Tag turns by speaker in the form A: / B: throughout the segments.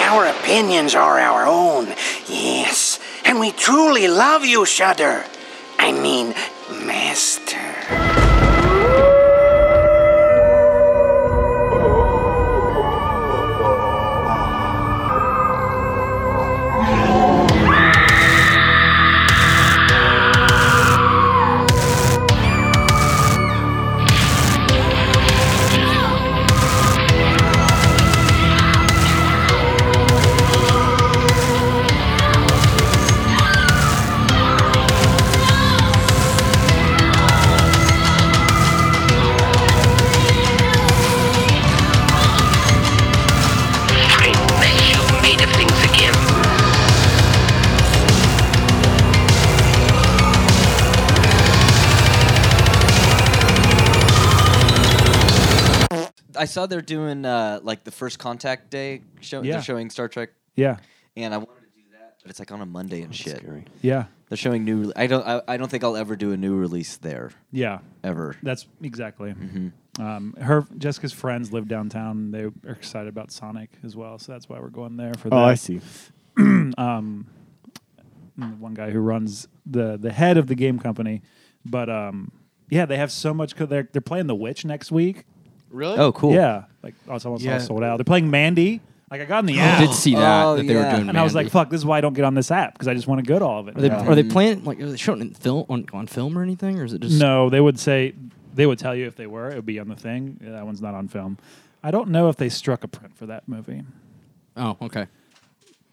A: Our opinions are our own, yes. And we truly love you, Shudder. I mean, Master.
B: Friend, you made of things again.
C: I saw they're doing uh, like the first contact day show.
D: Yeah.
C: They're showing Star Trek,
D: Yeah.
C: and I wanted to do that, but it's like on a Monday and shit.
D: Yeah.
C: They're showing new. I don't. I, I don't think I'll ever do a new release there
D: Yeah.
C: ever.
D: That's exactly.
E: Mm-hmm.
D: Um, her Jessica's friends live downtown. They are excited about Sonic as well, so that's why we're going there for that.
F: Oh, I see.
D: And the one guy who runs the the head of the game company, but um, yeah, they have so much. Co- they're they're playing The Witch next week.
G: Really?
C: Oh, cool.
D: Yeah, like oh, it's almost
G: Yeah.
D: all sold out. They're playing Mandy. Like I got in the app,
E: did see that
C: Oh,
E: that they
C: yeah.
E: were doing.
D: and I was
E: Mandy.
D: like, "Fuck, this is why I don't get on this app because I just want to go to all of it."
E: Are they,
D: Yeah.
E: are
F: Mm.
E: they playing like are they showing it film on, on film or anything or is it just
D: No, they would say they would tell you if they were. It would be on the thing. Yeah, That one's not on film. I don't know if they struck a print for that movie.
E: Oh, okay.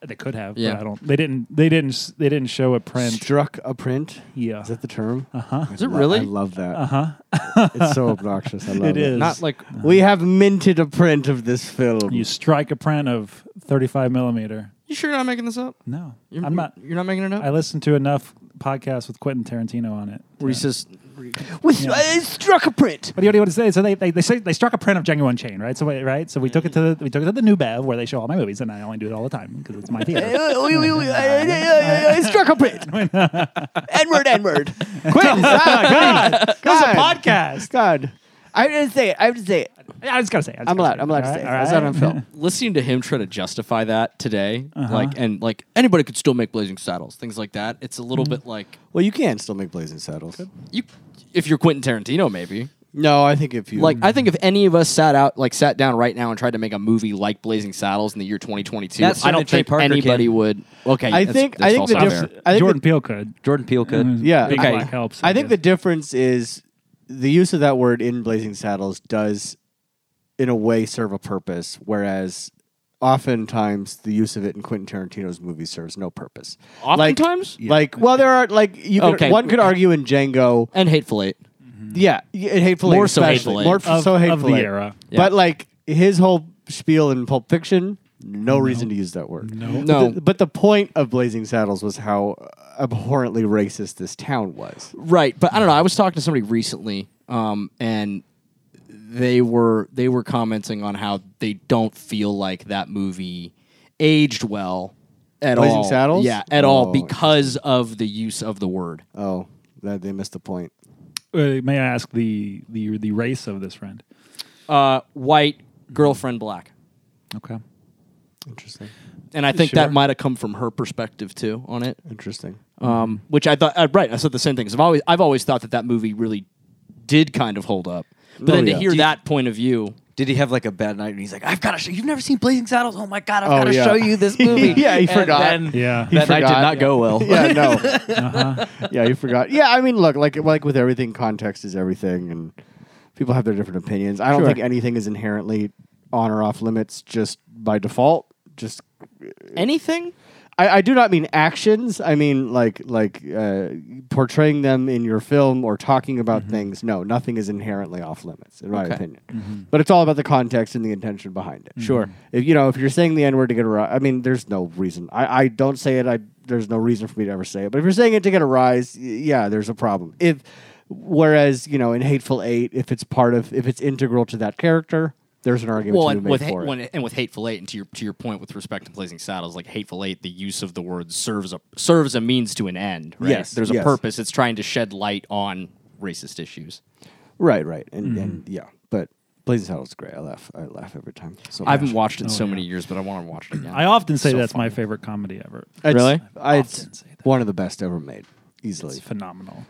D: They could have.
E: Yeah.
D: but I don't. They didn't. They didn't. s- They didn't show a print.
F: Struck a print.
D: Yeah.
F: Is that the term? Uh huh. Is
E: it really?
F: I love that. Uh huh. it's so obnoxious. I love it.
D: is.
E: Not like
F: We have minted a print of this film.
D: You strike a print of 35 millimeter.
E: you sure you're not making this up?
D: No,
F: Mm-hmm.
E: You're,
D: I'm not.
E: You're not making it up.
D: I listened to enough podcasts with Quentin Tarantino on it.
E: Where he says
F: With, uh, struck a print.
D: But you already want to say so they, they, they say they struck a print of Django Unchained, right? So we, right, so we took it to the, we took it to the New Bev where they show all my movies, and I only do it all the time because it's my theater.
F: I struck a print. Edward, Edward. Quentin, God, God, God,
D: Podcast.
F: God. I didn't say it. I didn't say it.
D: I just gotta say, I just
F: I'm
D: gotta
F: allowed. I'm allowed to
D: All
F: say it.
D: right, all
F: It's not
D: right.
F: on film. Uh-huh.
E: listening to him try to justify that today, like and like anybody could still make Blazing Saddles, things like that. It's a little
F: Mm-hmm.
E: bit like
F: Well, you can still make Blazing Saddles.
E: you, if you're Quentin Tarantino, maybe.
F: No, I think if you
E: Like I think if any of us sat out, like sat down right now and tried to make a movie like Blazing Saddles in the year 2022,
C: That's
E: I don't
C: something Trey
E: think
C: Parker
E: anybody
C: can.
E: would. Okay,
F: I
E: that's-
F: think
E: that's
F: I think
E: also
F: the
E: fair.
F: difference. I think
D: Jordan
F: the,
D: Peele could.
C: Jordan Peele could.
F: yeah,
D: Big
F: I,
D: Black helps.
F: I think the difference is the use of that word in Blazing Saddles does, in a way, serve a purpose, whereas oftentimes the use of it in Quentin Tarantino's movies serves no purpose. Like-
E: Oftentimes?
F: like, well, there are like you could,
E: Okay.
F: one could argue in Django,
E: and Hateful Eight.
F: yeah, y- and hateful
E: More
F: Eight
E: so
F: especially.
E: Hateful Eight.
F: more
D: Of-
F: so
D: of
F: hateful
D: the
F: Eight.
D: era.
E: Yeah.
F: but like his whole spiel in Pulp Fiction, no, reason to use that word.
D: No.
E: No,
F: Th- But the point of Blazing Saddles was how abhorrently racist this town was.
E: Right, but I don't know. I was talking to somebody recently, um, and they were they were commenting on how they don't feel like that movie aged well at
F: Blazing
E: all.
F: Saddles?
E: yeah, at
F: Oh,
E: all because of the use of the word.
F: Oh, that they missed the point.
D: Uh, may I ask the the the race of this friend?
E: Uh, white girlfriend, black,
D: Okay.
F: Interesting.
E: and I think
D: Sure.
E: that might have come from her perspective too on it.
F: Interesting.
E: Um, which I thought uh, right. I said the same things. I've always I've always thought that that movie really did kind of hold up, but
F: Oh,
E: then
F: yeah.
E: to hear that point of view,
C: Did he have like a bad night and he's like, I've got to show you've never seen Blazing Saddles? Oh my god, I've
F: Oh,
C: got to
F: yeah.
C: show you this movie.
F: Yeah, he
C: And
F: forgot.
C: then
D: Yeah. He
C: that night did
F: forgot.
C: not go well.
F: yeah, no. Yeah, you forgot. Yeah, I mean, look, like like with everything, context is everything, and people have their different opinions. I don't think anything is inherently on or off limits just by default. Just
E: anything.
F: I, I do not mean actions. I mean like like uh, portraying them in your film or talking about
E: Mm-hmm.
F: things. No, nothing is inherently off limits, in my opinion. But it's all about the context and the intention behind it.
E: Sure.
F: If you know, if you're saying the N word to get a rise, I mean, there's no reason. I, I don't say it. I there's no reason for me to ever say it. But if you're saying it to get a rise, y- yeah, there's a problem. If whereas you know in Hateful Eight, if it's part of if it's integral to that character, there's an argument
E: well,
F: to be
E: and
F: made
E: with,
F: for
E: hate,
F: it.
E: when, and with hateful eight, and to your to your point with respect to blazing saddles, like hateful eight, the use of the word serves a serves a means to an end. Right?
F: Yes,
E: there's
F: yes.
E: a purpose. It's trying to shed light on racist issues.
D: Mm-hmm.
F: Right, right, and and yeah, but Blazing Saddles is great. I laugh. I laugh every time. So
E: I haven't
F: much.
E: watched it in so many years, but I want to watch it again.
D: I often say
E: So
D: that's my
E: funny.
D: favorite comedy ever.
F: It's,
E: Really?
F: I,
D: Often
F: it's
D: say that.
F: one of the best ever made,
D: It's
F: easily.
D: phenomenal.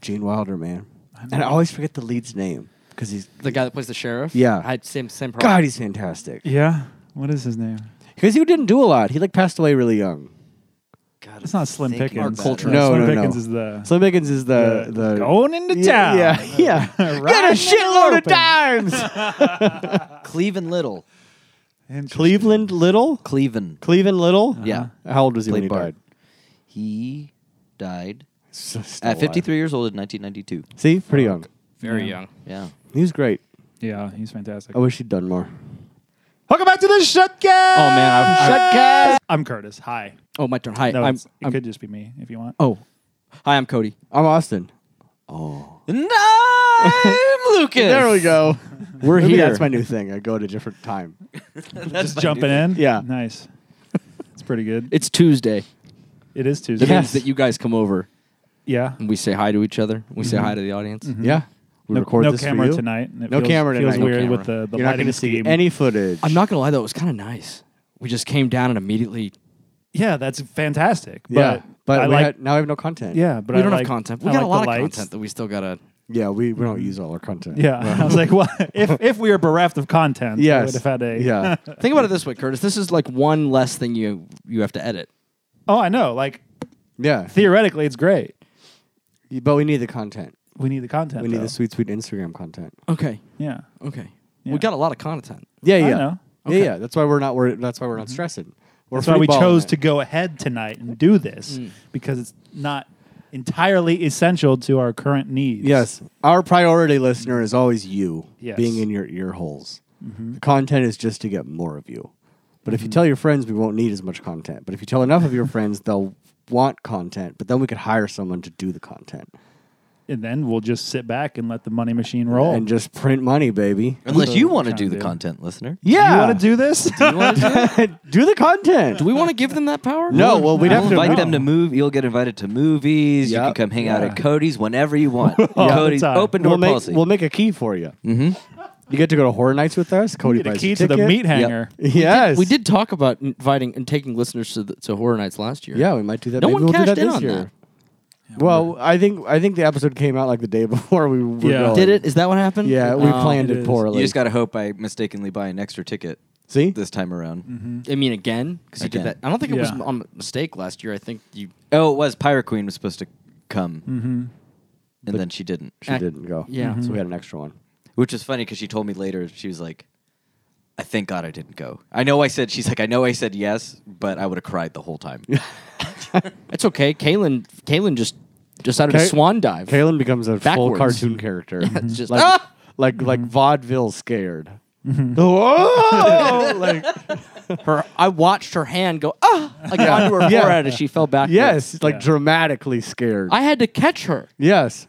F: Gene Wilder, man. and I always forget the lead's name because he's
E: the guy that plays the sheriff.
F: Yeah.
E: I had same same problem.
F: God, he's fantastic.
D: Yeah. What is his name?
F: Because he didn't do a lot. He like passed away really young.
E: God,
D: It's not Slim
E: thinking
D: Pickens.
E: about it.
F: No,
D: Slim
F: no, no.
D: Pickens is the
F: Slim Pickens is the
D: Yeah.
F: the
D: going into
F: yeah,
D: town.
F: Yeah, yeah. Get a
D: Riding
F: shitload of
D: and
F: dimes.
G: Cleveland Little.
D: And
F: Cleveland Little.
G: Cleveland.
F: Cleveland Little.
D: Uh-huh.
G: Yeah.
F: How old was he
G: Played
F: when he
G: Bart.
F: died?
G: He died
F: S- still
G: at
F: alive.
G: 53 years old in 1992.
F: See, pretty young.
E: Very
D: Yeah.
E: young.
G: Yeah.
F: He was great.
D: Yeah, he's fantastic.
F: I wish he'd done more.
E: Welcome back to the shutcast. Oh man, I've shutcast.
D: I'm Curtis. Hi.
E: Oh my turn. Hi,
D: No,
E: I'm,
D: it's- it
E: I'm
D: could just be me if you want.
E: oh, hi, I'm Cody.
F: I'm Austin.
G: And I'm Lucas.
F: There we go.
G: We're
F: Maybe
G: here.
F: that's my new thing. I go at a different time.
G: That's
D: Just
G: my
D: jumping
G: new-
D: in.
F: Yeah.
D: Nice. It's pretty good.
E: It's Tuesday.
D: It is Tuesday.
E: That means that you guys come over
D: Yeah.
E: and we say hi to each other. We say hi to the audience.
F: Yeah. We
D: no,
F: record
D: no
F: this for
D: camera
F: you.
D: tonight. and it
F: No
D: feels,
F: camera
D: feels
F: tonight. No
D: weird
E: camera.
D: with the, the
F: You're not
D: lighting
F: going to see
D: scheme.
F: any footage.
E: I'm not gonna lie though, it was kind of nice. We just came down and immediately.
D: yeah, that's fantastic.
F: Yeah,
D: but,
F: but
D: I
F: we
D: like.
F: had- now we have no content.
D: yeah, but
E: we
D: I
E: don't
D: like-
E: have content. We
D: I
E: got
D: like
E: a lot of
D: the lights.
E: content that we still gotta.
F: yeah, we, we don't use all our content.
D: Yeah, I was like, well, if if we were bereft of content, yeah, we would
F: yes.
D: have had a.
F: yeah.
E: Think about it this way, Curtis. This is like one less thing you you have to edit.
D: Oh, I know. Like
F: Yeah.
D: theoretically, it's great.
F: But we need the content.
D: We need the content.
F: We need
D: though.
F: the sweet, sweet Instagram content.
E: Okay.
D: Yeah.
E: Okay.
D: Yeah.
E: We got a lot of content.
F: Yeah,
D: I
F: yeah,
D: know. Mm-hmm.
E: Okay.
F: yeah, yeah. That's why we're not. We're, that's why we're not stressing. We're
D: That's why we
F: freeballing
D: chose
F: it.
D: to go ahead tonight and do this because it's not entirely essential to our current needs.
F: Yes, our priority listener is always you
D: Yes.
F: being in your ear holes. The content is just to get more of you. But if you tell your friends, we won't need as much content. But if you tell enough of your friends, they'll want content. But then we could hire someone to do the content
D: and then we'll just sit back and let the money machine roll.
F: and just print money, baby.
G: Unless you want to
D: trying to
G: do the
D: do.
G: content, listener.
F: Yeah,
D: You want to do this?
F: do the content.
E: Do we want to give them that power?
F: no, well, we'd
G: We'll
F: have to
G: invite
D: know.
G: them to move. You'll get invited to movies. You
F: Yeah.
G: can come hang out
D: Yeah.
G: at Cody's whenever you want.
D: the
G: Cody's
D: time.
G: open door
F: We'll make,
G: policy.
F: we'll make a key for you. Mm-hmm. You get to go to horror nights with us. Cody
D: Get a
F: buys
D: key
F: your
D: to the
F: ticket.
D: meat hanger.
F: Yes,
E: We did talk about inviting and taking listeners to the, to horror nights last year.
F: Yeah, we might do that.
E: No
F: Maybe
E: one
F: we'll do
E: cashed
F: that
E: in
F: this
E: on
F: year.
E: that.
F: well, I think I think the episode came out like the day before we were
D: Yeah.
F: going.
E: Did it? Is that what happened?
F: Yeah, we
E: Oh.
F: planned
D: It
F: it,
D: is.
F: poorly.
G: you just got to hope I mistakenly buy an extra ticket
F: See?
G: this time around.
E: I mean, again, because you did
G: Again.
E: that. I don't think it was
D: Yeah.
E: on mistake last year. I think you.
G: Oh, it was. Pyro Queen was supposed to come. Mm-hmm. And then she didn't.
F: she
E: act-
F: didn't go.
E: Yeah.
F: So we had an extra one.
G: Which is funny because she told me later, she was like, I thank God I didn't go. I know I said, she's like, I know I said yes, but I would have cried the whole time.
E: It's okay. Kaylin, Kaylin just decided
F: Kay-
E: to swan dive.
F: Kaylin becomes a full
E: Backwards.
F: cartoon character.
E: It's just
F: like,
E: ah!
F: like like
D: Mm-hmm.
F: vaudeville scared. Oh! Whoa! like
E: her. I watched her hand go ah like onto her
F: Yeah.
E: forehead as she fell back.
F: yes, like
D: Yeah.
F: dramatically scared.
E: I had to catch her.
F: yes.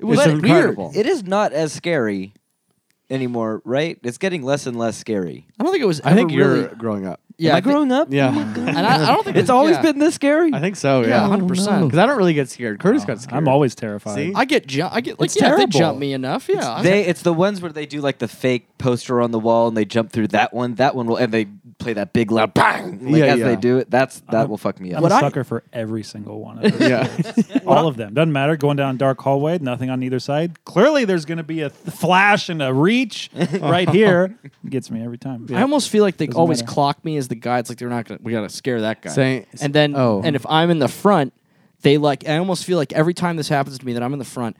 F: It
G: But
F: it's
G: it-
F: incredible.
G: It is not as scary anymore, right? It's getting less and less scary.
E: I don't think it was.
F: I think
E: ever
F: you're
E: really, Oh
F: growing up.
E: Yeah,
G: Am I,
E: I think-
G: growing up?
F: Yeah.
E: And I, I don't think it
G: It's
E: was-
G: always
E: yeah.
G: been this scary.
F: I think so.
E: Yeah,
F: Yeah.
E: hundred percent.
F: Because I don't really get scared. Curtis got scared.
D: Uh, I'm always terrified.
F: See?
E: I get jump. I get like
D: It's
E: yeah, if
D: terrible.
E: they jump me enough. Yeah, I-
G: They it's the ones where they do like the fake poster on the wall and they jump through that one. That one will and they play that big loud bang like
F: Yeah,
G: as
F: yeah.
G: they do it. That's that will fuck me up.
D: I'm
E: What
D: a
E: I-
D: sucker for every single one of those.
F: Yeah.
D: All of them. Doesn't matter. Going down a dark hallway, nothing on either side. Clearly, there's going to be a th- flash and a reach right here. Gets me every time.
E: I almost feel like they
D: Doesn't
E: always
D: matter.
E: clock me as the guy. It's like they're not gonna. We gotta scare that guy.
F: Say-
E: and then
F: oh.
E: and if I'm in the front, they like. I almost feel like every time this happens to me that I'm in the front,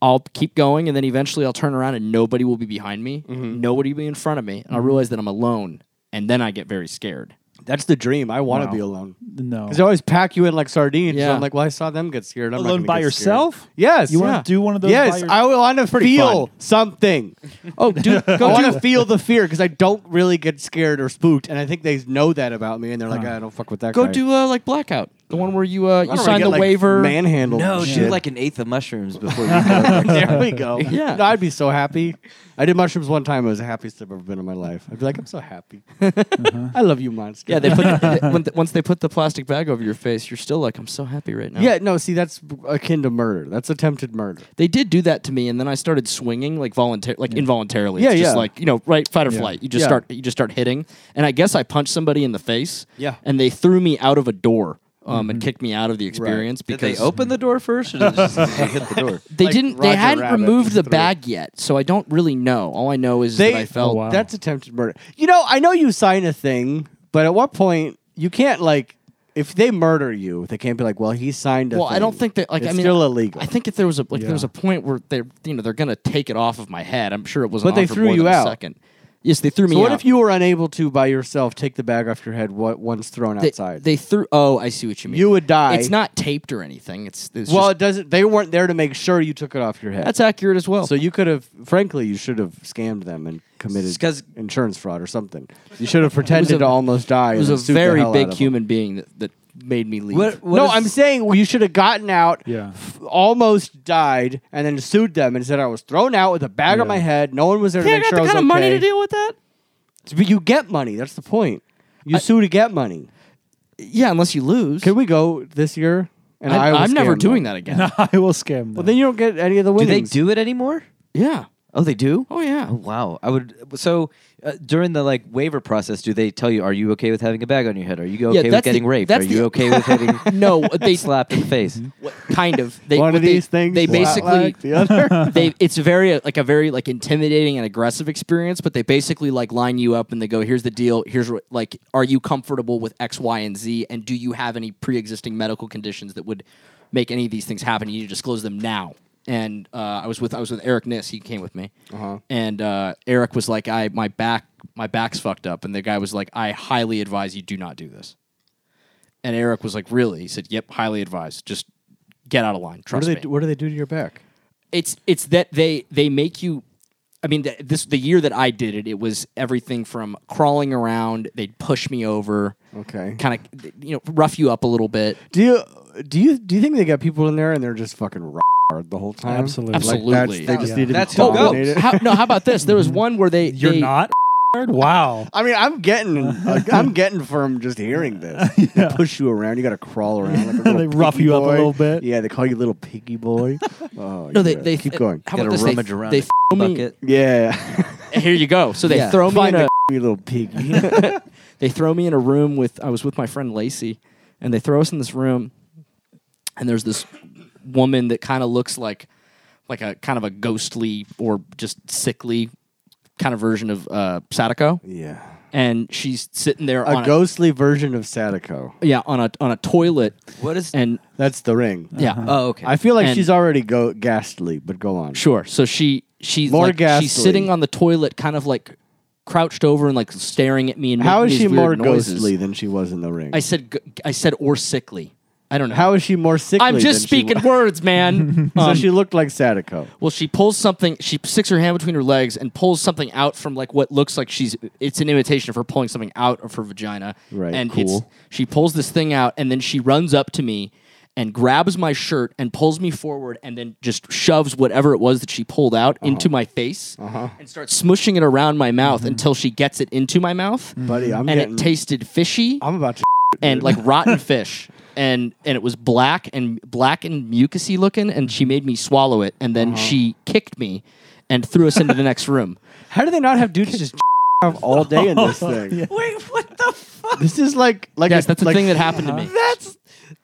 E: I'll keep going, and then eventually I'll turn around and nobody will be behind me. Nobody will be in front of me, and I'll realize that I'm alone, and then I get very scared.
F: That's the dream. I want to
D: Wow.
F: be alone.
D: No.
F: Because they always pack you in like sardines.
E: Yeah.
F: So I'm like, well, I saw them get scared. I'm not
D: Alone
F: gonna
D: by
F: get
D: yourself?
F: scared. Yes.
D: You wanna
F: yeah.
D: do one of those by
F: Yes,
D: your-
F: I want to feel
D: fun.
F: something. Oh, dude, I want to feel the fear because I don't really get scared or spooked, and I think they know that about me, and they're like, I don't fuck with that
E: Go
F: guy.
E: do uh, like blackout. The one where you uh, you
F: don't wanna
E: sign
F: get,
E: the
F: like,
E: waiver.
F: manhandled.
G: No,
F: and
G: do
F: shit.
G: like an eighth of mushrooms before you go.
F: there we go.
E: Yeah.
F: No, I'd be so happy. I did mushrooms one time. It was the happiest I've ever been in my life. I'd be like, I'm so happy. I love you, monster.
E: Yeah, they put the, when th- once they put the plastic bag over your face, you're still like, I'm so happy right now.
F: Yeah, no, see, that's akin to murder. That's attempted murder.
E: they did do that to me, and then I started swinging like voluntar, like involuntarily.
F: Yeah,
E: it's just
F: yeah.
E: Like you know, right, fight or flight. You just
F: Yeah.
E: start, you just start hitting, and I guess I punched somebody in the face.
F: Yeah. Mm-hmm.
E: and they threw me out of a door, um, and kicked me out of the experience
G: Did
E: because
G: they open the door first, or did they just hit the door?
E: They
F: Like
E: didn't. they
F: Roger
E: hadn't
F: Rabbit
E: removed the
F: threw-
E: bag yet, so I don't really know. All I know is
F: They,
E: that I felt.
D: Oh, wow.
F: That's attempted murder. You know, I know you sign a thing, but at what point you can't like. If they murder you, they can't be like, "Well, he signed a."
E: Well, I
F: thing.
E: don't think that. Like,
F: it's
E: I mean,
F: still illegal.
E: I think if there was a like, there was
D: Yeah.
E: a point where they're you know they're gonna take it off of my head. I'm sure it wasn't.
F: But they
E: on for
F: threw
E: more
F: you
E: than
F: out.
E: A second. Yes, they threw me
F: so what
E: out.
F: if you were unable to by yourself take the bag off your head what once thrown
E: They,
F: outside?
E: they threw. Oh, I see what you mean.
F: You would die.
E: It's not taped or anything. It's, it's
F: well,
E: well.
F: it doesn't. They weren't there to make sure you took it off your head.
E: that's accurate as well.
F: So you could have, frankly, you should have scammed them and committed
G: It's 'cause-
F: insurance fraud or something. You should have pretended to almost die.
E: it was
F: and
E: a
F: then sued the
E: very
F: hell out
E: big
F: of them.
E: human being that, that made me leave.
F: no, I'm saying well, you should have gotten out,
D: Yeah.
F: f- almost died, and then sued them and said I was thrown out with a bag on my head. No one was there to
E: Hey, I
F: make
E: got
F: sure
E: the
F: I was
E: kind of
F: okay.
E: money to deal with that.
F: But you get money. That's the point. You sue to get money.
E: Yeah, unless you lose.
F: Can we go this year? And
E: I,
F: Iowa
E: I'm never
F: scam
E: doing
F: them?
E: that again.
D: I will scam them.
F: Well, then you don't get any of the
G: Do they
F: winnings.
G: do it anymore?
E: Yeah.
G: Oh, they do.
E: Oh yeah.
G: Oh, wow. I would. So uh, during the like waiver process, do they tell you, are you okay with having a bag on your head? Are you okay with
E: that's the-
G: getting raped? Are
E: that's
G: you
E: the-
G: okay with having
E: No, they
G: slapped in the face?
E: what, kind of. They,
F: One
E: what
F: of
E: they-
F: these things.
E: They
F: not
E: basically.
F: like the other.
E: they it's a very uh, like a very like intimidating and aggressive experience but they basically like line you up and they go here's the deal here's what like are you comfortable with x y and z and do you have any pre-existing medical conditions that would make any of these things happen you need to disclose them now and uh, i was with i was with eric niss he came with me and uh, eric was like i my back my back's fucked up and the guy was like i highly advise you do not do this and eric was like really he said yep highly advised just get out of line
F: what
E: trust
F: do they?
E: me
F: do- What do they do to your back?
E: it's it's that they they make you I mean th- this the year that I did it it was everything from crawling around they'd push me over
F: Okay.
E: kind of you know rough you up a little bit
F: Do you do you do you think they got people in there and they're just fucking rock hard the whole time?
D: Absolutely.
F: Like,
E: Absolutely.
F: that's- they just
D: Yeah.
F: need to
G: That's
F: be
G: who goes.
F: dominated.
E: how, no how about this there was one where they
D: You're
E: they-
D: not. Wow.
F: I mean, I'm getting like, I'm getting from just hearing this. They push you around. You got to crawl around. Like a little
D: They rough
F: piggy
D: you up a
F: boy.
D: little bit.
F: Yeah, they call you little piggy boy. Oh,
E: no they
F: yeah.
E: they
F: keep going.
E: how
G: Gotta
E: about this they,
G: rummage around
E: they
G: a
E: throw me-
G: Bucket.
F: Yeah,
E: here you go so they
F: Yeah.
E: throw me in
F: Find
E: a,
F: the you little piggy.
E: they throw me in a room with I was with my friend Lacey, and they throw us in this room, and there's this woman that kind of looks like like a kind of a ghostly or just sickly kind of version of uh, Sadako,
F: yeah,
E: and she's sitting there
F: a
E: on
F: ghostly version of Sadako.
E: a, yeah on a on a toilet,
G: What is?
E: and
F: That's the ring.
E: yeah
G: oh, okay.
F: I feel like
E: And-
F: she's already go ghastly, but go on.
E: Sure. So she she's
F: More
E: like,
F: ghastly.
E: she's sitting on the toilet, kind of like crouched over and like staring at me and
F: How
E: making
F: is
E: these
F: she
E: weird
F: more
E: noises.
F: ghostly than she was in the ring?
E: I said g- I said or sickly. I don't know.
F: How is she more sickly?
E: I'm just
F: than she
E: speaking
F: was?
E: words, man.
F: So
E: Um,
F: she looked like Sadako.
E: well, she pulls something. She sticks her hand between her legs and pulls something out from like what looks like she's. It's an imitation of her pulling something out of her vagina.
F: Right,
E: And it's,
F: cool.
E: she pulls this thing out and then she runs up to me and grabs my shirt and pulls me forward and then just shoves whatever it was that she pulled out
F: Uh-huh.
E: into my face and starts smushing it around my mouth until she gets it into my mouth.
F: Buddy, Mm-hmm. I'm
E: and
F: getting-
E: it tasted fishy
F: I'm about to.
E: and like rotten fish and and it was black and black and mucusy looking and she made me swallow it and then she kicked me and threw us into the next room
F: How do they not have dudes just off all day in this thing?
G: Wait, what the fuck?
F: This is like like
E: yes
F: a-
E: that's the
F: like-
E: thing that happened to me
G: That's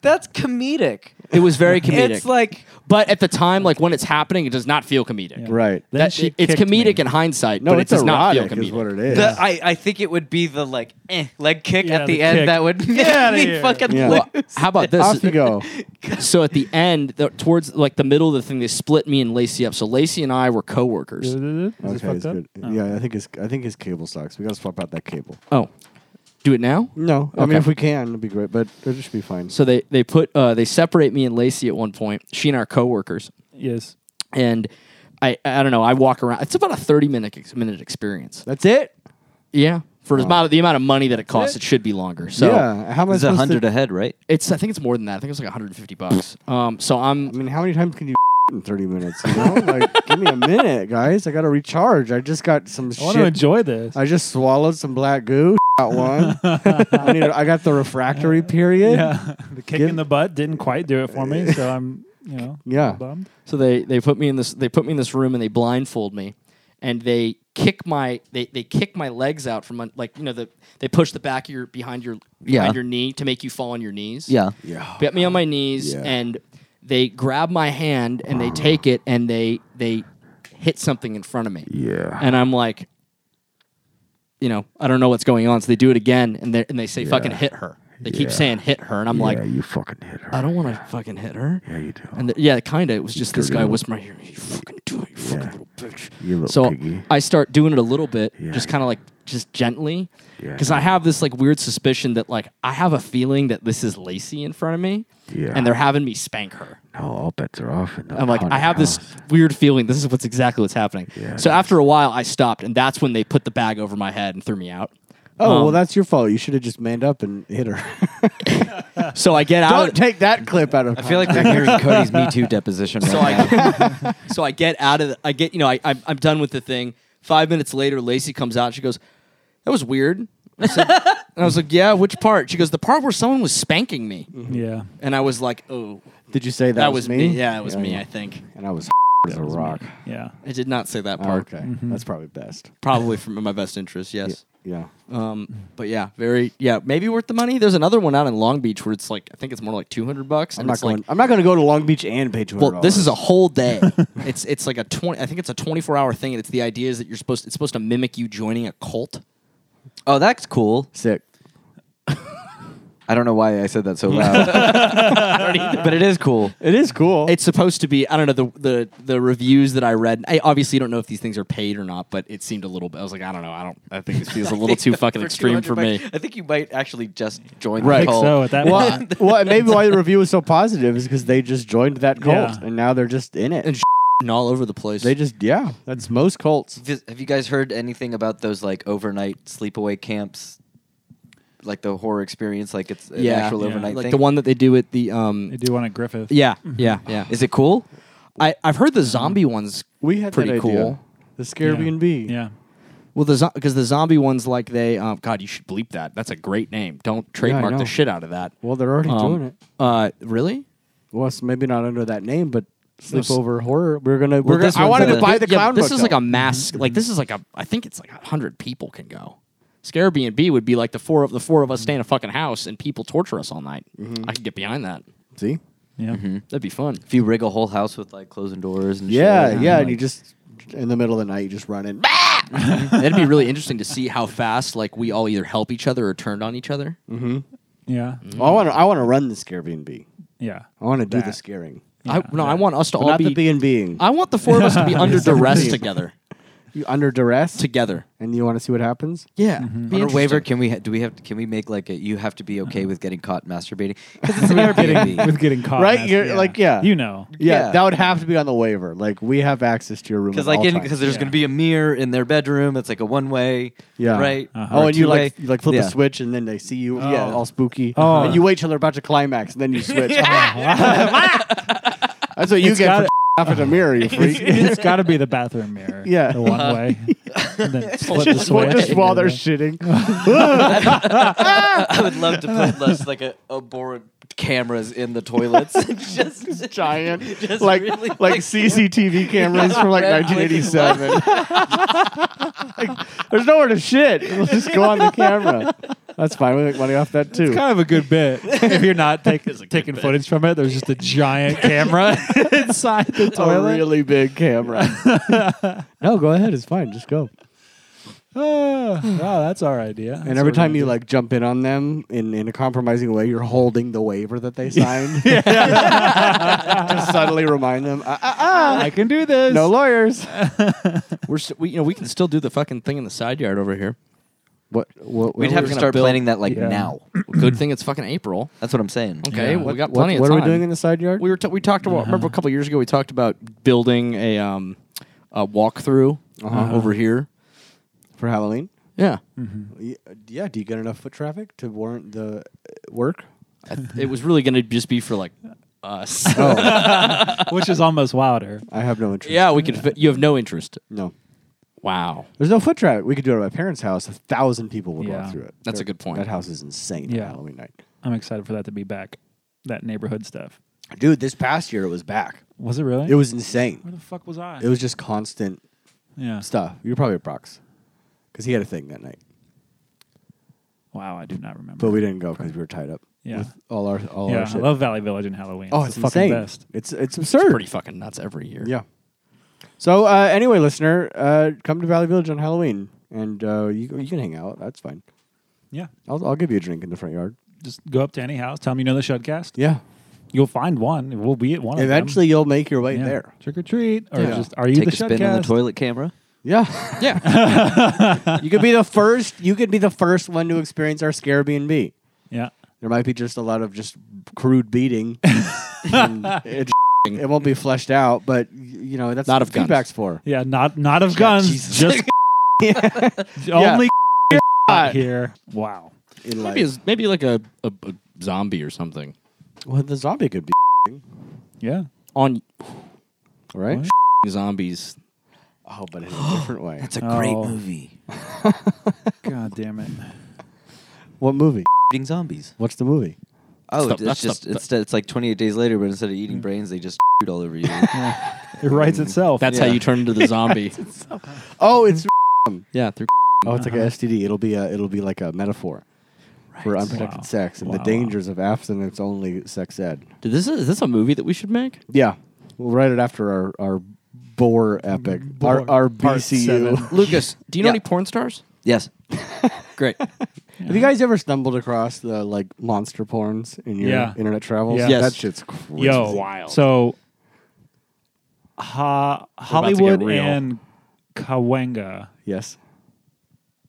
G: that's comedic.
E: it was very comedic
G: It's like
E: but at the time like when it's happening it does not feel comedic
F: Right.
D: Then
E: That-
D: she
E: it- it's
D: kicked
E: comedic
D: me.
E: in hindsight
F: no,
E: but
F: it's
E: it does not feel
F: erotic
E: comedic
F: is what it is.
G: the, I, I think it would be the like eh, leg kick
D: Yeah,
G: at the,
D: the
G: end
D: kick.
G: that would make
D: Get outta
G: me
D: here.
G: fucking
F: Yeah.
G: lose.
E: Well, how about this
F: Off you go.
E: so at the end the, towards like the middle of the thing they split me and lacey up so lacey and i were coworkers
D: Is this
F: okay,
D: fucked
F: it's
D: up?
F: good. Yeah, I think his I think his cable sucks. We gotta swap out that cable.
E: oh do it now
F: No, I mean
E: Okay.
F: if we can, it'd be great, but it should be fine.
E: So they they put uh, they separate me and Lacey at one point. She and our coworkers,
D: Yes.
E: and I I don't know. I walk around. It's about a thirty minute ex- minute experience.
F: That's it.
E: Yeah, For as amount of, the amount of money that it costs, it should be longer. So
F: yeah, how much
G: It's a hundred ahead, right?
E: it's I think it's more than that. I think it's like 150 bucks. Um, so
F: I
E: I'm
F: mean, how many times can you in 30 minutes? You know, like, give me a minute, guys. I got to recharge. I just got some
D: I want to
F: shit.
D: enjoy this.
F: I just swallowed some black goo. Got one. I, need, I got the refractory period.
D: yeah, the kick
F: Give-
D: in the butt didn't quite do it for me, so I'm you know
F: Yeah.
D: bummed.
E: so they they put me in this they put me in this room and they blindfold me and they kick my they, they kick my legs out from un, like you know the they push the back of your behind your
G: Yeah.
E: behind your knee to make you fall on your knees.
G: Yeah.
E: Get me on my knees
F: Yeah.
E: and they grab my hand and they take it and they they hit something in front of me.
F: Yeah.
E: And I'm like you know, I don't know what's going on. So they do it again and they and they say fucking hit her. They keep saying hit her and I'm like
F: you fucking hit her.
E: I don't want to fucking hit her. Yeah,
F: you do.
E: And th- yeah, kind of. It was just this guy
F: little-
E: whispering here, you fucking do it, you fucking little bitch.
F: You little
E: so
F: piggy.
E: I start doing it a little bit,
F: Yeah.
E: just kind of like just gently,
F: Yeah.
E: because I have this like weird suspicion that like I have a feeling that this is Lacey in front of me,
F: Yeah.
E: and they're having me spank her.
F: No, all bets are off. And
E: I'm like, I have this weird feeling. This is what's exactly what's happening.
F: Yeah,
E: so after a while, I stopped, and that's when they put the bag over my head and threw me out.
F: Oh,
E: Um,
F: well, that's your fault. You should have just manned up and hit her.
E: So I get out.
F: don't take that clip out of
G: I feel like we're hearing Cody's Me Too deposition right
E: So
G: now.
E: I, so I get out of. The, I get you know I I'm, I'm done with the thing. Five minutes later, Lacey comes out. and She goes, "That was weird." I said- and I was like, "Yeah, which part?" She goes, "The part where someone was spanking me."
F: Mm-hmm.
D: Yeah,
E: And I was like, "Oh,
F: Did you say that,
E: that, was me. Yeah, it was me. I think
F: And I was as a rock.
D: yeah.
E: I did not say that
F: Oh,
E: part. Mm-hmm.
F: okay. That's probably best.
E: Probably from my best interest. Yes.
F: Yeah.
E: Um, but yeah, very yeah, maybe worth the money. There's another one out in Long Beach where it's like I think it's more like 200 bucks.
F: I'm
E: and
F: not
E: it's
F: going.
E: Like,
F: I'm not going to go to Long Beach and pay two hundred.
E: Well, this is a whole day. it's it's like a twenty. I think it's a twenty four hour thing, and it's the idea is that you're supposed. It's supposed to mimic you joining a cult.
G: oh, that's cool.
F: sick.
G: I don't know why I said that so loud, but it is cool.
F: It is cool.
E: It's supposed to be. I don't know the the the reviews that I read. I obviously don't know if these things are paid or not, but it seemed a little bit. I was like, I don't know. I don't. I think this feels a little too fucking extreme for me.
G: I think you might actually just join
F: Right.
G: the
F: think
G: cult.
D: So at that
F: well,
D: point,
F: I- well, and maybe why the review was so positive is because they just joined that cult
D: Yeah.
F: and now they're just in it.
E: And And all over the place.
F: they just yeah, that's most cults.
G: Vis- Have you guys heard anything about those like overnight sleepaway camps? Like the horror experience, like it's an
E: yeah,
G: actual
D: Yeah.
G: overnight
E: like
G: thing.
E: the one that they do at the um.
D: they do want a Griffith.
E: Yeah,
F: Mm-hmm.
E: yeah, yeah.
G: is it cool?
E: I I've heard the zombie ones.
F: We had
E: pretty
F: that idea.
E: cool.
F: The Scarabnb.
D: Yeah.
E: Well, the because the zombie ones like they um. God, you should bleep that. That's a great name. Don't trademark
F: know.
E: the shit out of that.
F: Well, they're already
E: Um,
F: doing it.
E: Uh, really?
F: Well, it's maybe not under that name, but
E: s-
F: sleepover horror. We're gonna. We're
G: this
F: gonna I
G: one's
F: wanted
G: a-
F: to buy the
E: Yeah,
F: clown. Mm-hmm.
E: but This is like
F: motel.
E: a mass. Like this is like a. I think it's like a hundred people can go. Scarab and B would be like the four of the four of us stay in a fucking house and people torture us all night. I could get behind that.
F: See?
D: Yeah.
F: Mm-hmm.
E: That'd be fun.
G: If you rig a whole house with like closing doors and
F: Yeah, yeah.
G: shit,
F: and you just in the middle of the night, you just run in.
E: That'd be really interesting to see how fast like we all either help each other or turned on each other.
D: Yeah.
F: I want to. I want to run the Scarabnb.
D: Yeah.
F: I want to do the
D: That.
F: scaring,
E: I, no, I want us to
F: but
E: all
F: not
E: be.
F: the B and being.
E: I want the four of us to be under duress
F: Yeah.
E: together.
F: You under duress,
E: Together.
F: and you want to see what happens.
E: Yeah.
G: On a waiver,
E: waiver.
G: can we ha- do we have can we make like a you have to be okay with getting caught masturbating because it's an Airbnb.
D: With getting caught.
F: Right?
D: that's-
F: You're- like, yeah.
D: You know.
F: Yeah,
G: Yeah.
F: that would have to be on the waiver. Like we have access to your room
G: Because
F: because
G: like
F: all
G: because
F: times.
G: there's
D: Yeah.
G: gonna be a mirror in their bedroom. It's like a one way.
F: yeah,
G: Right.
D: Uh-huh.
F: Oh,
G: Or
F: and you like
G: two-way.
F: you, like flip
G: Yeah.
F: a switch, and then they see you. Yeah,
D: Oh.
F: all spooky.
D: Oh.
F: And you wait till they're about to climax, and then you switch. That's what you
D: It's
F: get
D: gotta-
F: for off at the mirror. You freak.
D: it's got to be the bathroom mirror.
F: Yeah.
D: The one way. And then flip the
F: Just, while-
D: switch.
F: just while they're shitting.
G: I would love to put less like a, a board cameras in the toilets. just
F: giant,
G: Just
F: like
G: really,
F: like,
G: like-
F: CCTV cameras from like
G: Red
F: 1987. like, there's nowhere to shit. It'll just go on the camera. That's fine. We make money off that too.
D: Kind of a good bit. If you're not take, taking footage from it, there's just a giant camera inside the
F: a
D: toilet.
F: really big camera. no, go ahead. It's fine. Just go.
D: Ah, wow, that's our idea.
F: And every time you like jump in on them in, in a compromising way, you're holding the waiver that they signed. Just subtly remind them, ah, ah, ah,
D: I can do this.
F: no lawyers.
E: We're st- we, you know we can still do the fucking thing in the side yard over here.
F: What? what
G: We'd have to start planning that like
D: Yeah.
G: now.
E: Good thing it's fucking April.
G: That's what I'm saying.
E: Okay,
D: Yeah.
E: well, we got
F: What,
E: plenty
F: what
E: of
F: are
E: time.
F: we doing in the side yard?
E: We were t- we talked about remember a couple years ago we talked about
F: Uh-huh.
E: building a um a walkthrough over here.
F: for Halloween.
E: Yeah.
F: Y- Yeah, do you get enough foot traffic to warrant the uh, work?
E: I th- it was really going to just be for like us.
D: which is almost wilder.
F: Oh, I have no interest.
E: yeah, we could. Fit, you have no interest.
F: No.
E: Wow.
F: There's no foot traffic. We could do it at my parents' house. A thousand people would
D: Yeah.
F: walk through it.
E: That's a
F: Their-
E: good point.
F: That house is insane on
D: Yeah.
F: Halloween night.
D: I'm excited for that to be back. That neighborhood stuff.
F: Dude, this past year it was back.
D: Was it really?
F: It was insane.
D: Where the fuck was I?
F: It was just constant
D: yeah.
F: stuff. You're probably at Brock's because he had a thing that night,
D: Wow, I do not remember.
F: but we didn't go because we were tied up.
D: Yeah.
F: with all our all
D: yeah,
F: our
D: I
F: shit.
D: love Valley Village and Halloween.
F: oh,
D: it's,
F: it's,
D: the
F: insane.
D: fucking best.
F: It's it's absurd.
E: Pretty fucking nuts every year.
F: yeah. So uh, anyway, listener, uh, come to Valley Village on Halloween, and uh, you you can hang out. That's fine.
D: Yeah.
F: I'll I'll give you a drink in the front yard.
D: Just go up to any house, tell them you know the Shudcast.
F: Yeah.
D: You'll find one. We'll be at one of them.
F: Eventually, you'll make your way
D: Yeah.
F: there.
D: Trick or treat. Or
F: Yeah.
D: just, are you
G: Take
D: the
G: a spin on the
D: Shudcast?
G: toilet camera.
F: Yeah.
E: Yeah.
F: you could be the first. You could be the first one to experience our scare B and B.
D: Yeah.
F: There might be just a lot of just crude beating. and it, it won't be fleshed out, but y- you know that's
E: Not
F: what
E: of guns.
F: feedback's for.
D: Yeah, not not of guns.
F: Jesus.
D: Just only here. Wow.
E: maybe
F: In life.
E: it's, maybe like a, a, a zombie or something
F: Well, the zombie could be
D: Yeah.
E: on
F: right.
D: What?
E: zombies.
F: Oh, but in a different way.
G: That's a
D: great
G: great
D: Oh.
G: movie.
D: God damn it.
F: what movie?
G: Eating zombies.
F: What's the movie?
G: Oh,
E: the-
G: it's
E: that's the-
G: just it's, it's like 28 days later, but instead of eating brains, they just shoot all over you.
D: It writes itself.
E: That's how
G: Yeah.
E: you turn into the zombie.
F: Oh, it's
E: yeah, through
F: oh, it's like
D: Uh-huh.
F: a STD. It'll be a it'll be like a metaphor for unprotected
D: Wow.
F: sex and
D: Wow,
F: the
D: wow.
F: dangers of abstinence only sex ed.
E: Dude, this is, is this a movie that we should make?
F: Yeah, we'll write it after our our bore epic,
D: Bore.
F: our our
D: Part seven.
F: BCU.
E: Lucas, do you know
G: Yeah.
E: any porn stars?
G: yes.
E: Great.
F: Have you guys ever stumbled across the like monster porns in your
D: Yeah.
F: internet travels?
D: Yeah. Yes.
F: that shit's crazy.
D: Yo, So, ha- Hollywood
E: real.
D: and Cahuenga.
F: Yes.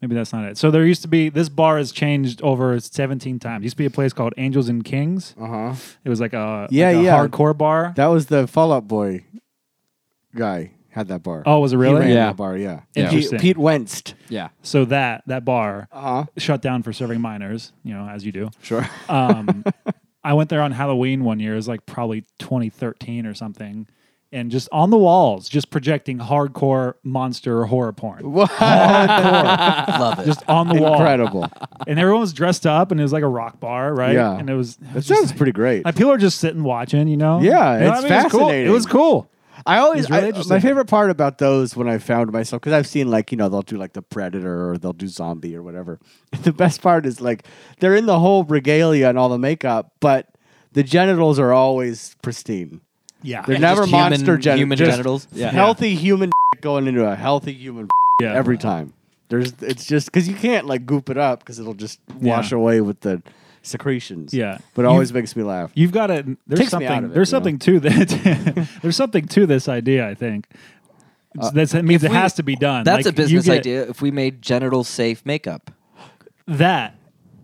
D: Maybe that's not it. So there used to be this bar has changed over 17 times. used to be a place called Angels and Kings.
F: Uh huh.
D: It was like a,
F: Yeah,
D: like a
F: yeah.
D: hardcore bar.
F: That was the Fallout Boy guy had that bar.
D: oh, was it
F: He
D: really?
F: ran
E: Yeah.
F: that bar. Yeah.
D: Yeah.
F: Pete,
D: Interesting.
F: Pete Wentz.
E: Yeah.
D: So that that bar
F: Uh huh.
D: shut down for serving minors, you know, as you do.
F: Sure.
D: Um, I went there on Halloween one year. It was like probably 2013 or something. And just on the walls, just projecting hardcore monster horror porn.
G: Love it.
D: Just on the wall.
F: Incredible.
D: And everyone was dressed up and it was like a rock bar, right?
F: Yeah.
D: And it was. it
F: That
D: was just
F: sounds pretty great.
D: Like people are just sitting watching, you know.
F: Yeah,
D: You know
F: it's
D: what It's cool.
F: fascinating.
D: It was cool.
F: I always
D: It's really
F: I-
D: interesting.
F: my favorite part about those when I found myself because I've seen like you know they'll do like the predator or they'll do zombie or whatever. The best part is like they're in the whole regalia and all the makeup, but the genitals are always pristine.
D: Yeah,
F: They're
G: And
F: never
G: just human-
F: monster gen-
G: human
F: just
G: genitals? Yeah.
F: Healthy human going into a healthy human
D: yeah.
F: every time. There's it's just because you can't like goop it up because it'll just wash
D: Yeah.
F: away with the secretions.
D: Yeah.
F: but it
D: You-
F: always makes me laugh.
D: You've got to. There's
F: Takes me
D: something.
F: out of it,
D: there's
F: you know?
D: something to that. there's something to this idea. I think that's, that means it
G: we-
D: has to be done.
G: That's
D: Like,
G: a
D: you
G: business
D: get
G: idea. If we made genital safe makeup,
D: That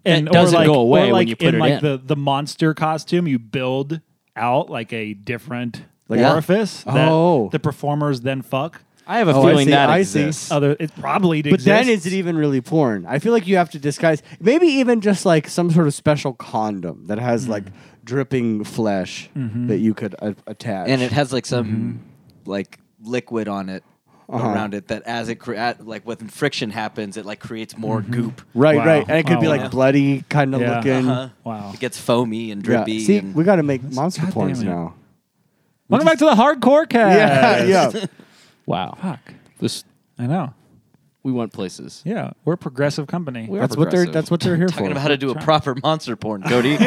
D: and or
E: doesn't
D: like,
E: go away
D: or
E: when
D: like
E: you put
D: in
E: it
D: like
E: in.
D: the the monster costume, you build out like a different
F: Like
G: a-
D: orifice that
F: Oh.
D: the performers then fuck.
E: I Oh, have a
F: Oh, I
E: feeling
F: see,
E: that
F: I see.
E: exists.
D: Other, it probably
F: But
D: exists.
F: then is it even really porn? I feel like you have to disguise maybe even just like some sort of special condom that
D: Hmm.
F: has like dripping flesh
D: Mm-hmm.
F: that you could a- attach.
G: and it has like some like liquid on it
F: Uh-huh.
G: around it that as it cre- at, like when friction happens, it like creates more goop.
F: right,
D: Wow.
F: right, and it could
D: Wow,
F: be
D: wow.
F: like bloody kind of
D: Yeah.
F: looking.
G: Uh-huh.
D: Wow.
G: It gets foamy and
F: Yeah.
G: drippy.
F: See,
G: and-
F: we got to make monster
D: God damn
F: porns
D: it.
F: now.
D: Welcome back to the hardcore
F: Yeah,
D: cast.
F: yeah.
E: wow.
D: Fuck.
E: This
D: I know.
E: we went places.
D: Yeah, we're a progressive company.
E: We are
F: That's what they're.
E: progressive.
F: That's what they're here
G: talking
F: for.
G: about how to do a proper monster porn, Cody.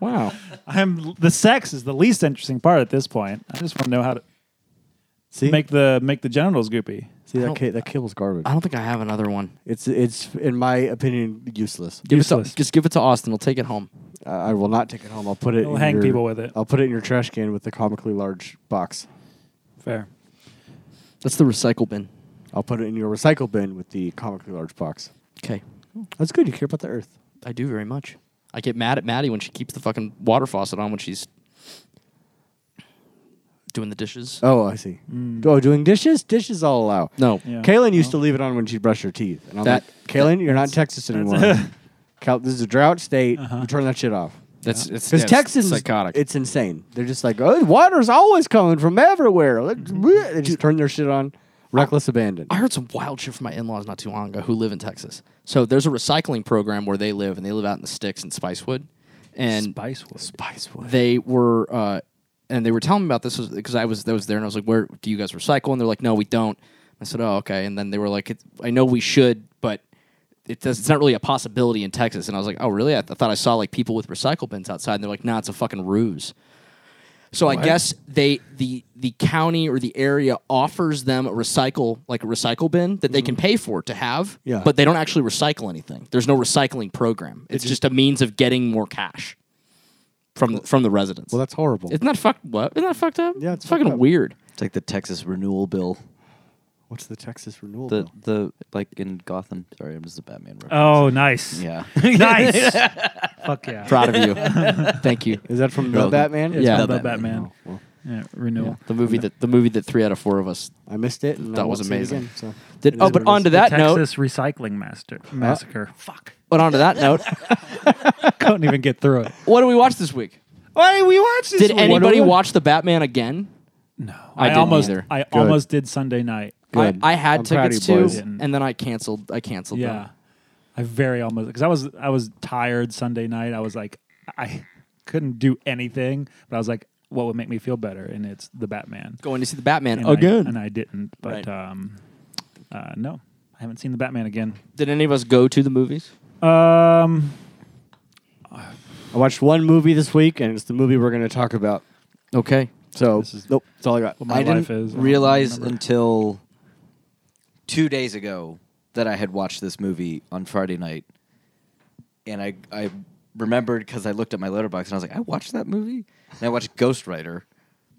F: wow.
D: I'm the sex is the least interesting part at this point. I just want to know how to
F: See,
D: make the make the genitals goopy.
F: see that
E: don't-
F: ca- that cable's garbage.
D: Uh-huh.
E: I don't think I have another one.
F: It's it's in my opinion useless.
E: Give it
D: Useless.
E: to, just give it to Austin. He'll take it home.
F: Uh, I will not take it home. I'll put it.
D: I'll
F: in
D: hang
F: your-
D: people with it.
F: I'll put it in your trash can with the comically large box.
D: Fair.
E: That's the recycle bin.
F: I'll put it in your recycle bin with the comically large box.
E: Okay.
F: That's good. You care about the earth.
E: I do very much. I get mad at Maddie when she keeps the fucking water faucet on when she's doing the dishes.
F: Oh, I see. Oh, doing dishes? Dishes all allow.
E: No.
D: Yeah.
F: Kaylin used to leave it on when she'd brush her teeth. And I'm
E: That-
F: like, Kaylin, you're not in Texas anymore. Cal- this is a drought state. You turn that shit off.
E: That's it's,
F: Because
E: yeah, it's
F: Texans,
E: psychotic.
F: it's insane. They're just like, oh, water's always coming from everywhere. Let-
E: Mm-hmm.
F: They just turn their shit on. Reckless abandon.
E: I heard some wild shit from my in-laws not too long ago who live in Texas. So there's a recycling program where they live, and they live out in the sticks in Spicewood, and
D: Spicewood.
E: Spicewood. They were, uh, and they were telling me about this because I was, I was there, and I was like, "Where do you guys recycle?" And they're like, "No, we don't." I said, "Oh, okay." And then they were like, it, "I know we should, but it does, it's not really a possibility in Texas." And I was like, "Oh, really?" I, th- I thought I saw like people with recycle bins outside, and they're like, "Nah, it's a fucking ruse." So I guess they the the county or the area offers them a recycle like a recycle bin that they can pay for to have,
F: Yeah.
E: but they don't actually recycle anything. There's no recycling program. It's just a means of getting more cash from from the residents.
F: well, that's horrible.
E: isn't that fucked what? Isn't that fucked up?
F: Yeah, it's
E: fucking
F: fucked up.
E: weird.
G: It's like the Texas renewal bill.
F: What's the Texas renewal?
G: The
F: bill?
G: the like in Gotham. Sorry, I'm just a Batman. Reference.
D: Oh, nice.
G: yeah.
D: nice. Fuck yeah.
E: Proud of you. Thank you.
F: Is that from the
G: Well,
F: Batman?
D: It's
E: Yeah.
D: yeah,
G: The
D: about Batman.
F: well,
D: Yeah, renewal.
E: The movie that the movie that three out of four of us
F: I missed it. and I
E: That
F: won't
E: was
F: see it
E: amazing.
F: again, so.
E: did. Oh, but on to that
D: the
E: note.
D: Texas recycling master massacre. Fuck.
E: But on to that note,
D: Couldn't even get through it.
E: what do we watch this week?
D: Why we watched this?
E: Did anybody watch the Batman again? No, I, didn't
D: almost
E: either.
D: I almost did Sunday night.
E: I,
F: Good.
E: I had
F: I'm proud of
E: tickets
F: you
E: too,
F: boys.
E: and then I canceled. I canceled. them.
D: Yeah. I very almost because I was I was tired Sunday night. I was like I couldn't do anything, but I was like, what would make me feel better? And it's the Batman.
E: going to see the Batman
D: And I-
E: again.
D: and I didn't. But
E: Right.
D: um, uh, no, I haven't seen the Batman again.
E: Did any of us go to the movies?
D: Um,
F: I watched one movie this week, and it's the movie we're going to talk about.
E: Okay.
F: So,
D: This is-
F: nope, that's all I got.
D: my
G: I
D: life
G: didn't
D: is. I don't
G: realize
D: remember.
G: until two days ago that I had watched this movie on Friday night, and I I remembered because I looked at my letterbox and I was like, I watched that movie, and I watched Ghost Rider.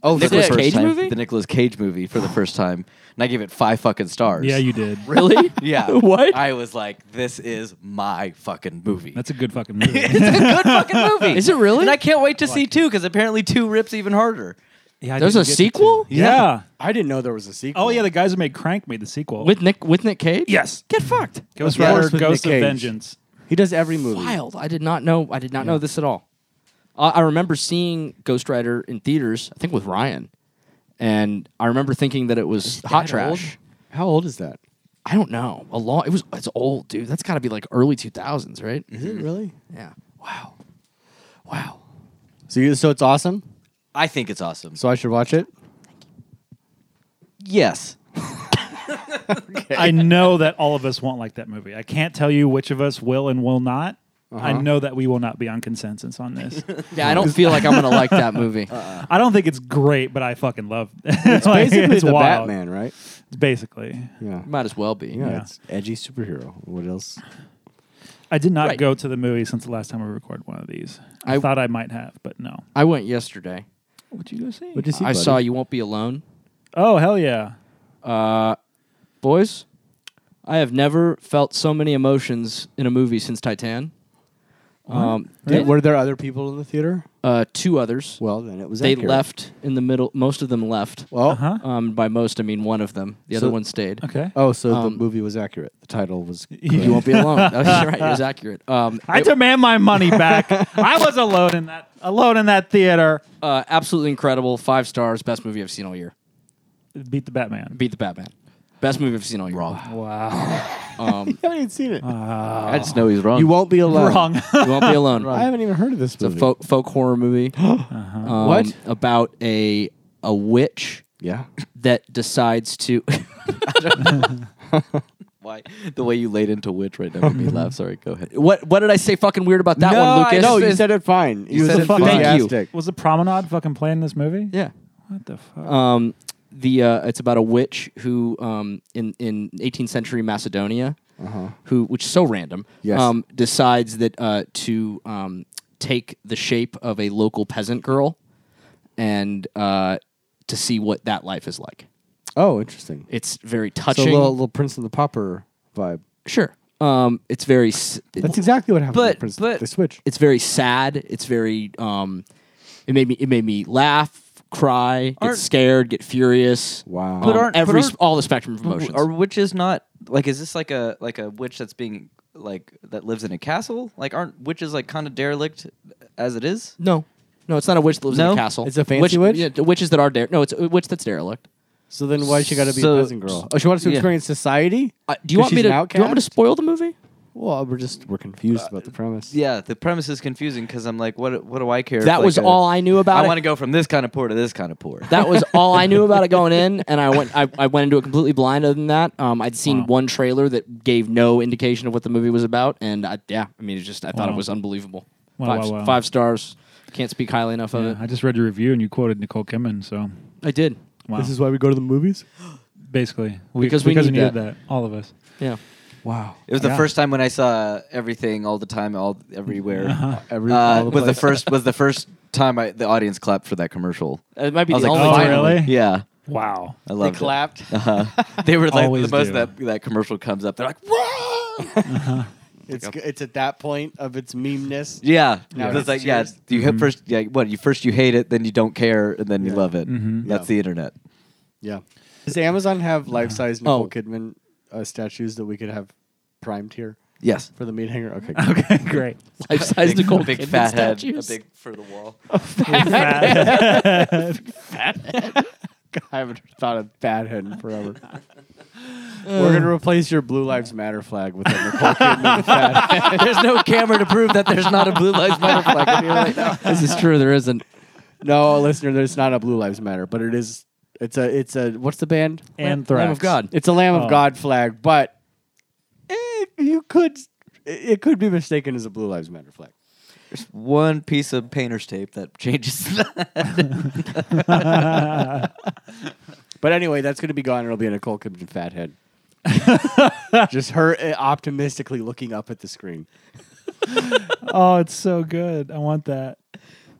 G: Oh,
E: the Nicolas Cage movie?
G: The Nicolas Cage movie for the first time, and I gave it five fucking stars.
D: yeah, you did.
E: Really?
G: Yeah.
E: What?
G: I was like, this is my fucking movie.
D: That's a good fucking movie.
G: good fucking movie.
E: Is it really?
G: And I can't wait to see two because apparently two rips even harder.
D: Yeah, I
E: There's
D: didn't
E: a
D: get to
E: sequel?
D: two. Yeah.
F: I didn't know there was a sequel.
D: Oh yeah, the guys who made Crank made the sequel.
E: With Nick with Nick Cage?
D: yes,
E: Get fucked.
D: Ghost
F: Yeah.
D: Rider,
F: With Nick
D: Ghost of
F: Cage.
D: Vengeance.
F: he does every movie.
E: Wild. I did not know. I did not know this at all. I, I remember seeing Ghost Rider in theaters. I think with Ryan, and I remember thinking that it was hot trash.
F: How old is that?
E: I don't know. A long. It was. It's old, dude. That's got to be like early two thousands, right?
F: Is it really?
E: Yeah. Wow. Wow.
F: So, you, so it's awesome.
G: I think it's awesome.
F: So I should watch it.
G: yes.
D: I know that all of us won't like that movie. I can't tell you which of us will and will not. I know that we will not be on consensus on this.
E: Yeah, I don't feel like I'm gonna like that movie.
F: Uh-uh.
D: I don't think it's great, but I fucking love. It's
F: Basically,
D: it's
F: the
D: wild.
F: Batman, right?
D: Basically,
F: Yeah.
E: Might as well be.
F: yeah,
D: Yeah.
F: It's edgy superhero. What else?
D: I did not
E: Right.
D: go to the movie since the last time we recorded one of these. I,
E: I-
D: thought I might have, but no.
E: I went yesterday.
D: What'd you go see?
F: What did you see?
E: I
F: buddy?
E: saw You Won't Be Alone.
D: oh hell yeah!
E: Boys, I have never felt so many emotions in a movie since Titan. Um,
F: Did- were there other people in the theater?
E: uh, two others.
F: Well, then it was.
E: they
F: accurate.
E: left in the middle. Most of them left.
F: Well.
D: Huh?
E: Um, by most, I mean one of them. The
F: So-
E: other one stayed.
D: Okay.
F: Oh, so the
E: Um,
F: movie was accurate. The title was.
E: You won't be alone. oh, you're right. It was accurate. Um,
D: I
E: it-
D: demand my money back. I was alone in that alone in that theater.
E: uh, absolutely incredible. Five stars. Best movie I've seen all year.
D: Beat the Batman.
E: Beat the Batman. Best movie I've seen all year. Wrong.
D: Wow.
E: Um,
F: I haven't even seen it.
G: I just know he's wrong.
F: you won't be alone.
D: Wrong.
E: you won't be alone.
F: I haven't even heard of this
E: It's
F: movie.
E: a folk, folk horror movie. um,
F: What?
E: About a a witch
F: yeah.
E: that decides to.
G: Why the way you laid into witch right now made me laugh. Sorry, go ahead.
E: what What did I say? Fucking weird about that
G: No,
E: one,
G: I
E: Lucas.
F: No,
G: know,
F: you
G: is-
F: said it fine. You,
G: said
F: was
G: it fine.
E: Thank you.
F: enthusiastic.
D: was the Promenade fucking playing this movie?
E: yeah.
D: What the fuck?
E: Um, the uh, it's about a witch who um, in in 18th century Macedonia, who which is so random,
F: Uh-huh. Yes.
E: um, decides that uh, to um, take the shape of a local peasant girl, and uh, to see what that life is like.
F: Oh, interesting.
E: It's very
F: So a
E: touching.
F: little, little Prince and the Popper vibe.
E: sure. Um, it's very. s-
F: That's exactly what happened.
E: But-
F: with Prince.
E: but-
F: they switch.
E: it's very sad. It's very um, it made me it made me laugh, cry, get
G: Aren't-
E: scared, get furious.
F: Wow.
G: But
E: Um,
G: aren't- but
E: every
G: aren't-
E: all the spectrum of emotions.
G: Are witches not like? Is this like a like a witch that's being like that lives in a castle? Like, aren't witches like kind of derelict as it is?
E: no, no, it's not a witch that lives in
G: No?
E: a castle.
F: It's a fancy witch?
E: Yeah, the witches that are dare. No, it's a witch that's derelict.
F: So then why she got to be
G: So-
F: a peasant girl? Oh, she wants to
G: yeah.
F: experience society.
E: Uh, do you
F: 'Cause
E: want me
F: she's
E: to?
F: an
E: Do you want me to
F: outcast?
E: spoil the movie?
F: Well, we're just we're confused about the premise.
G: Yeah, the premise is confusing because I'm like, what? What do I care? if,
E: That
G: like,
E: was
G: a-
E: all I knew about
G: I
E: it.
G: want to go from this kind of poor to this kind of poor.
E: That was all I knew about it going in, and I went. I, I went into it completely blind. Other than that, um, I'd seen
D: Wow.
E: one trailer that gave no indication of what the movie was about, and I, yeah, I mean, it's just I thought it
D: Wow.
E: was unbelievable.
D: Wow,
E: five,
D: wow, wow.
E: five stars. Can't speak highly enough of
D: Yeah, I just read your review and you quoted Nicole Kidman, so
E: it. I did.
D: wow.
F: This is why we go to the movies.
D: basically we,
E: Because we need
D: needed
E: that.
D: that. all of us.
E: Yeah.
F: Wow.
G: It was the
D: Yeah.
G: first time when I saw everything all the time, all everywhere.
F: Every,
G: Uh,
F: all
G: was the
F: places.
G: first was the first time I, the audience clapped for that commercial.
E: It might be
G: I was
E: the
G: like,
E: only
D: oh,
E: time.
D: really?
G: Yeah,
D: Wow.
G: I loved it. Uh-huh. they were like the
D: Always
G: most
D: do.
G: that that commercial comes up. They're like, "Whoa!"
F: It's g- it's at that point of its memeness.
G: yeah,
F: Yeah.
G: it's like yeah, it's- you hit first yeah, what you first you hate it, then you don't care, and then you love it. That's
F: Yeah.
G: the internet.
F: Yeah. Does Amazon have life size Nicole
E: Oh.
F: Kidman uh, statues that we could have primed here
G: Yes,
F: for the meat hanger? Okay.
D: Okay, great.
E: Life size
G: Big-
E: Nicole
G: a big
E: Kidman
G: fat head, a
E: statues.
G: big for the wall.
F: I haven't thought of bad head in forever. We're gonna replace your Blue Lives Matter flag with a Nicole Kidman fat. head.
G: there's no camera to prove that there's not a blue lives matter flag in here right now.
E: this is true. There isn't.
F: No, listener, there's not a Blue Lives Matter, but it is. It's a. It's a. What's the band?
D: And
E: Lamb
D: Thrax.
E: of God.
F: It's a Lamb
D: Oh.
F: of God flag, but eh, you could. It could be mistaken as a Blue Lives Matter flag.
G: One piece of painter's tape that changes.
F: But anyway, that's going to be gone. It'll be a Nicole Kidman fathead. Just her uh, optimistically looking up at the screen.
D: Oh, it's so good. I want that.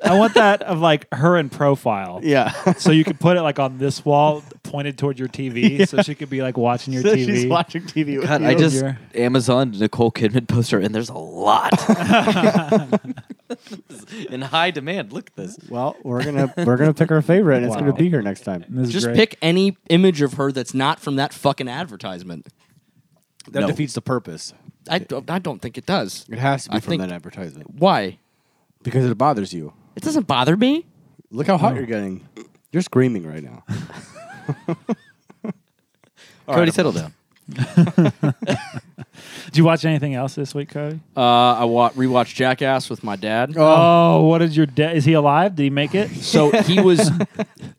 D: I want that of like her in profile.
F: Yeah.
D: So you could put it like on this wall, pointed toward your TV, so she could be like watching your
F: So
D: TV.
F: She's watching TV. with
G: God,
F: you.
G: I just
D: you're-
G: Amazon Nicole Kidman poster, and there's a lot in high demand. Look at this.
F: Well, we're gonna we're gonna pick our favorite, and it's
D: Wow.
F: gonna be here next time.
D: This is
E: Just
D: great.
E: pick any image of her that's not from that fucking advertisement.
F: That
G: No.
F: defeats the purpose.
E: I, don't- I don't think it does.
F: It has to be
E: I
F: from
E: think-
F: that advertisement
E: Why?
F: because it bothers you.
E: It doesn't bother me.
F: Look how hot you're getting. You're screaming right now.
G: Cody, settle down.
D: Did you watch anything else this week, Cody?
E: Uh, I wa- rewatched Jackass with my dad.
D: Oh, what is your dad? Is he alive? Did he make it?
E: So he was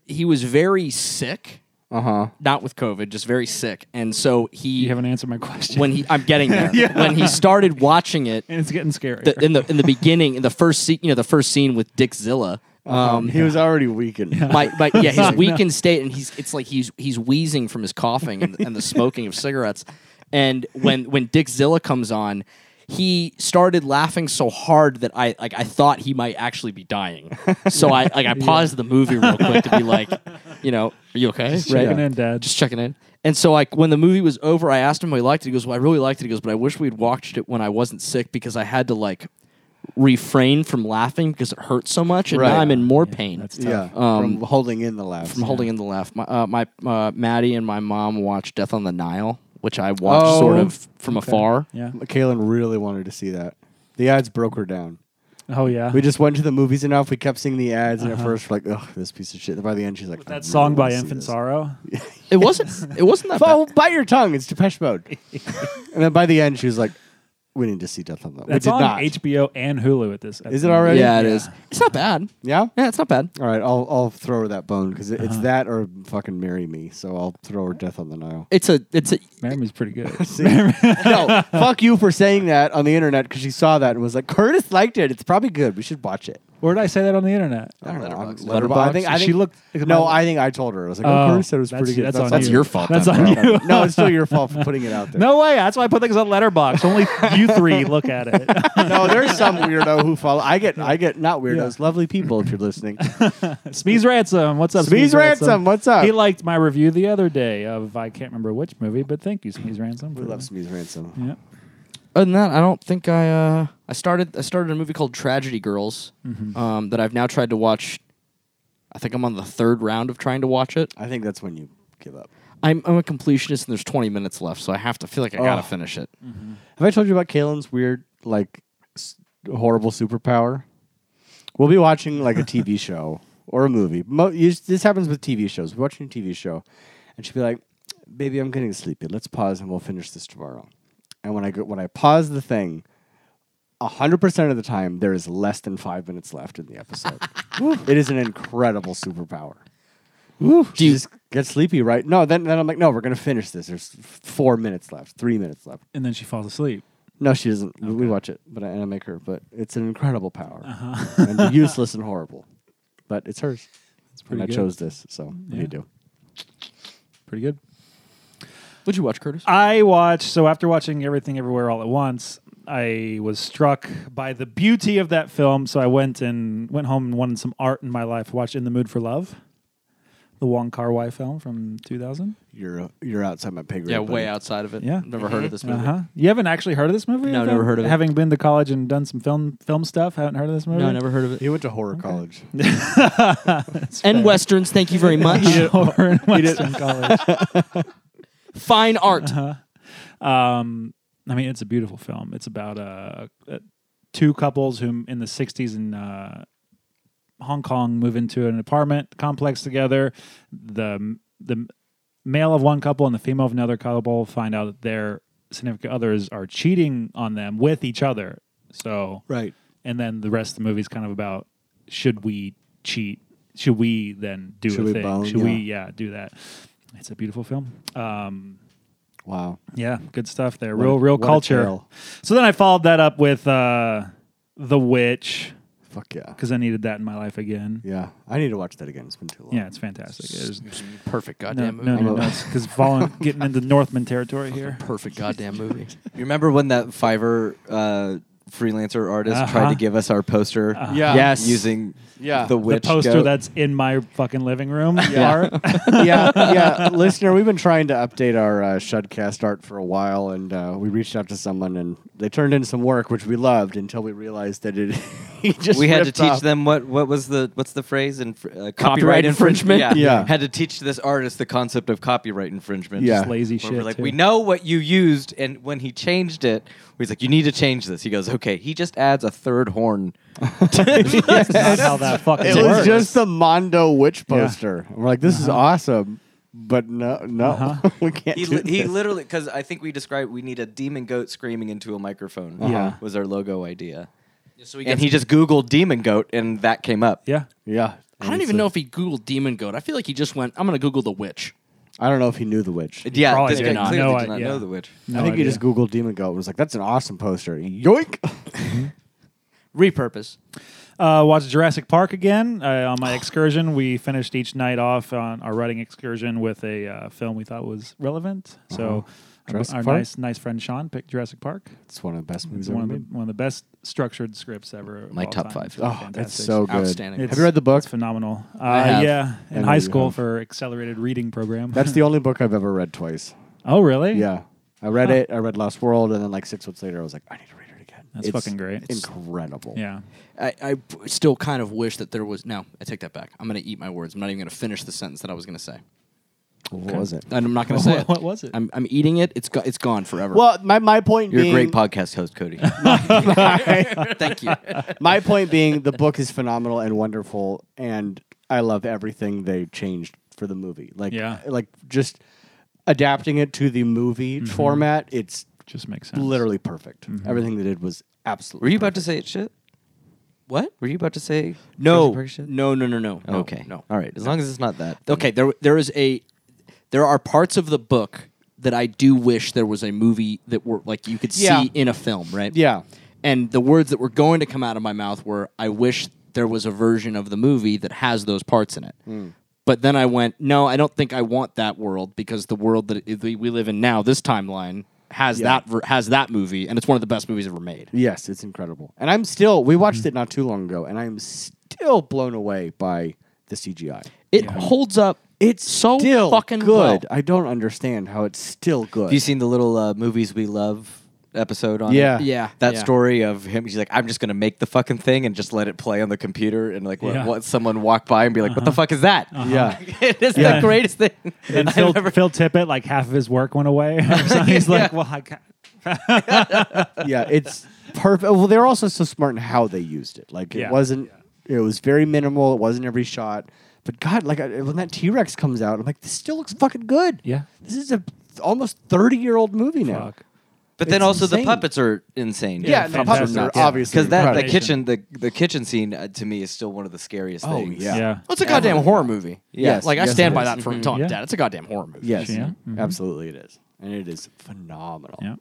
E: he was very sick,
F: Uh huh.
E: not with COVID, just very sick. And so he
D: You haven't answered my question.
E: when he I'm getting there. When he started watching it
D: and it's getting scary.
E: the, in the in the beginning in the first scene, you know, the first scene with Dick Zilla. Um,
F: He was already weakened.
E: my, my, yeah, his weakened state, and he's it's like he's he's wheezing from his coughing and, and the smoking of cigarettes. And when when Dick Zilla comes on, he started laughing so hard that I like I thought he might actually be dying. So I like I paused the movie real quick to be like, you know, are you okay?
D: Checking in, Dad.
E: Just checking in. And so like when the movie was over, I asked him how he liked it. He goes, Well, I really liked it. He goes, But I wish we'd watched it when I wasn't sick because I had to like refrain from laughing because it hurt so much and
F: Right.
E: now I'm in more pain
D: That's tough.
F: Yeah. from holding in the laugh.
E: Um, from holding in the laugh. My uh, my uh, Maddie and my mom watched Death on the Nile, which I watched
F: Oh,
E: sort of from afar.
D: Yeah.
F: Kaylin really wanted to see that. The ads broke her down.
D: Oh yeah.
F: We just went to the movies enough. We kept seeing the ads, and at
E: Uh-huh.
F: first we're like, "Ugh, this piece of shit." And by the end, she's like, "I
D: that
F: really
D: song by
F: wanna see
D: Infant
F: this."
D: Sorrow.
E: It wasn't it wasn't that
F: Oh,
E: bad.
F: bite your tongue! It's Depeche Mode. and then by the end, she was like, "We need to see Death on the." We
D: That's
F: did
D: on
F: not.
D: HBO and Hulu at this. at
F: Is
D: the
F: it
D: moment.
F: already?
E: Yeah, it is. It's not bad.
F: Yeah.
E: Yeah, it's not bad.
F: All right, I'll I'll throw her that bone because it's
E: Uh-huh.
F: that or fucking marry me. So I'll throw her Death on the Nile.
E: It's a it's a
D: Mammy's pretty good.
F: no, fuck you for saying that on the internet because she saw that and was like, "Curtis liked it. It's probably good. We should watch it."
D: Where did I say that on the internet?
F: I don't know. I'm-
G: Letterboxd.
F: Letterboxd. I think, I
D: She
F: think-
D: looked-
F: No, I think I told her. I was like, "Oh,
D: Oh,
F: Curtis said it was
D: that's
F: pretty
D: you-
F: good."
D: that's on
E: that's
D: you.
E: your fault.
D: That's
E: then,
D: on
E: bro.
D: you.
F: no, it's still your fault for putting it out there.
D: No way. That's why I put things on Letterbox. Only you three look at it.
F: no, there's some weirdo who follow. I get, I get not weirdos, lovely people. If you're listening,
D: Smee's Ransom. What's up?
F: Smee's Ransom, what's up?
D: He liked my review the other day of I can't remember which movie, but thank you, Smee's Ransom.
F: we love Smee's ransom.
D: Yeah.
E: Other than that, I don't think I uh I started I started a movie called Tragedy Girls um, that I've now tried to watch I think I'm on the third round of trying to watch it.
F: I think that's when you give up.
E: I'm, I'm a completionist, and there's 20 minutes left, so I have to feel like I gotta
F: Oh.
E: finish it.
F: Have I told you about Kalen's weird, like, s- horrible superpower? We'll be watching like a TV show or a movie. Mo- us- this happens with TV shows. We're watching a TV show, and she'll be like, "Baby, I'm getting sleepy. Let's pause and we'll finish this tomorrow." And when I go, when I pause the thing, hundred percent of the time there is less than five minutes left in the episode. it is an incredible superpower.
E: Do you,
F: Get sleepy, right? No, then, then I'm like, no, we're gonna finish this. There's f- four minutes left, three minutes left.
D: and then she falls asleep.
F: No, she doesn't. We- We watch it, but I, and I make her. But it's an incredible power, and useless and horrible. But it's hers. It's
D: pretty
F: and
D: good.
F: I chose this, so what do
D: Yeah.
F: you do?
D: Pretty good.
E: would you watch Curtis?
D: I watched, so after watching Everything Everywhere All at Once, I was struck by the beauty of that film. So I went and went home and wanted some art in my life. Watched In the Mood for Love, the Wong Kar Wai film from 2000.
F: You're uh, you're outside my pay grade.
E: yeah, way
F: buddy.
E: outside of it.
D: Yeah.
E: never heard of this movie.
D: Uh-huh. You haven't actually heard of this movie?
E: No,
D: I
E: never
D: thought-
E: heard of it.
D: Having been to college and done some film film stuff, haven't heard of this movie?
E: No, never heard of it.
F: He went to horror college.
E: And westerns, thank you very much.
D: Over in Western College.
E: Fine art.
D: Um, I mean, it's a beautiful film. It's about uh, uh, two couples who, in the '60s in uh, Hong Kong, move into an apartment complex together. The the male of one couple and the female of another couple find out that their significant others are cheating on them with each other. So
F: Right.
D: and then the rest of the movie is kind of about should we cheat? Should we then do
F: Should
D: a
F: we
D: thing?
F: bone?
D: should we
F: Yeah.
D: yeah do that? It's a beautiful film. Um,
F: Wow.
D: yeah, good stuff there.
F: What a-
D: Real, real
F: what a
D: culture.
F: tale.
D: So then I followed that up with uh, The Witch
F: Fuck yeah.
D: because I needed that in my life again. Yeah,
F: Yeah, I need to watch that again. It's been too long.
D: it's fantastic. It's
E: Perfect
D: no,
E: goddamn movie.
D: no, no, because following getting into Northman territory here.
E: Perfect goddamn movie.
G: You remember when that Fiverr uh, freelancer artist tried
D: Uh-huh.
G: to give us our poster?
F: Yeah.
E: Yes.
G: Using
F: Yeah.
G: the
D: The
G: witch
D: poster
G: goat?
D: that's in my fucking living room. art.
F: yeah, yeah. Listener, we've been trying to update our uh, Shudcast art for a while, and uh, we reached out to someone, and they turned in some work which we loved until we realized that it. he just
G: we had to
F: ripped
G: teach
F: off.
G: them what what was the what's the phrase and uh, copyright,
E: infringement?
G: Yeah.
F: Yeah.
G: had to teach this artist the concept of copyright infringement.
F: Yeah.
G: Just
D: Lazy
G: where we're
D: shit.
G: like
D: too.
G: we know what you used, and when he changed it, he's like, "You need to change this." He goes, "Okay." He just adds a third horn.
D: That's not how that fucking
F: It
D: works. Uh-huh.
F: was just the Mondo Witch poster. And We're like, this is awesome, but no, no, we can't
G: He,
F: do
G: li- he
F: this.
G: literally because I think we described we need a demon goat screaming into a microphone.
D: Yeah.
G: was our logo idea.
E: So we
G: and he just googled demon goat and that came up
D: yeah.
F: yeah.
E: I don't even know if he Googled Demon Goat. I feel like he just went, I'm going to Google the witch.
F: I don't know if he knew the witch.
G: yeah
D: Probably
G: this guy
D: did not.
G: clearly
D: No
G: did not
D: idea.
G: know the witch
D: No
F: I think he
D: idea.
F: just Googled Demon Goat and was like, that's an awesome poster. Yoink.
E: Repurpose.
D: Uh, watched Jurassic Park again uh, on my excursion. We finished each night off on our writing excursion with a uh, film we thought was relevant. So, our-
F: Uh-huh. Jurassic
D: our
F: Park?
D: nice nice friend Sean picked Jurassic Park.
F: It's one of the best
D: It's
F: movies ever
D: one of the
F: made.
D: one of the best structured scripts ever. of
G: My
D: all
G: top
D: time.
G: five.
D: It's
F: Oh, it's
D: fantastic.
F: so good.
E: Outstanding.
D: It's-
F: Have you read the book?
D: It's phenomenal. Uh,
E: have.
D: Yeah,
F: I
D: in
F: know
D: high
F: you
D: school
F: have.
D: for accelerated reading program.
F: That's the only book I've ever read twice.
D: oh really?
F: Yeah. I read it. I read Lost World. And then, like, six months later, I was like, I need to read it again.
D: That's
F: It's
D: fucking great.
F: Incredible.
D: Yeah.
E: I, I p- still kind of wish that there was. No, I take that back. I'm going to eat my words. I'm not even going to finish the sentence that I was going to say.
F: What was it?
E: And I'm not going to say it.
D: What was it?
E: I'm, I'm eating it. It's, go- it's gone forever.
F: Well, my, my point
G: you're a
F: being.
G: great podcast host cody
E: thank you.
F: My point being, the book is phenomenal and wonderful, and I love everything they changed for the movie. Like,
D: Yeah.
F: like just adapting it to the movie format, it's
D: Mm-hmm. Just makes sense. Mm-hmm.
F: literally perfect. Everything they did was
G: were
F: absolutely.
G: you about to say it shit
E: What?
G: were you about to say
E: No.
G: Jurassic Park shit?
E: No, no, no, no. no,
G: okay
E: No.
G: all right as long as it's not that
E: okay there there is a there are parts of the book that I do wish there was a movie that were like you could
F: Yeah.
E: see in a film, right?
F: Yeah.
E: And the words that were going to come out of my mouth were I wish there was a version of the movie that has those parts in it.
F: Hmm.
E: But then I went, no, I don't think I want that world because the world that i- we we live in now, this timeline, has that ver- has that movie, and it's one of the best movies ever made.
F: Yes, it's incredible, and I'm still. We
D: Mm-hmm.
F: watched it not too long ago, and I'm still blown away by the CGI.
E: It holds up. It's so
F: Still
E: fucking
F: good.
E: well.
F: I don't understand how it's still good.
G: have you seen the little uh, movies we love episode on
F: Yeah.
G: it.
E: Yeah,
G: that
E: yeah.
G: story of him he's like i'm just gonna make the fucking thing and just let it play on the computer and like what,
D: Yeah.
G: what someone walk by and be like what the fuck is that
F: Uh-huh. Yeah.
G: it is
D: Yeah.
G: the greatest thing
D: And
G: I've
D: Phil,
G: ever-
D: Phil Tippett, like half of his work went away. or something. He's like, well, I ca-
F: yeah, it's perfect. Well, they're also so smart in how they used it. Like
D: Yeah.
F: it wasn't. It was very minimal. It wasn't every shot. But God, like I, when that T Rex comes out, I'm like, this still looks fucking good.
D: Yeah.
F: this is a almost 30 year old movie now.
D: Fuck.
G: but then
F: It's
G: also
F: insane.
G: the puppets are insane
F: Yeah, the puppets are
D: fantastic. Yeah.
F: obviously
G: because that the
F: incredible.
G: kitchen the, the kitchen scene uh, to me is still one of the scariest
F: Oh
G: things
F: yeah.
D: yeah.
E: Well, it's a goddamn horror movie.
F: Yes,
E: like I
F: yes,
E: stand
F: it
E: by
F: is. Mm-hmm.
E: that from Tom
D: Yeah.
E: Dad. It's a goddamn horror movie.
F: Yes,
D: Yeah. Mm-hmm.
F: absolutely, it is, and it is phenomenal.
D: Yeah.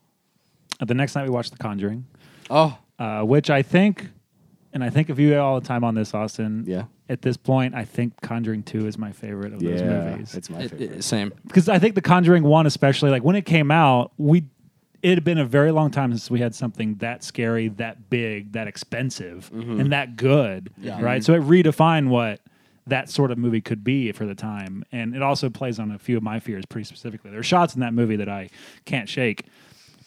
D: Uh, The next night we watched The Conjuring,
F: Oh,
D: uh, which I think, and I think of you all the time on this, Austin.
F: Yeah.
D: At this point, I think Conjuring 2 is my favorite of those
F: yeah,
D: movies.
F: it's my
E: It-
F: favorite.
E: it- same.
D: because I think The Conjuring One, especially like when it came out, we it had been a very long time since we had something that scary, that big, that expensive,
F: Mm-hmm.
D: and that good, right? So it redefined what that sort of movie could be for the time, and it also plays on a few of my fears pretty specifically. There are shots in that movie that I can't shake.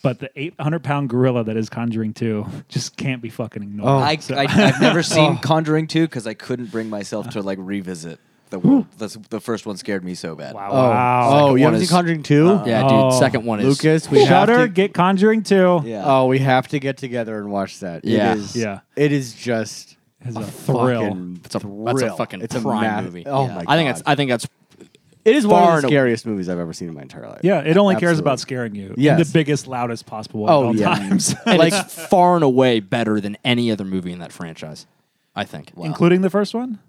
D: But the 800 pound gorilla that is Conjuring 2 just can't be fucking ignored.
G: I, I, I've never seen Conjuring 2 because I couldn't bring myself to like revisit the world. That's, the first one scared me so bad.
D: wow. wow.
F: oh, oh,
E: Second
F: you
E: one
F: haven't seen
E: is- Uh,
F: Conjuring two?
E: Yeah, dude.
D: Oh.
E: Second one is
F: Lucas, we have
D: Shudder,
F: to-
D: get Conjuring 2.
G: Yeah.
F: Oh, we have to get together and watch that.
E: Yeah.
F: It is,
D: Yeah.
F: It is just
D: It's a
F: fucking
D: thrill.
E: It's a,
F: thrill.
E: that's a fucking
F: It's a
E: prime
F: ma-
E: movie.
F: Oh
E: Yeah.
F: my god.
E: I think that's. I think that's.
F: it is one
E: far
F: of
E: and
F: the
E: a-
F: scariest movies I've ever seen in my entire life.
D: Yeah, it only cares
F: Absolutely.
D: about scaring you. Yeah,
F: Yes.
D: the biggest, loudest possible at
F: Oh,
D: all
F: yeah.
D: times,
E: And it's far and away better than any other movie in that franchise. I think.
D: including the first one.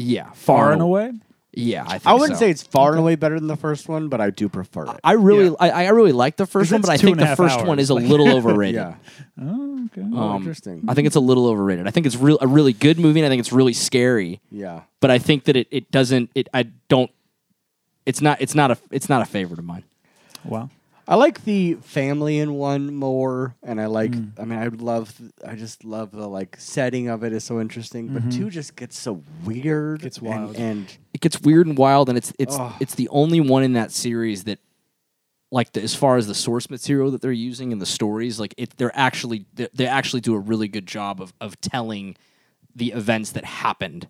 E: Yeah,
D: Far and
E: aw-
D: away.
E: Yeah, I. Think
F: I wouldn't
E: so.
F: say it's far and away better than the first one, but I do prefer it.
E: I really,
D: Yeah.
E: I, I really like the first one,
D: it's
E: but I
D: two
E: think
D: and a
E: the
D: half
E: first one
D: hours.
E: is a little overrated.
F: yeah. Oh,
D: Okay.
E: Um,
F: interesting.
E: I think it's a little overrated. I think it's real a really good movie, and I think it's really scary.
F: Yeah.
E: But I think that it, it doesn't. It I don't. It's not. It's not a. It's not a favorite of mine.
D: wow.
F: I like the family in one more, and I like.
E: Mm.
F: I mean, I love. I just love the like setting of it is so interesting,
E: Mm-hmm.
F: but two just gets so weird.
D: Gets
F: and-
D: wild.
F: and
E: It gets weird and wild, and it's it's
F: Ugh.
E: it's the only one in that series that, like, the, as far as the source material that they're using and the stories, like, it they're actually they they actually do a really good job of of telling the events that happened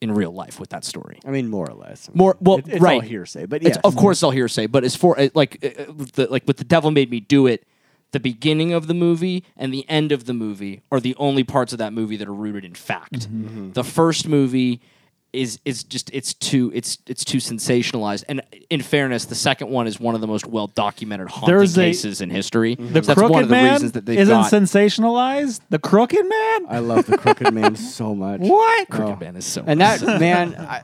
E: in real life with that story.
F: I mean, more or less.
E: More- well,
F: It- it's all
E: right.
F: hearsay, but
E: It's,
F: yes.
D: Mm-hmm.
E: of course, it's all hearsay. But as for uh, like, uh, uh, the, like with the devil made me do it, the beginning of the movie and the end of the movie are the only parts of that movie that are rooted in fact.
D: Mm-hmm.
E: The first movie is is just it's too it's it's too sensationalized. And in fairness, the second one is one of the most well documented haunting
D: There's a-
E: cases in history.
D: The
E: That's
D: crooked
E: one of the
D: man
E: reasons that they
D: isn't
E: got.
D: sensationalized. The crooked man.
F: I love the Crooked Man so much.
D: what?
E: Crooked Man is so
F: And that man, I,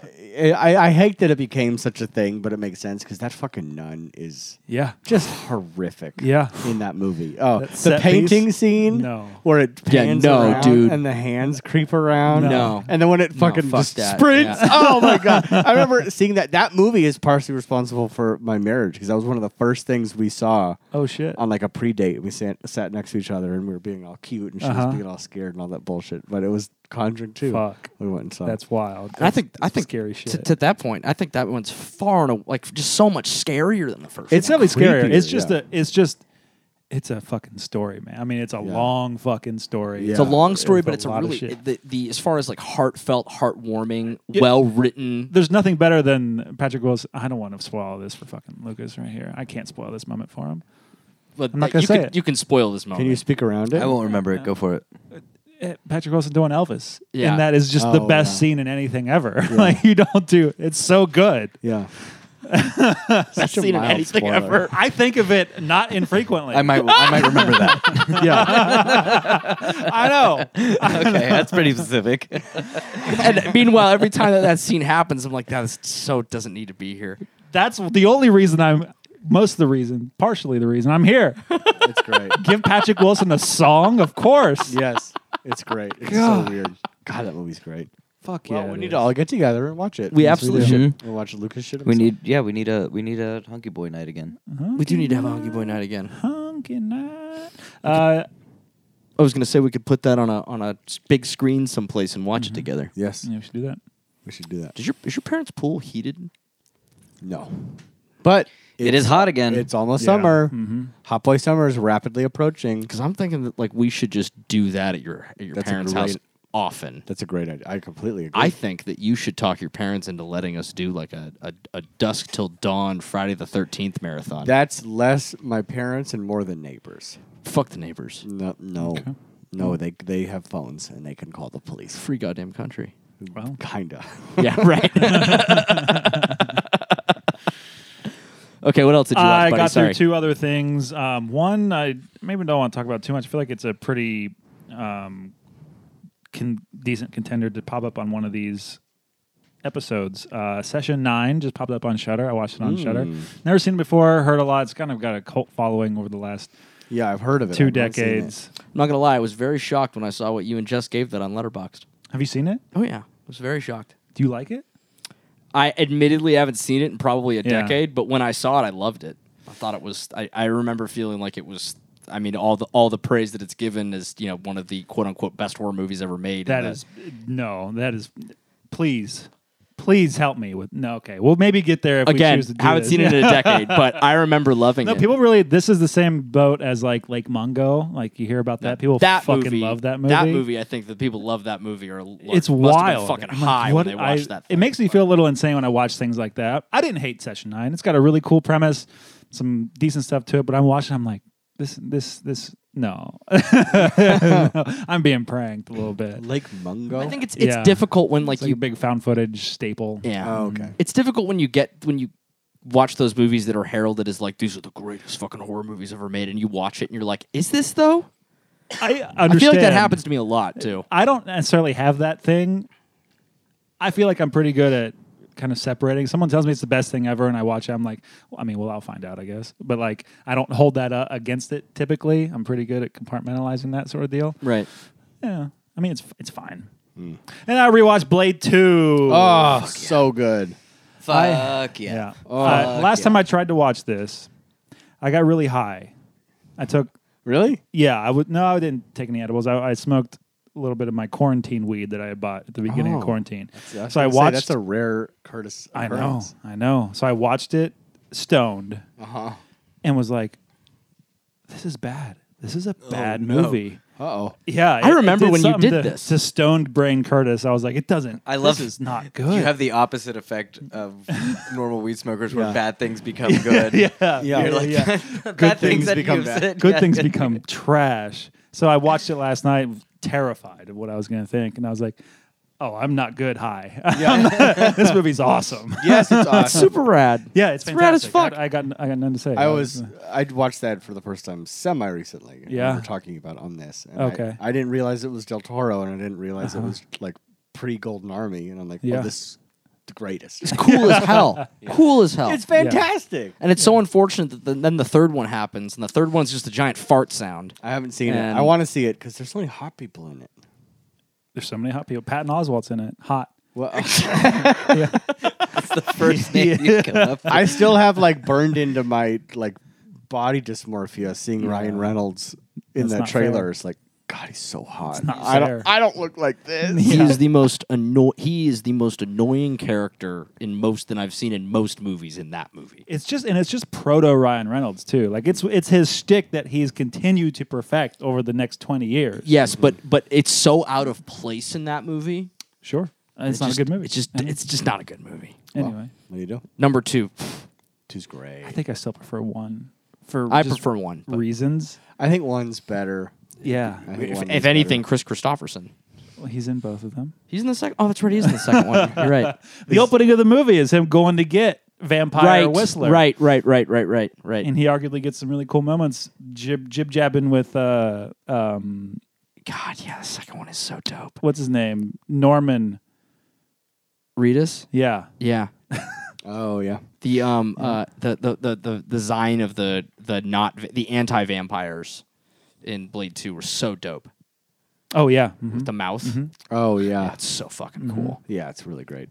F: I, I hate that it became such a thing, but it makes sense because that fucking nun is
D: Yeah.
F: just horrific.
D: Yeah.
F: in that movie. Oh, the
D: set
F: painting
D: piece?
F: scene,
D: No.
F: where it
E: Yeah,
F: pans
E: no,
F: around
E: dude.
F: and the hands creep around.
E: No.
F: and then when it fucking
E: fuck
F: just
E: that.
F: sprints.
E: Yeah.
F: Oh my god! I remember seeing that. That movie is partially responsible for my marriage because that was one of the first things we saw.
D: Oh shit.
F: On like a pre-date, we sat, sat next to each other and we were being all cute and she
D: Uh-huh.
F: was being all scared and all that bullshit. But it was Conjuring too.
D: Fuck.
F: We went and saw.
D: That's wild.
E: And I think I think
D: scary
E: to-
D: shit.
E: To, that point, I think that one's far and a- like just so much scarier than the first.
F: It's
E: one.
F: definitely
D: scarier.
F: creepier,
D: It's just
F: yeah.
D: a. It's just. It's a fucking story, man. I mean, it's a long fucking story.
F: It's
E: It's a long story,
D: It's
E: but it's a
D: lot of
E: really
D: shit.
E: the, the as far as like heartfelt, heartwarming, well written.
D: there's nothing better than Patrick Wilson. I don't want to spoil this for fucking Lucas right here. I can't spoil this moment for him. I'm not gonna
E: you
D: say
E: can,
D: it.
E: You can spoil this
F: Can
E: moment.
F: you speak around it?
G: I won't remember it. Go for it.
D: Eh, Patrick Wilson doing Elvis,
E: Yeah.
D: and that is just the
F: Oh,
D: best
F: yeah.
D: scene in anything ever. like you don't do. It's so good.
F: Yeah. Such
E: seen in anything ever.
D: I think of it not infrequently.
G: I might I might remember that.
F: Yeah.
D: I know.
G: okay, that's pretty specific.
E: and meanwhile, every time that that scene happens, I'm like, that is so doesn't need to be here.
D: That's the only reason I'm. Most of the reason, partially the reason I'm here.
F: it's great.
D: Give Patrick Wilson a song, of course.
F: Yes. It's great. It's so weird. God, that movie's great.
D: Fuck
F: Well,
D: yeah.
F: we
D: it
F: need
D: is.
F: to all get together and watch it.
E: We
F: Yes,
E: absolutely
F: do.
E: should.
F: We'll watch Lucas shit.
G: We
F: himself.
G: need yeah, we need a we need a hunky boy night again.
E: We do need to have a hunky boy night again.
D: Punky night. Uh,
E: I was gonna say we could put that on a on a s- big screen someplace and
D: Mm-hmm.
E: watch it together.
F: Yes,
D: yeah, we should do that.
F: we should do that.
E: Does your is your parents' pool heated?
F: No, but
G: It is hot again.
F: It's almost summer. Hot boy summer is rapidly approaching.
E: Because I'm thinking that like we should just do that at your at your
F: That's a
E: parents'
F: great-
E: house often.
F: That's a great idea. I completely agree.
E: I think that you should talk your parents into letting us do like a, a, a dusk till dawn Friday the thirteenth marathon.
F: That's less my parents and more the neighbors.
E: Fuck the neighbors.
F: No, no, no. They they have phones and they can call the police.
E: Free goddamn country.
D: Well,
F: Kinda.
E: yeah, right. okay, what else did you watch,
D: I
E: buddy?
D: got
E: Sorry.
D: through two other things. Um, one, I maybe don't want to talk about too much. I feel like it's a pretty um, con- decent contender to pop up on one of these episodes. Uh, Session Nine just popped up on Shutter. I watched it on Shutter.
E: Mm.
D: Never seen it before. Heard a lot. It's kind of got a cult following over the last
F: yeah, I've heard of it.
D: two
F: I've not seen it.
D: decades.
E: I'm not gonna lie, I was very shocked when I saw what you and Jess gave that on Letterboxd.
D: Have you seen it?
E: Oh yeah, I was very shocked.
D: Do you like it?
E: I admittedly haven't seen it in probably a
D: Yeah.
E: decade, but when I saw it, I loved it. I thought it was. I, I remember feeling like it was. I mean, all the all the praise that it's given is you know one of the quote unquote best horror movies ever made.
D: That
E: and
D: is no. That is please. Please help me with no. Okay, we'll maybe get there if we
E: again,
D: choose to do
E: haven't
D: this.
E: seen it in a decade, but I remember loving
D: No,
E: it.
D: people really. This is the same boat as like Lake Mungo. Like you hear about that. People
E: that
D: fucking
E: movie,
D: love that movie.
E: That movie, I think that people love that movie. Or
D: It's
E: must have been
D: wild.
E: fucking
D: I'm like,
E: high
D: what-
E: when they watch
D: I-
E: that.
D: It makes me feel a little insane when I watch things like that. I didn't hate Session Nine. It's got a really cool premise, some decent stuff to it. But I'm watching. I'm like, this, this, this. No, No, I'm being pranked a little bit.
F: Lake Mungo.
E: I think it's it's
D: Yeah.
E: difficult when like
D: It's like
E: you
D: a big found footage staple.
E: yeah.
F: Oh, okay.
E: It's difficult when you get when you watch those movies that are heralded as like these are the greatest fucking horror movies ever made, and you watch it and you're like, is this though?
D: I understand.
E: I feel like that happens to me a lot too.
D: I don't necessarily have that thing. I feel like I'm pretty good at kind of separating. Someone tells me it's the best thing ever, and I watch it. I'm like, well, I mean, well, I'll find out, I guess. But like, I don't hold that uh, against it. Typically, I'm pretty good at compartmentalizing that sort of deal.
E: Right.
D: Yeah, I mean, it's it's fine. And I rewatched Blade Two.
F: Oh, so good.
G: Fuck
D: yeah. Uh, last time I tried to watch this, I got really high. I took
F: Really?
D: Yeah, I would. No, I didn't take any edibles. I, I smoked a little bit of my quarantine weed that I had bought at the beginning of quarantine.
F: was
D: so I
F: gonna say,
D: watched.
F: that's a rare Curtis.
D: I know,
F: occurrence.
D: I know. So I watched it stoned, and was like, "This is bad. This is a bad movie."
F: Uh-oh.
D: Yeah,
E: I
D: it- it
E: remember when you
D: something
E: did
D: to-
E: this.
D: to stoned brain Curtis. I was like, "It doesn't.
G: I love-
D: this. Is not good."
G: You have the opposite effect of normal weed smokers where
F: Yeah.
G: bad things become good.
D: yeah,
F: Yeah.
G: You're like,
D: yeah.
G: bad
F: things
G: things, that
F: become
G: you've
F: bad.
G: said-
D: good things become trash. So I watched it last night, terrified of what I was going to think, and I was like, "Oh, I'm not good high. this movie's awesome.
F: Yes, it's awesome.
E: Super rad.
D: Yeah, it's,
E: rad as
D: fantastic. I, I got, I got nothing to say.
F: I was I watched that for the first time semi recently.
D: Yeah.
F: we were talking about on this. And I-
D: Okay.
F: I, didn't realize it was Del Toro, and I didn't realize it was like pre Golden Army, and I'm like,
D: Yeah.
F: oh, this is the greatest. It's
E: Cool as hell. Cool as hell.
F: fantastic.
E: and it's so unfortunate that the, then the third one happens, and the third one's just a giant fart sound.
F: I haven't seen it. I
E: And-
F: want to see it because there's so many hot people in it.
D: There's so many hot people. Patton Oswalt's in it. Hot.
F: Well, uh,
G: That's the first name you come up with.
F: I still have like burned into my like body dysmorphia seeing Ryan Reynolds in
D: That's
F: that
D: not
F: trailer.
D: fair.
F: It's like, God, he's so hot.
D: not
F: I
D: fair.
F: don't. I don't look like this.
E: He is the most anno- he is the most annoying character in most than I've seen in most movies in that movie.
D: It's just and it's just proto Ryan Reynolds too. Like it's it's his shtick that he's continued to perfect over the next twenty years.
E: Yes,
D: Mm-hmm.
E: but but it's so out of place in that movie.
D: sure. It's, not
E: just-
D: a good movie. Mm-hmm.
E: It's just it's just not a good movie.
D: anyway.
F: What do you do?
E: Number two,
F: Two's great.
D: I think I still prefer one for
E: I
D: just
E: prefer one. but
D: reasons.
F: I think one's better.
D: Yeah,
F: I think
E: If,
F: one
E: if
F: is
E: anything, Chris Christopherson.
D: Well, he's in both of them.
E: He's in the second. Oh, that's right. He is in the second one. You're right.
D: The opening of the movie is him going to get Vampire
E: Right.
D: Whistler.
E: Right. Right. Right. Right. Right. Right.
D: And he arguably gets some really cool moments jib jib jabbing with uh um
E: God, yeah. The second one is so dope.
D: what's his name? Norman.
E: Redis.
D: Yeah.
E: Yeah.
F: better. Oh yeah.
E: The um uh the the the the design of the the not the anti vampires in Blade Two were so dope.
D: Oh yeah. Mhm.
E: The mouth.
F: Oh yeah.
E: That's so fucking cool.
F: Yeah, it's really great.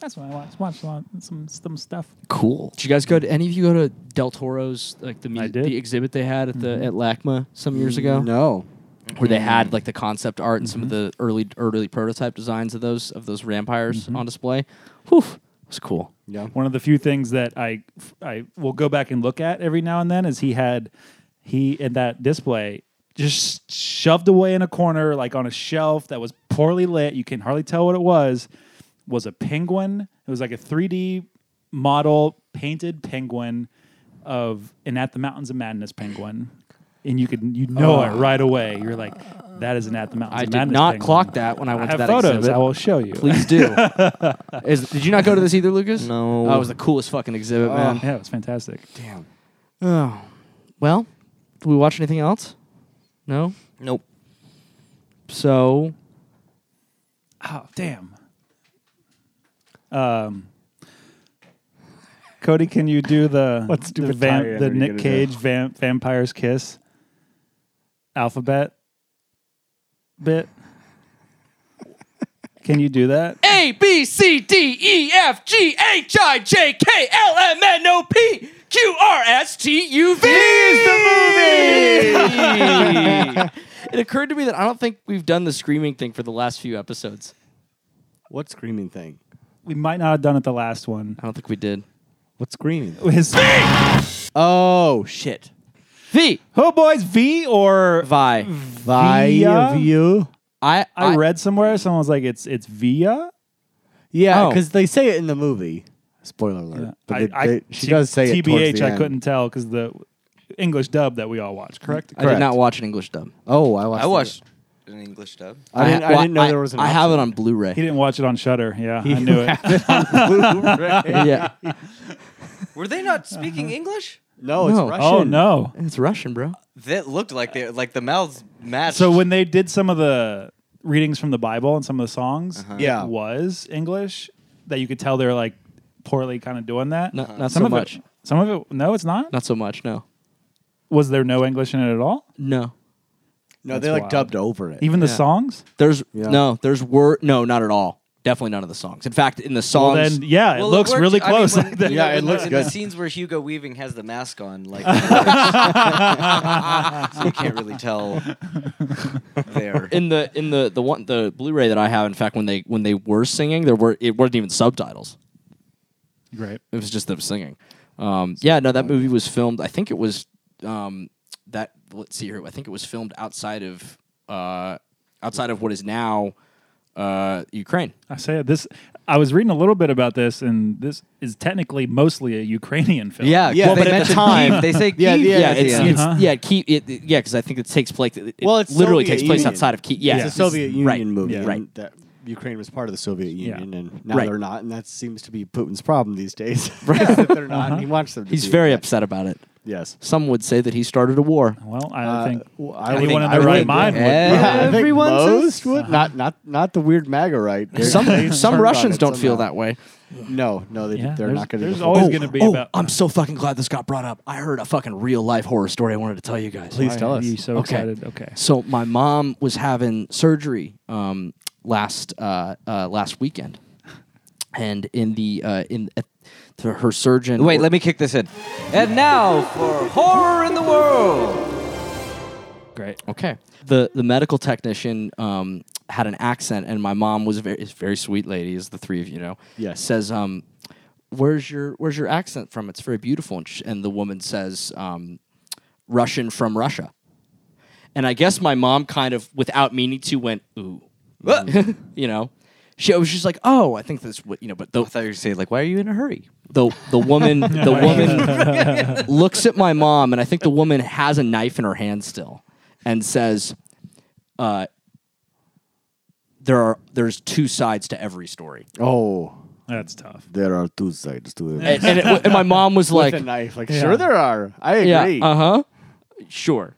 D: That's what I watched. Watched a lot some some stuff.
E: Cool. Did you guys go to any of you go to Del Toro's like the mu-
D: I did.
E: the exhibit they had at the at LACMA some years ago?
F: No.
E: Where they
D: Mm-hmm.
E: had like the concept
D: Mm-hmm.
E: art and some of the early early prototype designs of those of those vampires on display. Whew. was cool.
F: Yeah.
D: One of the few things that I I will go back and look at every now and then is he had he in that display just shoved away in a corner like on a shelf that was poorly lit. You can hardly tell what it was. Was a penguin. It was like a 3D model painted penguin of an at the mountains of madness penguin. And you could you know it right away. You're like, that is an at the mountains
E: Oh. I
D: of
E: did
D: madness.
E: not
D: penguin.
E: clock that when I
D: I
E: went
D: have
E: to that
D: photos.
E: exhibit.
D: I will show you.
E: Please do. Is, did you not go to this either, Lucas?
F: No.
E: That was the coolest fucking exhibit, man.
D: Yeah, it was fantastic.
F: Damn.
E: Oh. Well, did we watch anything else? No.
G: Nope.
E: So
D: Oh, damn. Um, Cody, can you do the
F: What
D: the,
F: stupid tie-in
D: vamp,
F: are
D: the
F: you
D: Nick
F: gonna
D: Cage
F: do?
D: vamp, vampire's kiss alphabet bit? can you do that?
E: A B C D E F G H I J K L M N O P Q R S T U V. It occurred to me that I don't think we've done the screaming thing for the last few episodes.
F: What screaming thing?
D: We might not have done it the last one.
E: I don't think we did.
F: What screaming?
D: Is
F: Oh shit.
E: V.
D: Ho Boys oh, V or
E: Vi.
F: Via
D: Via?
F: view.
E: I,
D: I
E: I
D: read somewhere someone was like it's it's Via.
F: Yeah,
E: Oh.
F: because they say it in the movie. Spoiler alert. But
D: I-
F: they-
D: I-
F: they- she
D: T-
F: does say it.
D: TBH,
F: towards the
D: I
F: end.
D: couldn't tell because the English dub that we all watch. Correct.
E: I did
F: Correct.
E: not watch an English dub.
F: Oh, I watched.
G: I
F: it.
G: watched an English dub.
F: I didn't, I
E: well,
F: didn't know there was an.
E: I have it
F: option.
E: on
D: He
E: Blu-ray.
D: didn't watch it on Shutter. Yeah, I knew it.
E: yeah.
G: Were they not speaking English?
F: No, it's
E: No.
F: Russian.
D: Oh no!
E: It's Russian, bro.
G: That looked like they like the mouths matched.
D: So when they did some of the readings from the Bible and some of the songs, it
F: Yeah.
D: was English that you could tell they're like poorly kind of doing that.
E: Not- not
D: some
E: so
D: of
E: much.
D: It, some of it, no, it's not.
E: Not so much, no.
D: Was there no English in it at all?
E: No.
F: no, they
D: That's
F: like
D: wild.
F: dubbed over it.
D: Even the
E: Yeah.
D: songs.
E: There's
F: Yeah.
E: no, there's word. No, not at all. Definitely none of the songs. In fact, in the
D: Well,
E: songs,
D: then yeah, it looks really close. like that.
F: Yeah, it looks
G: in
F: good.
G: The scenes where Hugo Weaving has the mask on, like, so you can't really tell there.
E: in the in the the one the Blu-ray that I have, in fact, when they when they were singing, there were it wasn't even subtitles.
D: Great.
E: It was just them singing. Um, yeah, no, that movie was filmed. I think it was um, that. Let's see here. I think it was filmed outside of uh, outside of what is now uh, Ukraine.
D: I say this. I was reading a little bit about this, and this is technically mostly a Ukrainian film.
G: Yeah,
F: Yeah,
G: well,
F: they
G: but at the
F: mentioned
G: time
F: Kiev.
G: they say
F: Yeah,
G: Kiev
F: yeah,
G: at
E: yeah,
G: the
E: it's,
G: end.
E: it's
F: Uh-huh.
E: yeah, keep it, it- yeah, because I think it takes place. It, it
F: Well, it's
E: literally
F: Soviet
E: takes place
F: Union.
E: outside of Kiev. Yeah,
F: It's a Soviet Union
E: right,
F: movie.
E: Yeah.
F: and
E: Right.
F: That Ukraine was part of the Soviet
D: Yeah.
F: Union, and now
E: Right.
F: they're not, and that seems to be Putin's problem these days. Right. that they're not. and he wants them. To
E: Uh-huh. He's
F: be.
E: very upset about it.
F: Yes.
E: Some would say that he started a war.
D: Well, I
F: Uh,
D: think
F: well, I would-
D: anyone in
F: I
D: their
F: would-
D: right mind would.
F: Yeah, I think
G: Everyone says-
F: most would not not not the weird MAGA right. They're- they
E: Some
F: turned
E: some
F: on
E: Russians
F: it
E: don't feel
F: somehow.
E: that way.
F: No, no, they,
D: Yeah,
F: they're
D: there's-
F: not going to.
D: there's always gonna be
E: oh,
D: about-
E: I'm so fucking glad this got brought up. I heard a fucking real life horror story I wanted to tell you guys.
F: Please tell
D: Are
F: us.
D: you so
E: Okay.
D: excited? Okay.
E: So my mom was having surgery um, last uh, uh, last weekend, and in the uh, in at to her surgeon.
G: Wait, let me kick this in. And now for horror in the world.
D: Great.
E: Okay. The the medical technician um, had an accent, and my mom was a very is a very sweet lady, as the three of you know.
F: Yes.
E: Says, um, "Where's your Where's your accent from? It's very beautiful." And, sh- and the woman says, um, "Russian from Russia." And I guess my mom kind of, without meaning to, went ooh, you know. She I was just like, "Oh, I think that's what you know." But the,
G: I thought you were saying like, why are you in a hurry?
E: the the woman the woman looks at my mom and I think the woman has a knife in her hand still and says uh, there are there's two sides to every story
F: Oh,
D: That's tough.
F: there are two sides to it.
E: and, and, it, and my mom was like
F: With a knife, like sure there are. I
E: yeah
F: agree.
E: uh-huh sure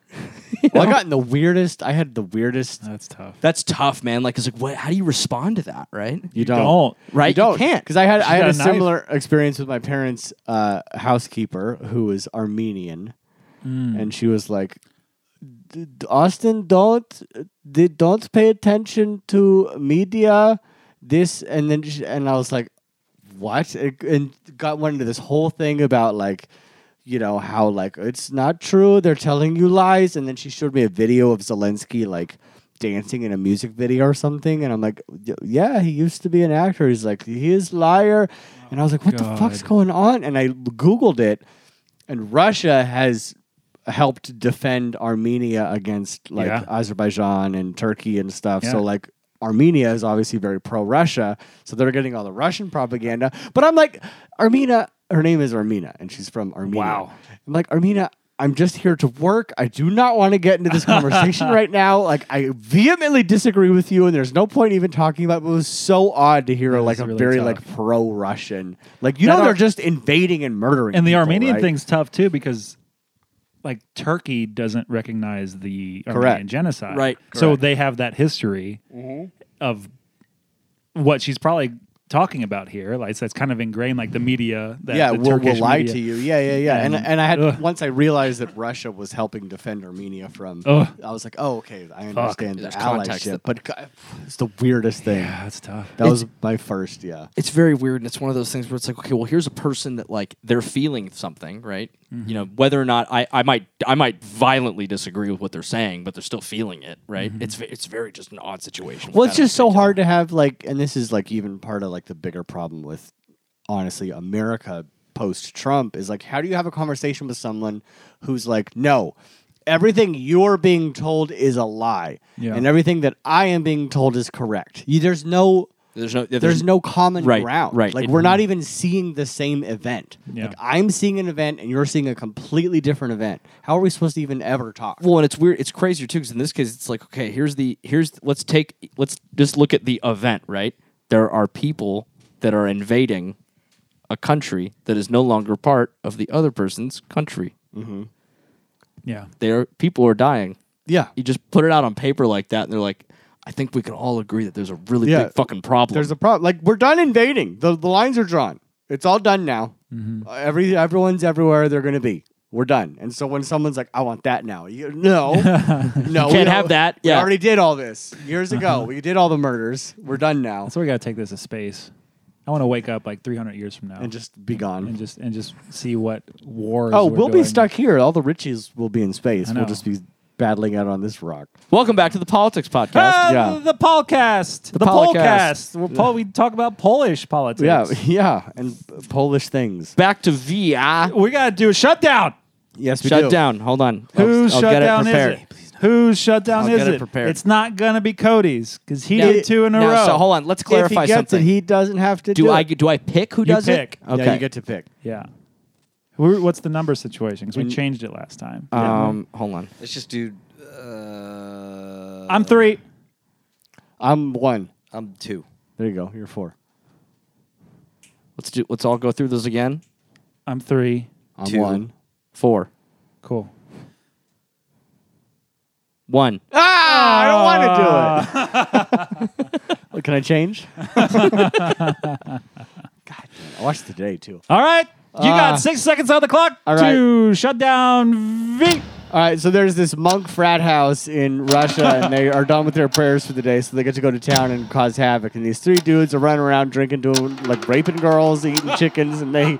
F: Well, I got in the weirdest. I had the
E: Uh,
F: weirdest.
D: That's tough.
E: that's tough man like it's like what how do you respond to that right
F: You
D: don't.
E: right
F: You don't
E: can't
F: because I had I had
D: got
F: a
D: a knife.
F: similar experience with my parents' uh, housekeeper who was Armenian,
D: Mm.
F: and she was like, "D- "Austin, don't d- don't pay attention to media, this and then," she, and I was like, "What?" It- uh, and got went into this whole thing about like. You know how like it's not true. They're telling you lies, and then she showed me a video of Zelensky like dancing in a music video or something, and I'm like, "Y- yeah, he used to be an actor. He's like, he is liar, and I was like, what the fuck's
D: God.
F: going on? And I googled it, and Russia has helped defend Armenia against like
D: Yeah.
F: Azerbaijan and Turkey and stuff.
D: Yeah.
F: So like Armenia is obviously very pro Russia, so they're getting all the Russian propaganda. But I'm like, Armina, her name is Armina, and she's from Armenia.
D: Wow.
F: I'm like, Armina, I'm just here to work. I do not want to get into this conversation right now. Like, I vehemently disagree with you, and there's no point even talking about. It, It was so odd to hear
D: That
F: like
D: is
F: a
D: really
F: very
D: tough.
F: like pro Russian, like you
D: That
F: know
D: Ar-
F: they're just invading and murdering.
D: And the
F: people,
D: Armenian
F: right?
D: thing's tough too because like Turkey doesn't recognize the
F: Correct. Mm-hmm.
D: Armenian genocide.
E: Right,
D: So they have that history of what she's probably talking about here. Like that's kind of ingrained like the media that
F: yeah,
D: the
F: we'll, we'll
D: Turkish
F: lie
D: media-
F: to you. Yeah, yeah, yeah. And
D: And-
F: and I had
D: Ugh.
F: once I realized that Russia was helping defend Armenia from.
D: Ugh.
F: I was like, oh, okay, I understand the
E: There's context
F: allyship, but God, it's the weirdest thing.
D: Yeah, that's tough.
F: That was
E: It's-
F: my first. Yeah,
E: it's very weird and it's one of those things where it's like okay well here's a person that like they're feeling something right
F: Mm-hmm.
E: you know whether or not I, I might i might violently disagree with what they're saying but they're still feeling it right it's ve- it's very just an odd situation
F: Mm-hmm. Well,
E: with
F: it's
E: that in
F: just so
E: particular.
F: hard to have like, and this is like even part of like the bigger problem with, honestly, America post Trump is like, how do you have a conversation with someone who's like, no, everything you're being told is a lie,
D: Yeah.
F: and everything that I am being told is correct. You, there's no.
E: there's no
F: There's, no common
E: right,
F: ground.
E: right. Mm-hmm.
F: Like
E: It-
F: we're not even seeing the same event.
D: Yeah.
F: Like I'm seeing an event and you're seeing a completely different event. How are we supposed to even ever talk?
E: well and it's weird it's crazier too because in this case it's like okay here's the here's let's take let's just look at the event right there are people that are invading a country that is no longer part of the other person's country
D: Yeah.
E: there people are dying
F: yeah.
E: you just put it out on paper like that, and they're like, I think we can all agree that there's a really
F: Yeah.
E: big fucking problem.
F: There's a problem. Like we're done invading. The the lines are drawn. It's all done now.
D: Mm-hmm.
F: Uh, Every everyone's everywhere they're going to be. We're done. And so when someone's like, "I want that now," you no, no, we
E: can't
F: don't-
E: have that.
F: We
E: Yeah.
F: already did all this years ago. we did all the murders. We're done now,
D: Uh-huh. That's why we gotta take this as space. I wanna wake up like three hundred years from now
F: and just be
D: and
F: gone.
D: just and just see what wars.
F: Oh,
D: we're
F: we'll
D: doing.
F: be stuck here. All the richies will be in space.
D: I
F: We'll
D: know.
F: just be battling out on this rock.
E: Welcome back to the politics podcast.
D: Ah,
F: yeah.
D: The podcast. The,
E: Polecast.
D: podcast. We're Pol- we talk about Polish politics.
F: Yeah, yeah, and Polish things.
E: Back to VI.
D: We got to do a shutdown.
F: Yes, we
E: Shut
F: do.
E: down. Hold on.
D: Whose
E: I'll, I'll get
D: shutdown
E: it
D: is
E: prepared.
D: it? Whose shutdown
E: I'll
D: is
E: get it
D: it?
E: prepared.
D: It's not going to be Cody's because he
E: Now-
D: did two in a
E: now,
D: row.
E: So hold on. Let's
F: If
E: clarify
F: he gets
E: something.
F: it, he doesn't have to do.
E: do I
F: it.
E: get? do I pick who does
D: pick.
E: it?
D: Yeah,
E: Okay.
F: Yeah, you get to pick.
D: Yeah. We're, what's the number situation? Because we changed it last time.
E: um, hold on.
G: Let's just do. Uh,
D: I'm three.
F: I'm one.
G: I'm two.
F: There you go. You're four.
E: Let's do. Let's all go through this again.
D: I'm three.
F: I'm
G: Two.
F: one.
E: Four,
D: Cool.
E: one.
F: Ah, I don't want to do it. Well, Can I change? God damn. I watched today too.
D: All right. You
F: Ah.
E: Uh,
D: got six seconds on the clock
F: All right.
D: to shut down V.
F: All right, so there's this monk frat house in Russia, and they are done with their prayers for the day, so they get to go to town and cause havoc. And these three dudes are running around drinking, doing like raping girls, eating chickens, and they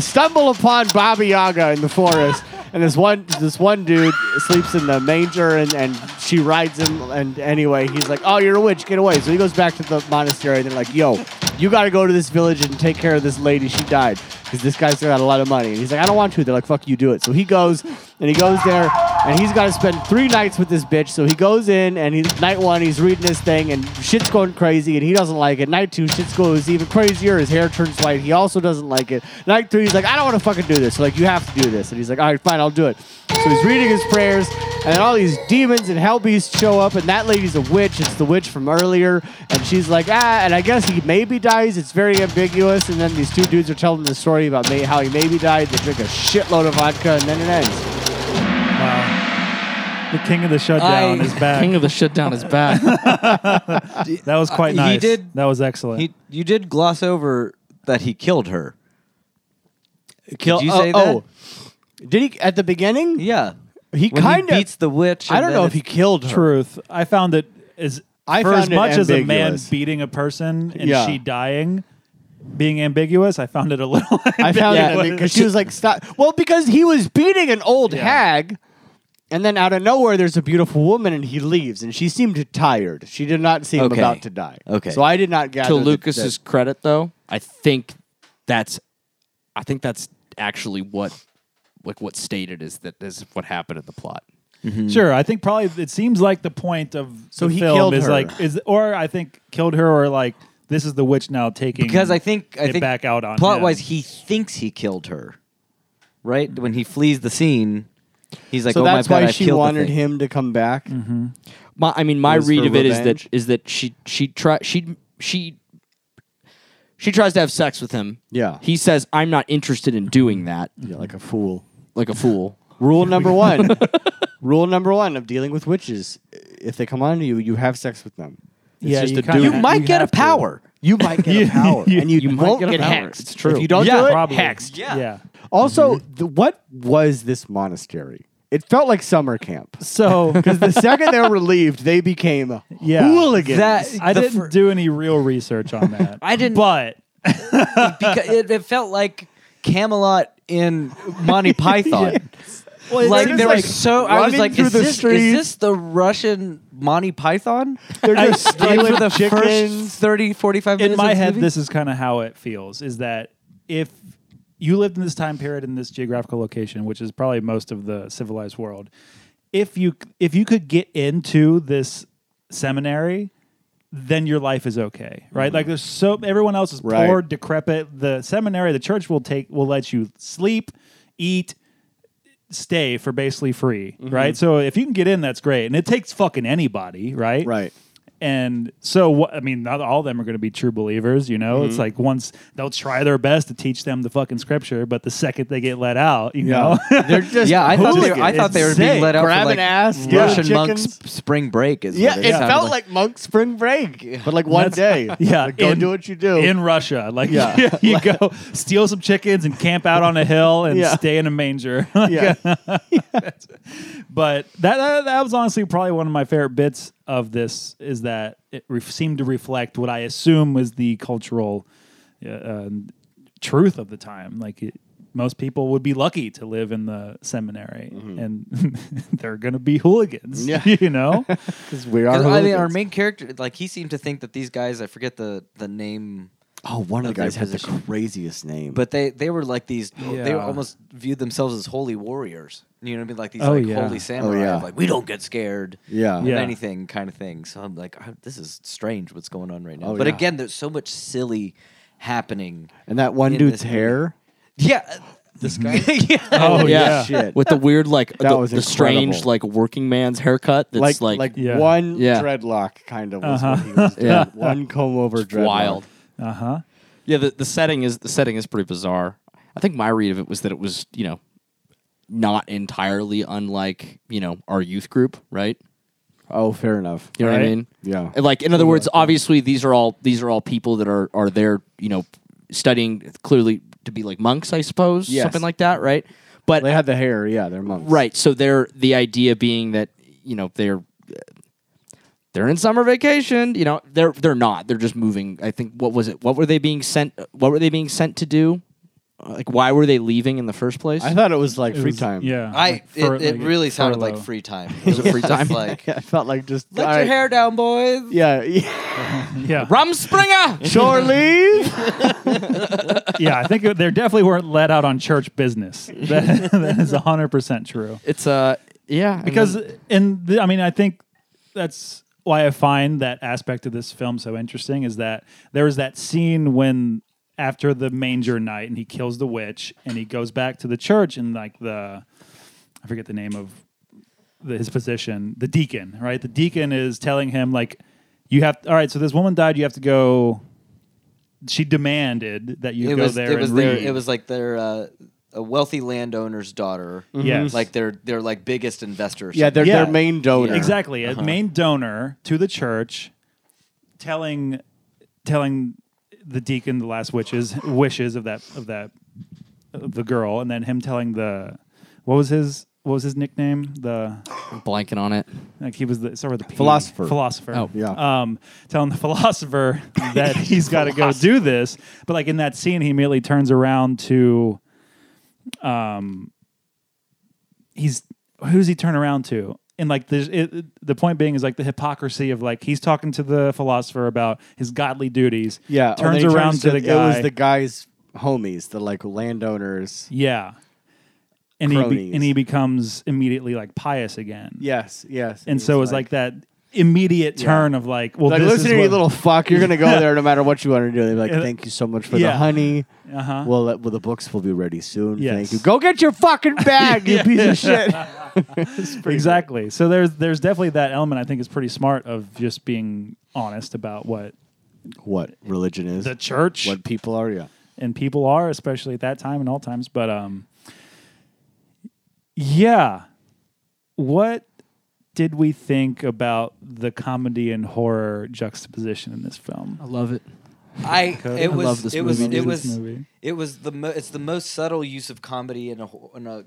F: stumble upon Baba Yaga in the forest. And this one, this one dude sleeps in the manger, and, and she rides him. And anyway, he's like, "Oh, you're a witch, get away!" So he goes back to the monastery, and they're like, "Yo, you got to go to this village and take care of this lady. She died because this guy's got a lot of money. And he's like, I don't want to. They're like, fuck you, do it. So he goes and he goes there and he's got to spend three nights with this bitch. So he goes in and he's night one, he's reading his thing and shit's going crazy and he doesn't like it. Night two, shit's goes even crazier. His hair turns white. He also doesn't like it. Night three, he's like, I don't want to fucking do this. So like, you have to do this. And he's like, all right, fine, I'll do it. So he's reading his prayers and all these demons and hell beasts show up and that lady's a witch. It's the witch from earlier. And she's like, ah, and I guess he maybe dies. It's very ambiguous. And then these two dudes are telling the story about may- how he maybe died. They drink a shitload of vodka and then it ends.
D: The king of the shutdown
G: I-
D: is back.
E: King of the shutdown is back.
D: that was quite
G: Uh, he
D: nice.
G: did-
D: That was excellent.
G: He, you did gloss over that he killed her.
F: Kill- oh,
G: Did you say that?
F: did he at the beginning?
G: Yeah.
F: he
G: When
F: kind
G: he
F: of.
G: beats the witch.
F: I
G: and
F: don't
G: then
F: know if he
G: it's-
F: killed her.
D: truth. I found that as
F: I
D: for as
F: found it
D: much as a man
F: ambiguous.
D: beating a person and
F: Yeah.
D: she dying, being ambiguous, I found it a little.
F: I found
D: ambiguous.
F: it because she was like, "Stop!" Well, because he was beating an old hag, And then out of nowhere, there's a beautiful woman, and he leaves, and she seemed tired. She did not seem
G: Okay.
F: about to die.
G: Okay.
F: So I did not gather.
E: to
F: that-
E: Lucas's
F: that-
E: credit, though, I think that's, I think that's actually what, like what stated is that is what happened in the plot.
D: Sure, I think probably it seems like the point of
F: So
D: the
F: he
D: film
F: killed
D: is
F: her.
D: like is or I think killed her or like this is the witch now taking
G: because I think I
D: it
G: think
D: back out on
G: plot
D: him.
G: wise he thinks he killed her, right? When he flees the scene, he's like,
F: so
G: "Oh
F: that's
G: my God,
F: why
G: I
F: she
G: killed the
F: wanted
G: thing."
F: him to come back.
D: Mm-hmm.
E: My, I mean, my
F: was
E: read
F: her
E: of it is
F: revenge.
E: that is that she she try she she she tries to have sex with him.
F: Yeah.
E: he says, "I'm not interested in doing that."
F: Yeah, like a fool.
E: Like a fool.
F: Rule number one. Rule number one of dealing with witches: if they come on to you, you have sex with them. It's
D: Yeah,
F: just
D: you
F: a
D: kinda
F: dude.
G: You
D: You
G: might get a
D: have to.
G: power.
F: You might get a power, and you,
E: might
F: won't
E: get
F: get,
E: a power.
F: hexed.
E: It's true.
F: If you don't
G: Yeah,
F: do it,
D: probably
F: hexed.
D: yeah.
F: Also, the, what was this monastery? It felt like summer camp.
D: So
F: Because the second they were relieved, they became
D: Yeah.
F: hooligans.
G: That
D: I
G: the
D: didn't
G: fir-
D: do any real research on that.
G: I didn't-
D: but
G: because it, it felt like Camelot in Monty Python. like
F: they're
G: they were
F: just, like,
G: so. I was
F: running
G: like,
F: through
G: is
F: the
G: this, is
F: streets."
G: this the Russian Monty Python?
F: they're just
G: Like
F: stealing
G: for the
F: chickens.
G: first 30, 45 minutes
D: in my
G: of
D: head,
G: movie?
D: this is kind of how it feels: is that if you lived in this time period in this geographical location, which is probably most of the civilized world, if you if you could get into this seminary, then your life is okay, right?
G: Mm-hmm.
D: Like there's so everyone else is
F: Right.
D: poor, decrepit. The seminary, the church will take will let you sleep, eat, stay for basically free,
G: Mm-hmm.
D: right? So if you can get in, that's great, and it takes fucking anybody, right?
F: Right.
D: And so, what I mean, not all of them are going to be true believers, you know?
F: Mm-hmm.
D: It's like once they'll try their best to teach them the fucking scripture, but the second they get let out, you know?
F: They're just
G: yeah, I thought they were,
F: hooligans.
G: I thought they were being
F: Insane.
G: let out
F: Grab
G: for like
F: an ass, get
G: Russian
F: chickens.
G: monks spring break. Is
F: Yeah,
G: what
F: it,
G: it, sounded
F: felt like monk spring break, but like one day.
D: yeah.
F: Like, go
D: in-
F: do what you do.
D: In Russia. Like,
F: Yeah.
D: you go steal some chickens and camp out on a hill and
F: Yeah.
D: stay in a manger.
F: yeah.
D: but that, that that was honestly probably one of my favorite bits of this is that it re- seemed to reflect what I assume was the cultural uh, uh, truth of the time. Like it, most people would be lucky to live in the seminary, and they're going to be hooligans.
F: Yeah.
D: you know. Oh,
F: 'Cause we are.
G: 'Cause, I mean, our
F: hooligans.
G: main character, like he seemed to think that these guys, I forget the the name,
F: oh, one of the
G: their
F: guys had the
G: position.
F: craziest name.
G: but they they were like these. They
D: Yeah.
G: almost viewed themselves as holy warriors. You know what I mean? Like these
D: Oh,
G: like
D: yeah.
G: holy samurai.
F: yeah.
G: Like we don't get scared.
F: Yeah.
G: Of
D: Yeah.
G: anything kind of thing. So I'm like, oh, this is strange. What's going on right now?
F: Oh,
G: but
F: yeah.
G: again, there's so much silly happening.
F: and that one
G: in
F: dude's
G: this movie.
F: hair.
G: Yeah. This guy. yeah.
D: Oh yeah.
F: Shit.
E: With the weird, like
F: That
E: the,
F: was
E: the strange,
F: incredible.
E: like working man's haircut. That's
F: like
E: like,
F: like,
D: Yeah.
F: one
E: Yeah.
F: dreadlock kind of was what he was doing.
E: Yeah.
F: One comb over dreadlock.
E: wild.
D: Uh huh.
E: Yeah, the, the setting is the setting is pretty bizarre. I think my read of it was that it was you know not entirely unlike you know our youth group, right?
F: Oh, fair enough.
E: You know what I
D: Right.
E: mean?
F: Yeah.
E: And, Like in other words, obviously these are all these are all people that are are there, you know, studying clearly to be like monks, I suppose,
F: Yes.
E: something like that, right? But
F: They had the hair. Yeah, they're monks.
E: right, so they're the idea being that you know they're they're in summer vacation, you know, they're they're not, they're just moving. I think what was it? What were they being sent? What were they being sent to do? Like, why were they leaving in the first place?
F: I thought it was like
D: It
F: free
D: was-
F: time.
D: Yeah.
G: I.
D: like, fur-
G: It, it
D: like,
G: really sounded like
D: furlough.
G: free time. It was
E: it free
G: just
E: time?
G: Like
F: I felt like just
G: let
F: all
G: your
F: right.
G: hair down, boys.
F: Yeah, yeah.
D: Yeah.
E: Rumspringer.
F: Shore leave.
D: yeah. I think they definitely weren't let out on church business. That, that is hundred percent true.
E: it's uh yeah and
D: because
E: then-
D: and the, I mean I think that's why I find that aspect of this film so interesting is that there is that scene when after the manger night and he kills the witch and he goes back to the church and like the I forget the name of the, his position the deacon right the deacon is telling him like you have all right so this woman died you have to go she demanded that you
G: it
D: go
G: was,
D: there
G: it was
D: and
G: their,
D: read
G: it was like their uh, a wealthy landowner's daughter.
D: Mm-hmm. Yes.
G: like their their like biggest investor. or
F: Yeah,
G: something.
F: they're their main donor.
D: Exactly, a main donor to the church, telling telling the deacon the last wishes wishes of that of that of the girl, and then him telling the what was his what was his nickname the
E: I'm blanking on it
D: like he was the sorry the P.
F: Philosopher.
D: philosopher
E: Oh.
F: Yeah.
D: um telling the philosopher that he's got to go do this, but like in that scene he immediately turns around to um he's who's he turn around to? And like there's it, it- the point being is like the hypocrisy of like he's talking to the philosopher about his godly duties.
F: Yeah, and then
D: turns
F: he
D: around to, the guy.
F: It was the guy's homies, the like landowners.
D: yeah, and he be,
F: cronies.
D: and he becomes immediately like pious again.
F: Yes, yes.
D: and so it was like, that immediate turn of like, well,
F: Like,
D: this
F: listen
D: is
F: to you
D: what-
F: little fuck. You're gonna go there no matter what you want to do. They're like, thank you so much for
D: Yeah.
F: the honey.
D: Uh-huh.
F: Well, let- well, the books will be ready soon.
D: Yes.
F: Thank you. Go get your fucking bag, you piece of shit.
D: exactly. So there's there's definitely that element I think is pretty smart of just being honest about what
F: what religion is?
D: the church
F: what people are? Yeah.
D: and people are, especially at that time and all times. But um, yeah, what did we think about the comedy and horror juxtaposition in this
E: I
D: film?
E: love it.
G: I it
E: I
G: was
E: love this
G: it was
E: movie.
G: it
D: This
G: was
D: movie.
G: it was the mo- it's the most subtle use of comedy in a, ho- in a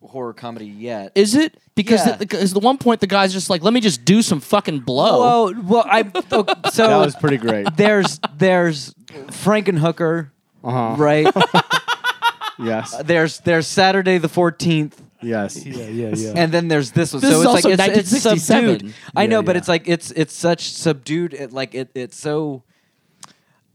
G: horror comedy yet.
E: Is it because
G: Yeah.
E: the, because the one point the guy's just like, let me just do some fucking blow.
G: Well, well, I okay, so
F: That was pretty great.
G: there's there's Frankenhooker,
F: Uh-huh.
G: right?
F: Yes.
G: there's there's Saturday the 14th,
F: Yes.
D: yeah, yeah.
G: and then there's this one.
E: This
G: so
E: is
G: it's
E: also
G: like it's, it's
E: 1967.
G: subdued. I know,
D: Yeah,
G: but
D: yeah.
G: it's like it's it's such subdued. It like it it's so.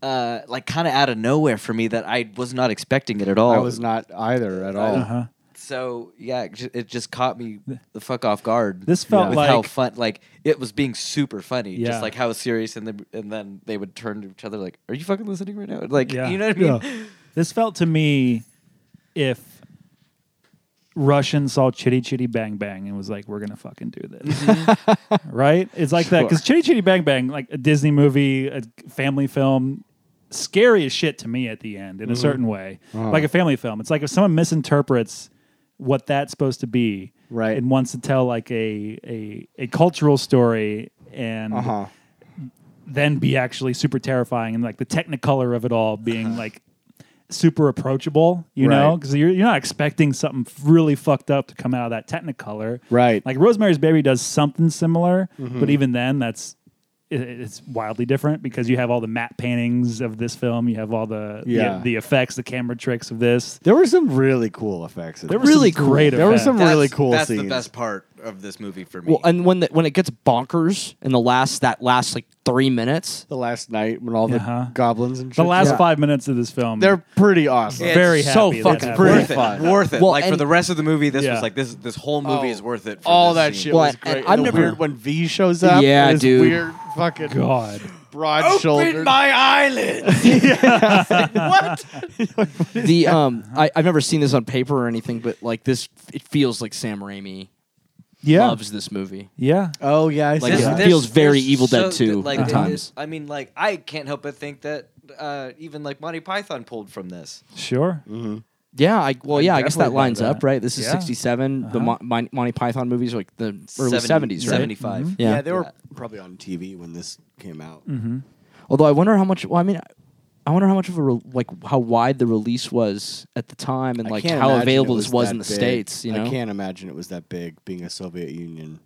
G: Uh, like kind of out of nowhere for me that I was not expecting it at all.
F: I was not either at all.
D: uh-huh.
G: So yeah, it ju- it just caught me the fuck off guard.
D: This felt
G: with how
D: like-
G: fun, like it was being super funny,
D: Yeah.
G: just like how serious, and then and then they would turn to each other like, "Are you fucking listening right now?" Like
D: Yeah.
G: you know what I mean?
D: This felt to me if Russian saw Chitty Chitty Bang Bang and was like, we're going to fucking do this.
F: Mm-hmm.
D: right? It's like that. Because Chitty Chitty Bang Bang, like a Disney movie, a family film, scary as shit to me at the end in
F: Mm-hmm.
D: a certain way.
F: Uh-huh.
D: Like a family film. It's like if someone misinterprets what that's supposed to be
F: Right.
D: and wants to tell like a a, a cultural story and
F: Uh-huh.
D: then be actually super terrifying and like the technicolor of it all being like super approachable, you knowbecause know,
F: Uh-huh. Right.
D: because you're, you're not expecting something f- really fucked up to come out of that technicolor.
F: Right. Mm-hmm.
D: Like Rosemary's Baby does something similar, but even then, that's it, it's wildly different because you have all the matte paintings of this film, you have all the,
F: Yeah.
D: the the effects, the camera tricks of this.
F: There were some really cool effects. in
D: There were
F: this.
D: really
E: Really
D: some
E: cool.
D: great
F: There were
D: effects.
F: some really cool
G: That's the
F: scenes.
G: best part of this movie for me.
E: Well, and when the, when it gets bonkers in the last that last like three minutes,
F: the last night when all the
D: Uh-huh.
F: goblins and
D: the
F: shit-
D: last
F: Yeah.
D: five minutes of this film.
F: They're pretty awesome.
G: It's
D: very
G: so
D: happy that
E: fucking
D: happened.
F: pretty
G: worth it,
F: fun.
G: worth it.
E: Well,
G: like for
E: and-
G: the rest of the movie, this
D: Yeah.
G: was like this this whole movie is worth it. For
F: all
G: this
F: that
G: scene.
F: shit
E: Well,
F: was
E: and
F: great.
E: I've
F: And the
E: never-
F: weird when V shows up.
E: Yeah,
F: and his
E: dude.
F: Weird fucking
D: Oh God.
F: broad
G: Open
F: shouldered.
G: my eyelids.
F: what?
E: the um, I, I've never seen this on paper or anything, but like this, it feels like Sam Raimi
D: Yeah.
E: loves this movie.
D: Yeah.
F: Oh yeah, I see
E: Like,
F: that.
E: it feels very
G: there's
E: Evil Dead
G: so-
E: 2
G: like,
E: at
G: it-
E: times.
G: it- I mean, like I can't help but think that uh, even like Monty Python pulled from this.
D: Sure.
E: Yeah, I well, yeah, I guess
D: definitely
E: that lines
D: buy that.
E: up, right? This is
D: Yeah.
E: '67. The Mon- Mon- Monty Python movies, are like the early
G: 70,
E: '70s, right?
G: 75.
E: Yeah.
F: yeah, they were probably on TV when this came out.
E: Although I wonder how much. Well, I mean, I wonder how much of a re- like how wide the release was at the time, and
F: I
E: like
F: can't
E: how
F: imagine
E: available
F: it
E: this was
F: that
E: in the
F: big.
E: states. You know,
F: I can't imagine it was that big being a Soviet Union.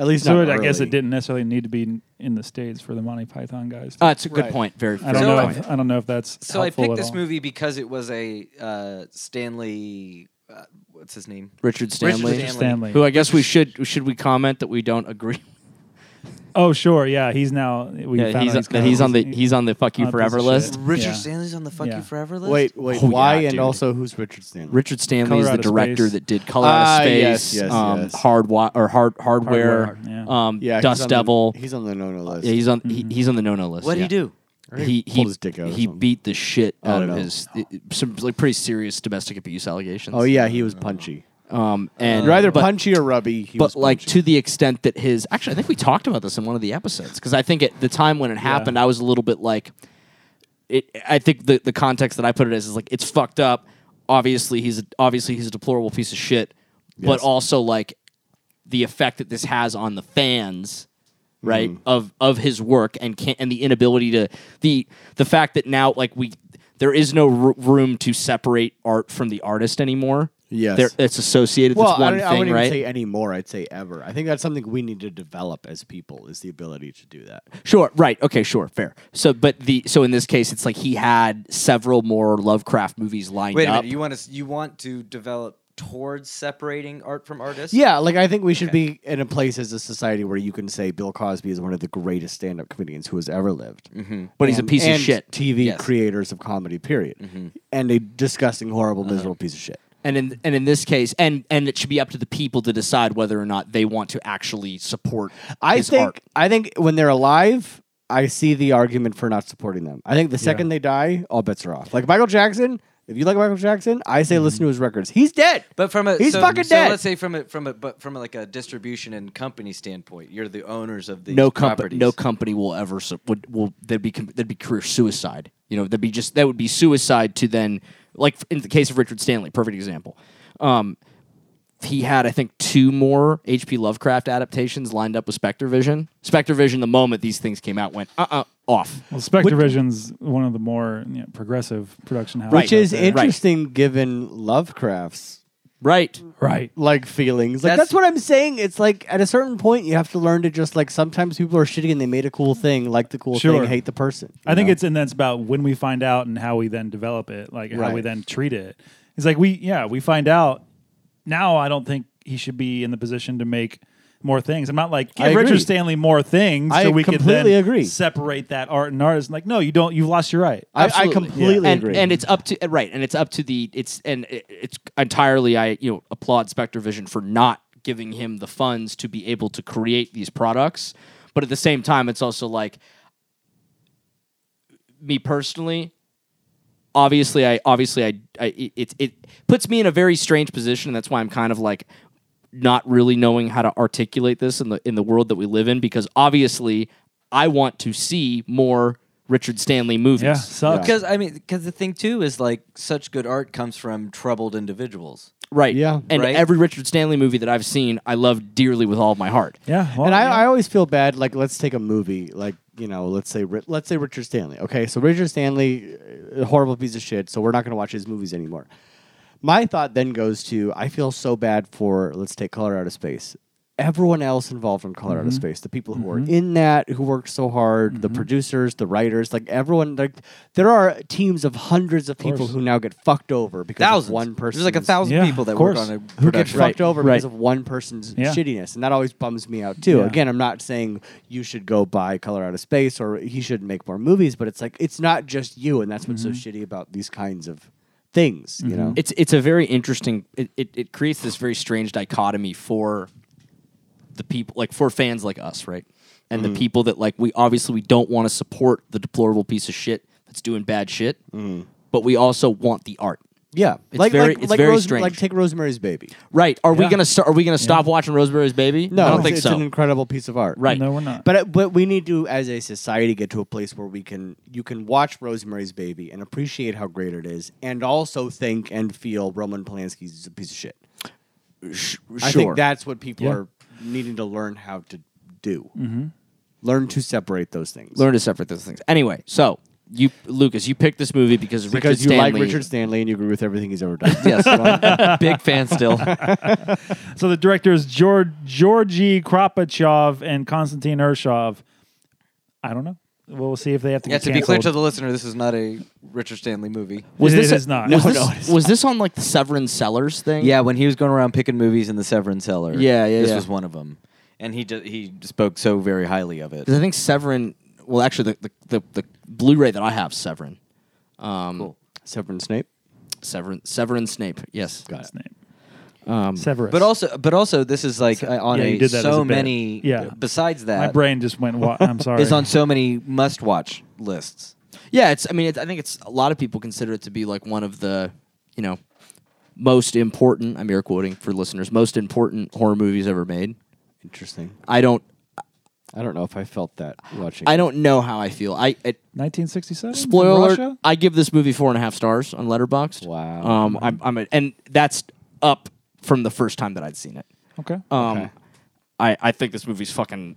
F: At least
D: So it,
F: not
D: I guess
F: early.
D: it didn't necessarily need to be in- in the States for the Monty Python guys.
E: Uh, it's a good
F: Right.
E: point. Very.
D: I
E: fair
D: don't
G: So
D: know.
G: I-
D: If, I don't know if that's
G: So I
D: helpful
G: picked
D: at
G: this
D: all.
G: movie because it was a uh, Stanley. Uh, what's his name?
E: Richard Stanley,
G: Stanley.
D: Stanley.
E: who I guess we should should we comment that we don't agree.
D: Oh, sure. Yeah, he's now. We
E: Yeah,
D: found
E: he's,
D: out
E: that he's on the he's on the fuck you
D: on a piece of
E: forever
D: shit.
E: list.
G: Richard
D: Yeah.
G: Stanley's on the Fuck
D: Yeah.
G: You Forever list.
F: Wait, wait,
E: Oh, yeah,
F: why? and
E: dude.
F: also, who's Richard Stanley?
E: Richard Stanley
D: Color
E: is the
D: Out of
E: director
D: Space.
E: that did Color Out
F: Ah,
E: of
F: yes,
E: Space,
F: yes,
E: um,
F: yes.
E: Hard Wi- or Hard Hardware,
D: Hardware, Mm-hmm.
E: um,
F: yeah, he's
E: Dust
F: on the-
E: Devil.
F: he's on the no-no list.
E: yeah, he's on he, he's on the no no list.
G: What did
E: yeah.
G: he do?
E: He
F: pulled
E: he,
F: his dick out or
E: he
F: something.
E: beat the shit out
F: Oh,
E: of
F: no.
E: his it- it- some like pretty serious domestic abuse allegations.
F: oh yeah, he was punchy.
E: um and
F: You're either
E: but,
F: punchy or rubby. He
E: but
F: was
E: like
F: punchy.
E: to the extent that his actually I think we talked about this in one of the episodes because I think at the time when it happened I was a little bit like it I think the the context that I put it as is like it's fucked up. Obviously he's a, obviously he's a deplorable piece of shit, but
F: Yes.
E: also like the effect that this has on the fans
F: Mm-hmm.
E: right of of his work and can and the inability to the the fact that now like we there is no r- room to separate art from the artist anymore.
F: Yes.
E: There- it's associated. with
F: well,
E: one
F: I, don't-
E: thing,
F: I wouldn't
E: right?
F: even say anymore. I'd say ever. I think that's something we need to develop as people is the ability to do that.
E: Sure. Right. Okay. Sure. Fair. So, but the so in this case, it's like he had several more Lovecraft movies lined
G: Wait a
E: up.
G: minute. You want to you want to develop
H: towards separating art from artists?
F: Yeah, like I think we should be in a place as a society where you can say Bill Cosby is one of the greatest stand-up comedians who has ever lived. Mm-hmm.
E: But he's a piece of shit. Mm-hmm.
F: TV
G: Yes.
F: creators of comedy, period, and a disgusting, horrible,
E: Uh-huh.
F: miserable piece of shit.
E: and in and in this case, and and it should be up to the people to decide whether or not they want to actually support
F: I
E: his
F: think
E: art.
F: I think when they're alive, I see the argument for not supporting them. I think the second they die, all bets are off. Like Michael Jackson, if you like Michael Jackson, I say listen to his records. He's dead.
H: But from a
F: He's
H: so,
F: fucking
H: so
F: dead.
H: let's say from a from a but from a, like a distribution and company standpoint, you're the owners of the
E: No company,
H: properties.
E: no company will ever su- would will there'd be com- there'd be career suicide. You know, there'd be just that would be suicide to then like in the case of Richard Stanley, perfect example. Um, he had I think two more H.P. Lovecraft adaptations lined up with Spectre Vision. Spectre Vision, the moment these things came out, went uh uh off.
D: Well, Spectrovision's one of the more you know, progressive production houses.
F: Which
D: out
F: is
D: there.
F: interesting given Lovecraft's
E: Right.
D: right.
F: like feelings. Like
H: That's-
F: that's, what I'm saying. It's like at a certain point you have to learn to just like sometimes people are shitty and they made a cool thing, like the cool
D: Sure.
F: thing, hate the person.
D: I think it's and that's about when we find out and how we then develop it, like how we
F: Right.
D: then treat it. It's like we yeah, we find out now I don't think he should be in the position to make more things. I'm not like give
F: I
D: Richard
F: agree.
D: Stanley more things
F: I
D: so we can then
F: completely agree.
D: separate that art and artist. Like, no, you don't you've lost your right.
F: I, I
E: Absolutely.
F: completely
E: and,
F: agree.
E: And it's up to uh, right, and it's up to the it's and it- it's entirely I you know applaud Spectre Vision for not giving him the funds to be able to create these products, but at the same time, it's also like me personally. Obviously, I obviously I, I it it puts me in a very strange position, and that's why I'm kind of like not really knowing how to articulate this in the in the world that we live in because obviously I want to see more Richard Stanley movies.
D: Yeah, sucks.
H: Because I mean, because the thing too is like such good art comes from troubled individuals.
E: Right.
F: Yeah.
E: And
H: Right?
E: every Richard Stanley movie that I've seen, I love dearly with all of my heart.
D: Yeah. well,
F: and I,
D: yeah.
F: I always feel bad. Like, let's take a movie. Like, you know, let's say Ri- let's say Richard Stanley. Okay, so Richard Stanley, uh, horrible piece of shit. So we're not going to watch his movies anymore. My thought then goes to I feel so bad for let's take Color Out of Space. Everyone else involved in Color Out
H: Mm-hmm.
F: of Space, the people who are in that, who worked so hard, the producers, the writers, like everyone, like there are teams of hundreds of people who now get fucked over because of
H: Thousands.
F: one person.
H: There's like a thousand
D: Yeah,
H: people
D: of
H: that work
D: course.
H: on a
F: who get
H: production.
F: fucked over
E: Right.
F: because of one person's
D: Yeah.
F: shittiness, and that always bums me out too.
D: Yeah.
F: Again, I'm not saying you should go buy Color Out of Space or he shouldn't make more movies, but it's like it's not just you, and that's what's so
E: Mm-hmm.
F: shitty about these kinds of things. You know,
E: It's it's a very interesting it, it, it creates this very strange dichotomy for the people like for fans like us, right? And the people that like we obviously we don't want to support the deplorable piece of shit that's doing bad shit, but we also want the art.
F: yeah,
E: it's very-
F: like,
E: it's
F: like
E: very
F: Rose-
E: strange.
F: Like take Rosemary's Baby.
E: Right. Are we
D: Yeah.
E: gonna start are we gonna stop watching Rosemary's baby?
F: No,
E: I don't
F: it's,
E: think
F: it's
E: so.
F: an incredible piece of art.
E: right.
D: no, we're not.
F: But it- but we need to, as a society, get to a place where we can you can watch Rosemary's Baby and appreciate how great it is, and also think and feel Roman Polanski's a piece of shit. I think that's what people
D: Yeah. Mm-hmm.
F: are needing to learn how to do. Learn to separate those things.
E: Learn to separate those things. Anyway, so you Lucas, you picked this movie because,
F: because
E: Richard
F: you
E: Stanley
F: like Richard Stanley and you agree with everything he's ever done. yes.
G: Big fan still.
D: So the directors George Georgi Kropachov and Konstantin Urshov. I don't know. We'll see if they have to.
H: Yeah,
D: get
H: to be clear to
D: canceled.
H: the listener, this is not a Richard Stanley movie.
E: Was
D: It
E: this
D: is
E: a-
D: not.
E: Was
D: No,
E: this,
D: no,
E: was this on like the Severin Sellers thing?
H: Yeah, when he was going around picking movies in the Severin Cellar.
E: Yeah, yeah,
H: This
E: yeah.
H: was one of them, and he ju- he spoke so very highly of it.
E: because I think Severin. Well, actually, the the, the, the Blu-ray that I have, Severin, um,
F: Severin Snape.
E: Severin, Severin Snape. Yes,
D: His name.
F: Um,
D: Severus.
H: But also, but also, this is like uh, on
D: yeah, you
H: a
D: did that as
H: so
D: a bit.
H: many.
D: Yeah.
H: Besides that,
D: my brain just went. Wa- I'm sorry.
H: is on so many must-watch lists.
E: yeah. It's. I mean, it's, I think it's a lot of people consider it to be like one of the, you know, most important. I'm air quoting for listeners. Most important horror movies ever made.
F: Interesting.
E: I don't.
F: I don't know if I felt that watching.
E: I don't know how I feel. I. It,
D: 1967.
E: Spoiler
D: Russia?
E: alert, I give this movie four and a half stars on Letterboxd.
F: Wow.
E: Um, I'm, I'm a, and that's up from the first time that I'd seen it.
D: Okay.
E: Um, I, I think this movie's fucking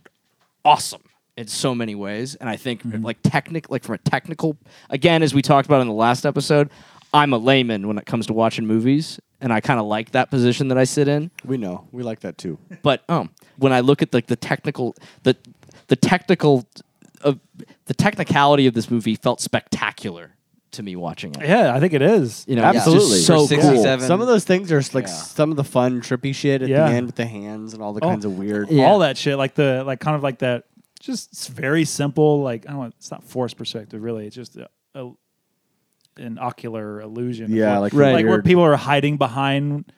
E: awesome in so many ways, and I think like technic, like from a technical, again as we talked about in the last episode, I'm a layman when it comes to watching movies, and I kind of like that position that I sit in.
F: We know. We like that too.
E: But um, when I look at like the technical, the uh, the technical, of the technicality of this movie felt spectacular to me watching it.
D: Yeah, I think it is.
E: You know,
G: Absolutely.
E: it's just so
G: For
E: cool.
G: 67.
F: Some of those things are like
G: Yeah.
F: some of the fun trippy shit at
D: Yeah.
F: the end with the hands and all the
D: Oh.
F: kinds of weird.
E: Yeah.
D: all that shit, like the like kind of like that, just s- very simple. Like I don't, want, it's not forced perspective, really. It's just a, a- an ocular illusion. of
F: Yeah,
D: what-
F: like
D: like where
F: weird-
D: people are hiding behind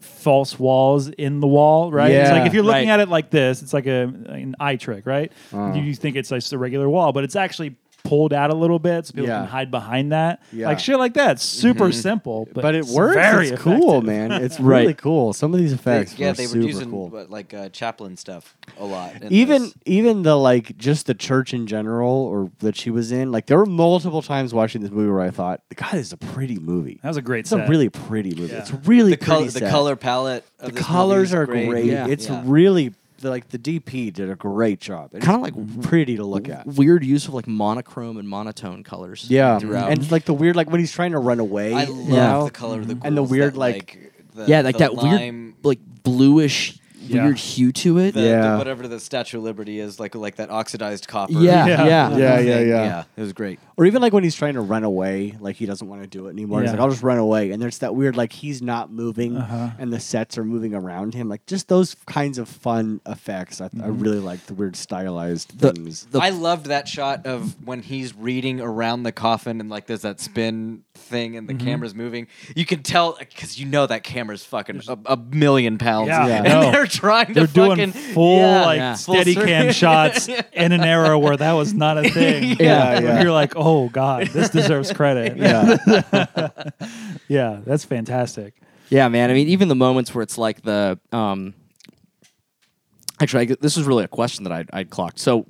D: false walls in the wall, right? It's like
F: Yeah.
D: if you're looking
E: Right.
D: at it like this, it's like a an eye trick, right?
F: Uh-huh.
D: You, you think it's just a regular wall, but it's actually pulled out a little bit so people
F: Yeah.
D: can hide behind that.
F: Yeah. Mm-hmm.
D: Like shit like that. Super simple, but,
F: But, it
D: it's
F: works.
D: Very
F: it's cool,
D: effective.
F: man. It's
E: Right.
F: really cool. Some of these effects
G: yeah,
F: were
G: they were
F: super
G: using
F: cool.
G: uh, like uh, Chaplin stuff a lot. in
F: even
G: this.
F: even the like just the church in general or that she was in like there were multiple times watching this movie where i thought god this is a pretty movie
D: That was a great
F: it's
D: set.
F: a really pretty movie
D: Yeah.
F: it's really
G: the color,
F: pretty
G: the
F: set.
G: color palette. Of
F: the
G: this
F: colors
G: movie
F: are
G: is
F: great,
E: Yeah.
F: it's
G: Yeah.
F: really the, like the dp did a great job it's
E: Kinda like
F: pretty to look at
E: Weird use of like monochrome and monotone colors.
F: yeah
E: throughout.
F: and like the weird like when he's trying to run away
G: I
F: you
G: love
F: know?
G: the color of the
F: And the
G: ghouls,
F: weird,
G: that,
F: like-
G: the,
E: yeah, like
G: the
E: that
G: lime,
E: weird, like bluish,
D: Yeah.
E: weird hue to it.
G: the,
F: Yeah.
G: the- whatever the Statue of Liberty is like like that oxidized copper.
D: Yeah.
E: Yeah, yeah,
F: Yeah, yeah,
G: thing.
F: yeah.
G: It was great.
F: Or even like when he's trying to run away, like he doesn't want to do it anymore. He's
D: Yeah.
F: like, I'll just run away. And there's that weird, like he's not moving
D: Uh-huh.
F: and the sets are moving around him. Like just those kinds of fun effects. I, I
D: Mm-hmm.
F: really like the weird stylized
E: The-
F: things.
E: the-
G: I loved that shot of when he's reading around the coffin and like there's that spin thing and the
E: Mm-hmm.
G: camera's moving. You can tell because you know that camera's fucking a, a million pounds.
D: Yeah. Yeah.
G: and
D: No.
G: they're trying
D: They're
G: to fucking
D: doing full
G: yeah.
D: like
E: Yeah.
G: Full
D: steady
G: circle.
D: cam shots in an era where that was not a thing.
F: Yeah, yeah.
D: You're like, oh God, this deserves credit. yeah.
F: yeah.
D: that's fantastic.
E: Yeah, man. I mean, even the moments where it's like the um. Actually, I, g- this is really a question that I'd, I'd clocked. So,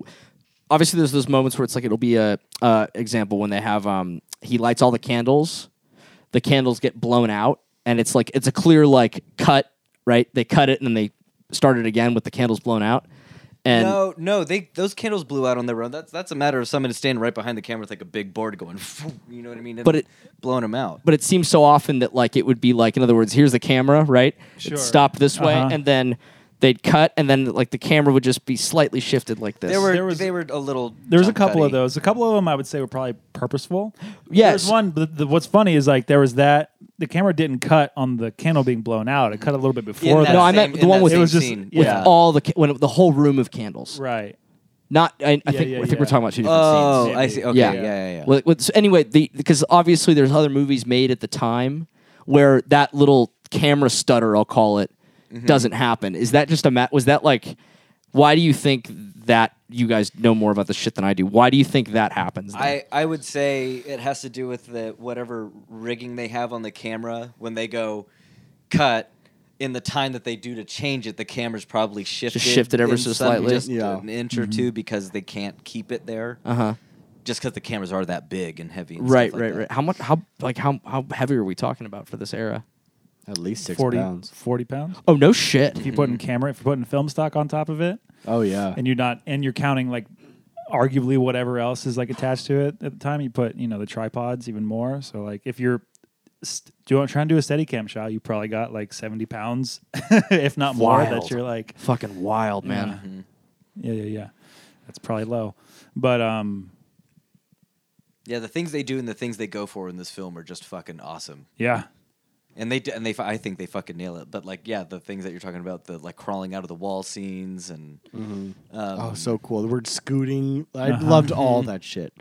E: obviously, there's those moments where it's like it'll be a uh, example when they have um he lights all the candles, the candles get blown out, and it's like it's a clear like cut right. They cut it and then they start it again with the candles blown out, and
G: No, no, they those candles blew out on their own. That's that's a matter of someone standing right behind the camera with like a big board going, you know what I mean? And
E: But it-
G: blowing them out.
E: but it seems so often that like it would be like in other words here's the camera right
D: Sure.
E: it stopped this way
D: Uh-huh.
E: and then they'd cut and then like the camera would just be slightly shifted like this
G: There were
D: There was-
G: they were a little.
D: There was a
G: jump
D: couple of
G: cutty.
D: those. A couple of them I would say were probably purposeful.
E: Yes.
D: There's one, but the, what's funny is like there was that, the camera didn't cut on the candle being blown out. It cut a little bit before
G: In that
D: that.
E: no i
G: same-
E: meant the
G: in
E: one
G: that
E: with
G: same
D: It was just-
G: scene. Oh,
E: with
D: yeah.
E: all the ca- when it- the whole room of candles
D: right.
E: not i, I
D: Yeah,
E: think
D: yeah,
E: i think
D: yeah.
E: we're talking about two different scenes
G: Oh,
D: scenes.
G: I see. Okay,
E: Yeah.
G: yeah, yeah, yeah. yeah.
E: With- with- so anyway the because obviously there's other movies made at the time where that little camera stutter i'll call it
G: Mm-hmm.
E: doesn't happen is that just a ma- was that like why do you think that you guys know more about this shit than i do why do you think that happens then?
G: I, I would say it has to do with the whatever rigging they have on the camera when they go cut in the time that they do to change it the camera's probably shifted
E: shifted ever
G: in
E: so
G: some-
E: slightly? Mm-hmm.
G: just
F: Yeah.
G: an inch or two because they can't keep it there
E: uh-huh
G: just because the cameras are that big and heavy and
E: right
G: stuff like
E: right
G: that.
E: right how much how like how how heavy are we talking about for this era
F: At least six
D: 40,
F: pounds.
D: 40 pounds.
E: oh no shit
D: If you're putting camera, if you're putting film stock on top of it,
F: Oh, yeah.
D: and you're not and you're counting like arguably whatever else is like attached to it at the time you put you know the tripods even more so like if you're st- doing trying to do a steady cam shot you probably got like 70 pounds if not more that
E: Wild.
D: you're like
E: fucking wild man
D: yeah yeah yeah that's probably low but um
G: yeah the things they do and the things they go for in this film are just fucking awesome
D: yeah
G: and they d- and they fu- I think they fucking nail it but like yeah the things that you're talking about the like crawling out of the wall scenes and Um,
F: oh, so cool. The word scooting. I
D: Uh-huh.
F: loved all that shit.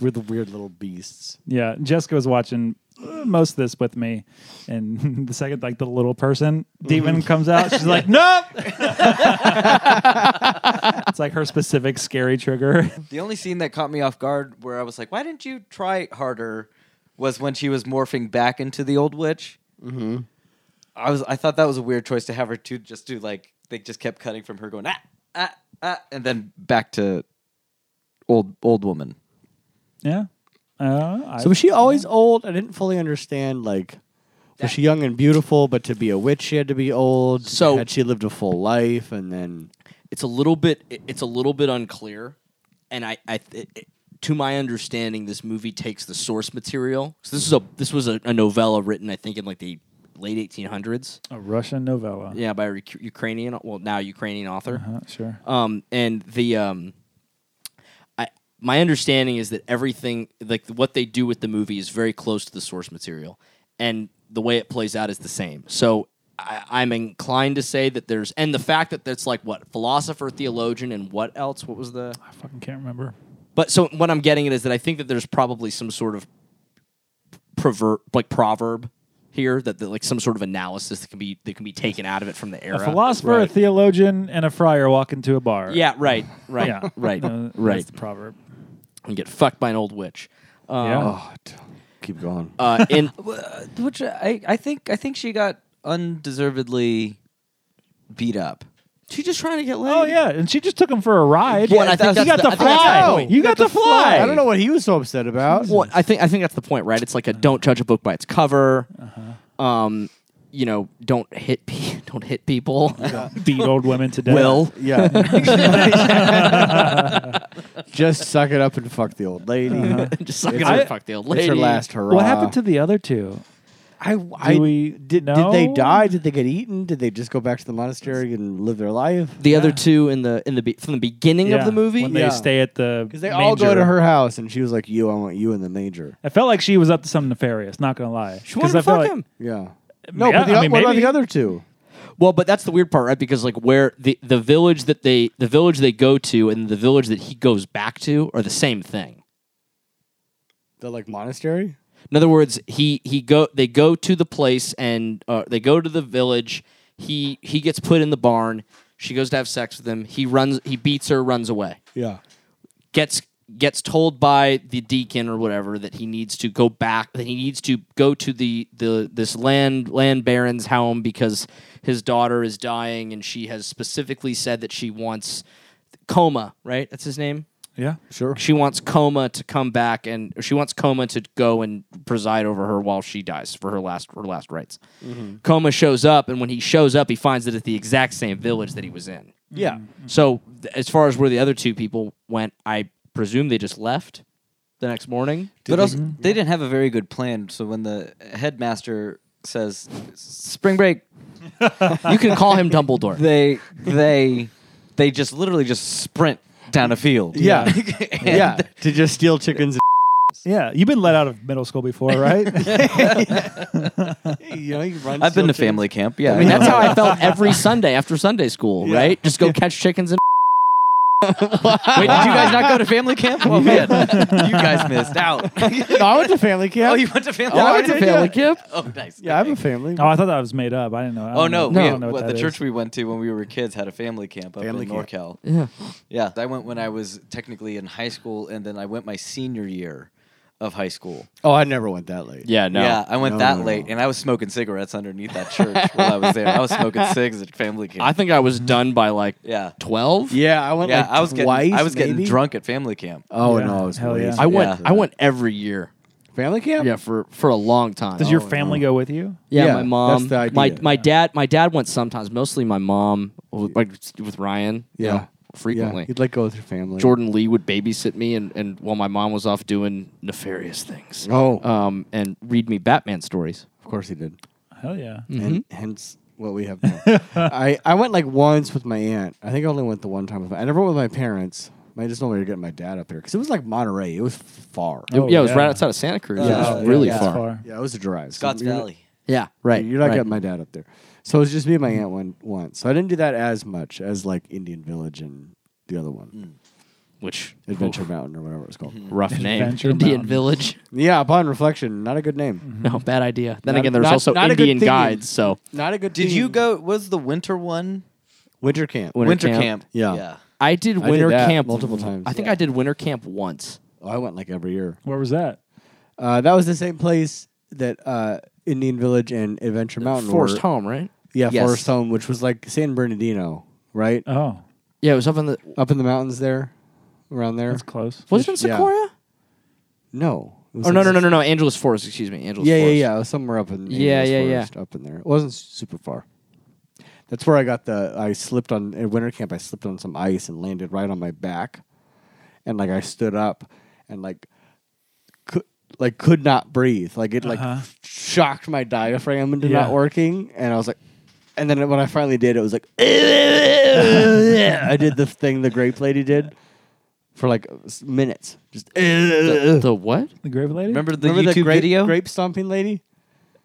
F: With the weird little beasts.
D: yeah jessica was watching uh, most of this with me and the second like the little person demon comes out she's like nope it's like her specific scary trigger
G: The only scene that caught me off guard where I was like, why didn't you try harder was when she was morphing back into the old witch. Mm-hmm. I was I thought that was a weird choice to have her to just do like they just kept cutting from her going ah ah ah and then back to old old woman.
D: Yeah. Uh, I,
F: So was she always old? I didn't fully understand, like. Was she young and beautiful, but to be a witch, she had to be old.
E: So-
F: had she lived a full life, and then
E: it's a little bit it- it's a little bit unclear and i i it, it- to my understanding this movie takes the source material so this is a this was a, a novella written i think in like the late 1800s
D: a Russian novella.
E: yeah by a Uk- Um, ukrainian well now ukrainian author
D: Uh, sure.
E: um and the um i my understanding is that everything like what they do with the movie is very close to the source material and the way it plays out is the same so I, i'm inclined to say that there's and the fact that that's like what philosopher theologian and what else what was the
D: I fucking can't remember.
E: but so what i'm getting at is that i think that there's probably some sort of proverb like proverb here that, that like some sort of analysis that can be that can be taken out of it from the era
D: A philosopher, a theologian, and a friar walk into a bar.
E: yeah right right
D: Yeah.
E: right
D: No, that's
E: right
D: the proverb.
E: and get fucked by an old witch Oh.
D: yeah.
F: Keep going.
E: uh, in
H: Which I, I think I think she got undeservedly beat up.
E: She's just trying to get laid.
D: Oh yeah, and she just took him for a ride.
E: Well, and I think
D: you
E: that's
D: got
E: the-
D: to
E: I think that's the
D: fly.
E: point.
D: You got to fly.
F: I don't know what he was so upset about.
E: Well, I think I think that's the point, right? It's like a don't judge a book by its cover.
F: Uh-huh.
E: Um, you know, don't hit pe- don't hit people.
D: Beat old women to death.
E: Will
F: Yeah. Just suck it up and fuck the old lady.
E: just like
F: It's
E: I,
D: her-
E: fuck the old
F: It's
E: lady.
F: her last hurrah.
E: uh,
D: What happened to the other two?
F: I, I
D: we
F: did, did they
D: know?
F: die? Did they get eaten? Did they just go back to the monastery and live their life?
E: The other two in the in the be- from the beginning of the movie.
D: when they
F: Yeah.
D: stay at the
F: Because they all go
D: manger.
F: to her house, and she was like, "You, I want you in the manger."
D: I felt like she was up to something nefarious. Not gonna lie.
E: She wanted to
D: I felt like-
E: fuck him.
F: Yeah. No,
D: Yeah,
F: but the,
D: I mean,
F: what about
D: maybe.
F: the other two?
E: Well, but that's the weird part, right? Because like where the the village that they the village they go to and the village that he goes back to are the same thing.
F: The like monastery.
E: In other words, he he go they go to the place and uh, they go to the village. He he gets put in the barn. She goes to have sex with him. He runs. He beats her. Runs away.
F: Yeah.
E: Gets gets told by the deacon or whatever that he needs to go back. That he needs to go to the the this land land baron's home because his daughter is dying and she has specifically said that she wants coma. Right. That's his name.
D: Yeah.
F: Sure.
E: She wants Coma to come back, and or she wants Coma to go and preside over her while she dies for her last her last rites.
F: Mm-hmm.
E: Coma shows up, and when he shows up, he finds it at the exact same village that he was in.
F: Yeah.
E: So, th- as far as where the other two people went, I presume they just left the next morning.
H: but also, they didn't have a very good plan. So when the headmaster says spring break,
E: You can call him Dumbledore.
H: they they they just literally just sprint down a field.
F: Yeah. yeah. To just steal chickens.
D: Yeah. You've been let out of middle school before, right?
F: And, you know, you run.
H: I've been
F: steal
H: to
F: chickens.
H: family camp. Yeah,
E: I mean, that's how I felt every Sunday after Sunday school.
F: Yeah.
E: Right? Just go catch chickens and.
H: Wait, did you guys not go to family camp? Well, man, you guys missed out.
F: No, I went to family camp.
H: oh, you went to family.
F: Yeah, I
H: camp?
F: went to family
E: camp.
H: Oh, nice.
F: yeah, I have a
H: Okay.
F: family.
D: oh, I thought that was made up. I didn't know. I
H: Oh
D: don't
H: no,
D: know-
H: we-
D: I don't know
H: what
D: what
H: the
D: that
H: church
D: is.
H: we went to when we were kids had a family camp up
F: Family
H: in
F: camp.
H: NorCal.
E: Yeah.
H: Yeah, I went when I was technically in high school, and then I went my senior year of high school.
F: Oh, I never went that late.
E: Yeah. No.
H: Yeah, I went
F: No,
H: that
F: no, no.
H: late, and I was smoking cigarettes underneath that church while I was there. I was smoking cigs at family camp.
E: I think I
D: Mm-hmm.
E: was done by like
H: yeah,
E: twelve.
F: Yeah, I went.
H: yeah,
F: like
H: I was
F: twice,
H: getting I was getting
F: maybe.
H: drunk at family camp.
F: Oh
D: Yeah,
F: no, I was
D: hell
F: way
D: yeah.
F: too
E: I went.
H: Yeah.
E: I went every year.
F: Family camp?
E: Yeah, for for a long time.
F: Oh,
D: Does your family go with you?
E: yeah,
F: Yeah,
E: my mom.
F: that's the idea.
E: My my dad. My dad went sometimes. Mostly my mom, with- like with Ryan. you
F: Yeah.
E: know,
F: Yeah.
E: frequently.
F: Yeah. You'd like go with your family.
E: Jordan Lee would babysit me, and and while my mom was off doing nefarious things.
F: Oh.
E: um, and read me Batman stories.
F: Of course he did.
D: Hell yeah.
F: And hence what we have now. I, I went like once with my aunt. I think I only went the one time with my I never went with my parents. I just know we were getting my dad up here because it was like Monterey. It was far.
E: It-
D: Oh,
E: yeah, it was
D: yeah.
E: right outside of Santa Cruz.
H: Yeah.
E: it
H: Yeah,
E: was really
H: yeah.
E: far.
F: Oh, Yeah, it was a drive. So
H: Scotts
F: you're-
H: Valley.
E: Yeah, right.
F: You're not
E: right.
F: getting my dad up there. So it was just me and my aunt one once. So I didn't do that as much as like Indian Village and the other one,
E: Mm. which
F: Adventure Mountain or whatever it was called.
E: rough name.
D: Adventure
E: Indian
D: Mountain.
E: Village.
F: Yeah, upon reflection, not a good name.
E: No, bad idea. Then
F: Not-
E: again, there's
F: not-
E: also
F: not a good
E: Indian
F: thing.
E: guides. So
F: Not a good.
H: Did you
F: theme.
H: go? Was the winter one?
F: winter camp?
E: Winter camp.
F: Yeah.
H: yeah.
E: I did
F: did
E: winter
F: that
E: camp
F: multiple times.
E: I think I did winter camp once.
F: Oh, I went like every year.
D: Where was that?
F: Uh, that was the same place that uh, Indian Village and Adventure Mountain
E: Forest
F: were.
E: Home, right?
F: Yeah,
H: Yes.
F: Forest Home, which was like San Bernardino, right?
D: Oh,
E: Yeah, it was up in the
F: Up in the mountains there, around there.
D: that's close.
E: was it in
F: Yeah.
E: Sequoia?
F: No. It was
E: Oh
F: like
E: no no
F: s-
E: no no no Angeles Forest. Excuse me, Angeles
F: Yeah, yeah,
E: Forest.
F: yeah. It was somewhere up in
E: Yeah,
F: Angeles
E: yeah, yeah.
F: Forest, up in there. It wasn't s- super far. That's where I got the. I slipped on at winter camp. I slipped on some ice and landed right on my back, and like I stood up and like could like could not breathe. Like it like shocked my diaphragm into
D: Yeah.
F: not working, and I was like. And then when I finally did, it was like I did the thing the grape lady did. for like s- minutes. Just
E: The, the what?
D: The Grave Lady?
G: Remember the
F: remember
G: YouTube
F: that grape,
G: video?
F: grape stomping lady?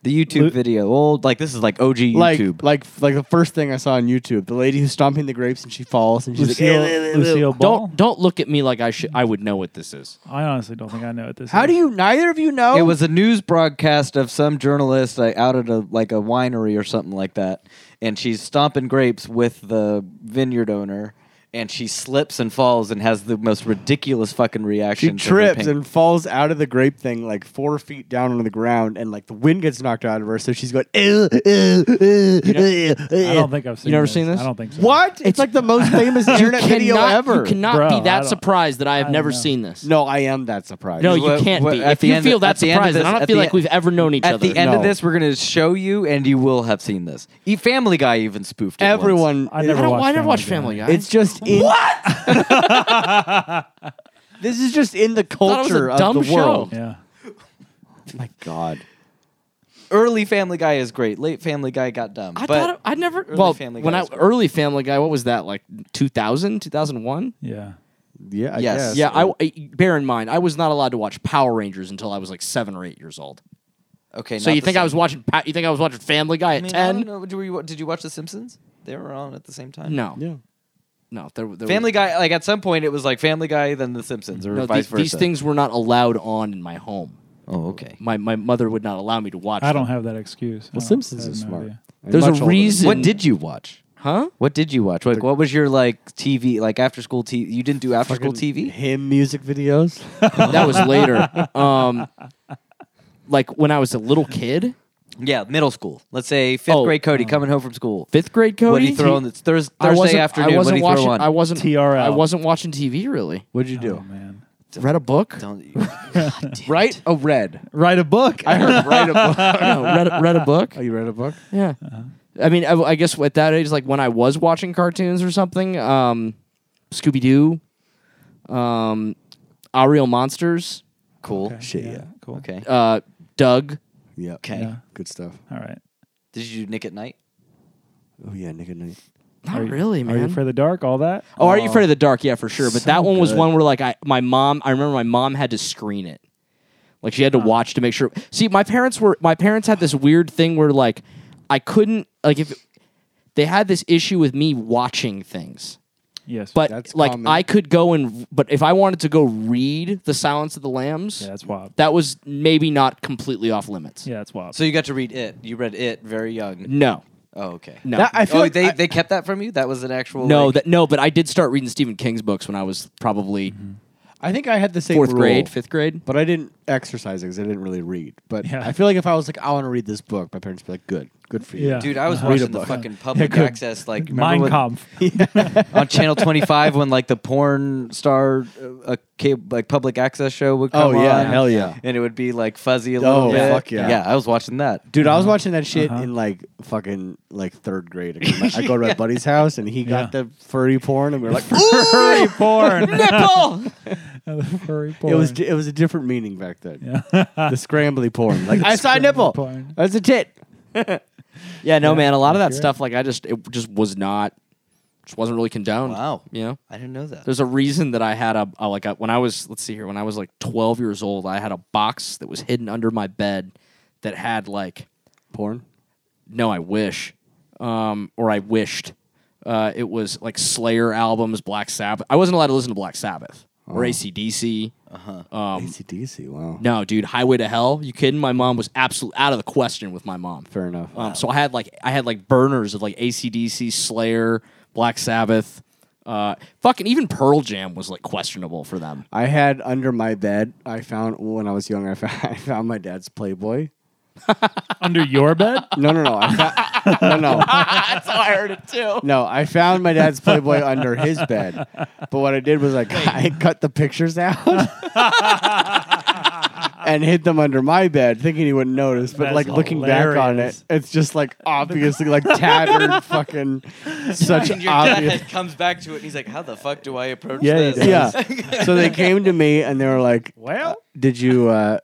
G: The YouTube video. Old like this is like OG YouTube.
F: Like like like the first thing I saw on YouTube, the lady who's stomping the grapes and she falls and she's
D: Lucille,
F: like, "Eh, eh, eh, eh."
D: Lucille Ball?
E: Don't don't look at me like I should. I would know what this is.
D: I honestly don't think I know what this
F: How
D: is.
F: do you? Neither of you know.
G: It was a news broadcast of some journalist like, out at a, like a winery or something like that, and she's stomping grapes with the vineyard owner, and she slips and falls and has the most ridiculous fucking
F: She
G: reaction. to her
F: trips
G: pain.
F: and falls out of the grape thing like four feet down onto the ground, and like the wind gets knocked out of her, so she's going. "Eh, eh, eh, eh, eh."
D: I don't think I've seen
E: never
D: this.
E: seen this?
D: I don't think so.
F: What? It's, like the most famous internet video
E: cannot,
F: ever.
E: You cannot
D: Bro,
E: be
D: I
E: that
D: don't-
E: surprised that I have
D: don't
E: never
D: know.
E: seen this.
F: no, I am that surprised.
E: No, you
G: What-
E: can't
G: what-
E: be.
G: at
E: If
G: the
E: you
G: end-
E: feel
G: at
E: that
G: the end of
E: surprised, then
G: this-
E: I don't
G: at
E: feel
G: the
E: like
G: end-
E: we've ever known each
G: At
E: other.
G: the end
F: No.
G: of this, we're gonna show you, and you will have seen this. E Family Guy even spoofed it once.
F: everyone.
D: I
E: I
D: never
E: don't.
D: watched
E: I never
D: Family
E: watch
D: Guy.
E: Family Guy.
F: It's just in, what. this is just in the
E: thought it was a
F: culture
E: dumb
F: of the
E: show.
F: world.
D: Yeah.
F: My God.
G: Early Family Guy is great. Late Family Guy got dumb.
E: I
G: but
E: thought it- I never.
G: Early
E: Well,
G: Family
E: when
G: Guy
E: I
G: was great.
E: early Family Guy, what was that like? 2000, 2001?
D: Yeah.
F: Yeah. I
G: Yes.
F: guess.
E: Yeah, I, I- bear in mind, I was not allowed to watch Power Rangers until I was like seven or eight years old.
G: okay.
E: So
G: not
E: you
G: the
E: think I
G: same.
E: was watching? Pa- You think I was watching Family Guy
G: I
E: at
G: mean, I don't
E: ten?
G: know. Did you, did you watch The Simpsons? They were on at the same time.
E: No,
F: Yeah.
E: no. There, there
G: Family
E: was,
G: Guy, like at some point, it was like Family Guy, then The Simpsons, or
E: No,
G: vice
E: these,
G: versa.
E: these things were not allowed on in my home.
G: Oh, okay.
E: My my mother would not allow me to watch.
D: I don't
E: them.
D: have that excuse. I
F: Well,
D: don't- I
F: Simpsons
D: have
F: is
D: no
F: smart.
D: idea.
F: And
E: There's a
F: much older.
E: reason-
G: What did you watch?
E: Huh?
G: What did you watch? Like, what was your like TV, like after school TV? You didn't do after school
F: Fucking
G: TV.
F: Him music videos.
E: that was later. Um, like when I was a little kid,
G: Yeah, middle school. Let's say fifth
E: Oh,
G: grade. Cody coming home from school.
E: fifth grade Cody.
G: What do you throw on? It's Thurs-
E: I
G: Thursday
E: wasn't,
G: afternoon.
E: I wasn't
G: what do you
E: watching.
G: throw on?
E: I wasn't.
D: TRL.
E: I wasn't watching TV really.
F: What'd you
D: Oh, man.
E: Read a book.
G: Don't.
F: Write a Oh, red.
D: Write a book.
F: I heard write a book.
E: no, read a, read a book.
F: Oh, you read a book?
E: Yeah. Uh-huh. I mean, I, I guess at that age, like when I was watching cartoons or something, um, Scooby Doo, um, Ariel Monsters,
G: cool.
F: Shit, yeah.
D: Cool.
G: Okay.
E: uh, Doug.
F: Yeah.
G: Okay.
D: Yeah.
F: Good stuff.
D: All right.
G: Did you do Nick at Night?
F: Oh yeah, Nick and Nick.
E: Not
D: Are you-
E: really,
D: Are
E: man.
D: you afraid of the dark? All that?
E: oh, Are You Afraid of the Dark? Yeah, for sure. But
D: So
E: that one was
D: good.
E: one where like I, my mom. I remember my mom had to screen it. Like she had to watch to make sure. See, my parents were my parents had this weird thing where like I couldn't like if they had this issue with me watching things.
D: Yes.
E: But
F: That's
E: like
F: common.
E: I could go and but if I wanted to go read The Silence of the Lambs,
D: yeah, that's wild.
E: that was maybe not completely off limits.
D: Yeah, that's wild.
G: So you got to read it. You read it very young.
E: No.
G: Oh, okay.
E: No.
F: That- I feel
G: oh,
F: like
G: they
F: I-
G: they kept that from you. That was an actual.
E: no,
G: like-
E: that no, but I did start reading Stephen King's books when I was probably
F: I think I had the same
E: 4th
F: rule,
E: grade, 5th grade.
F: but I didn't exercise because I didn't really read. But
D: Yeah.
F: I feel like if I was like, I want to read this book, my parents would be like, good, good for you.
D: Yeah.
G: Dude, I was
D: Uh-huh. Read
G: watching
D: a
G: the
D: book.
G: fucking public
D: Yeah, good.
G: access like remember
D: Mein
G: when-
D: Kampf.
G: on Channel 25 when like the porn star uh, a cable, like public access show would
F: Oh,
G: come
F: yeah,
G: on,
F: hell yeah.
G: and it would be like fuzzy a little
F: Oh,
G: bit.
F: fuck yeah.
G: Yeah, I was watching that.
F: Dude, I was watching that shit in like fucking like third grade. I go to my buddy's house and he got
D: Yeah.
F: the furry porn and we were like,
D: Furry porn.
E: Nipple.
D: Furry porn.
F: it was it was a different meaning back then.
D: Yeah.
F: The scrambly porn, like I saw a
D: scrambly
F: nipple,
D: porn.
F: that's a tit.
E: yeah, no man, a lot of that
D: you're
E: stuff like I just it just was not just wasn't really condoned.
G: Wow.
E: You know?
G: I didn't know that.
E: There's a reason that I had a, a like a, when I was let's see here when I was like 12 years old I had a box that was hidden under my bed that had like
F: Porn.
E: no I wish um or I wished uh it was like Slayer albums Black Sabbath I wasn't allowed to listen to Black Sabbath or ACDC
F: ACDC, wow.
E: no dude Highway to Hell you kidding my mom was absolutely out of the question with my mom
F: Fair enough.
E: um, so I had like I had like burners of like ACDC, Slayer, Black Sabbath, uh, fucking even Pearl Jam was like questionable for them.
F: I had under my bed. I found when I was young. I found, I found my dad's Playboy.
D: Under your bed?
F: No, no, no. I found, no, no,
E: That's how I heard it too.
F: no. I found my dad's Playboy under his bed. But what I did was like I cut the pictures out and hid them under my bed, thinking he wouldn't notice. But
D: That's
F: like looking back on it,
D: hilarious.
F: it's just like obviously like tattered, fucking such
G: and your
F: obvious.
G: dad comes back to it and he's like, "How the fuck do I approach
D: Yeah, he
G: this?"
D: does.
F: Yeah. so they came to me and they were like,
D: Well,
F: did you uh,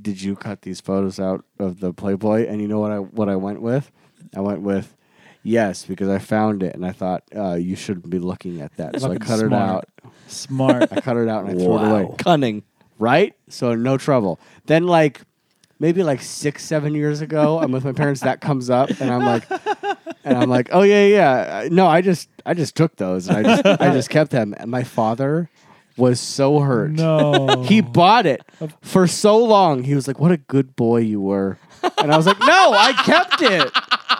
F: did you cut these photos out of the Playboy? And you know what I what I went with? I went with Yes, because I found it and I thought uh, you shouldn't be looking at that, so I
D: Fucking
F: cut it
D: smart.
F: out.
D: Smart.
F: I cut it out and I threw it away.
E: Cunning.
F: right? So no trouble. Then like maybe like six, seven years ago, I'm with my parents. That comes up, and I'm like, and I'm like, oh yeah, yeah. Uh, No, I just I just took those. And I just I just kept them. And my father was so hurt.
D: no.
F: He bought it for so long. He was like, "What a good boy you were," and I was like, "No, I kept it.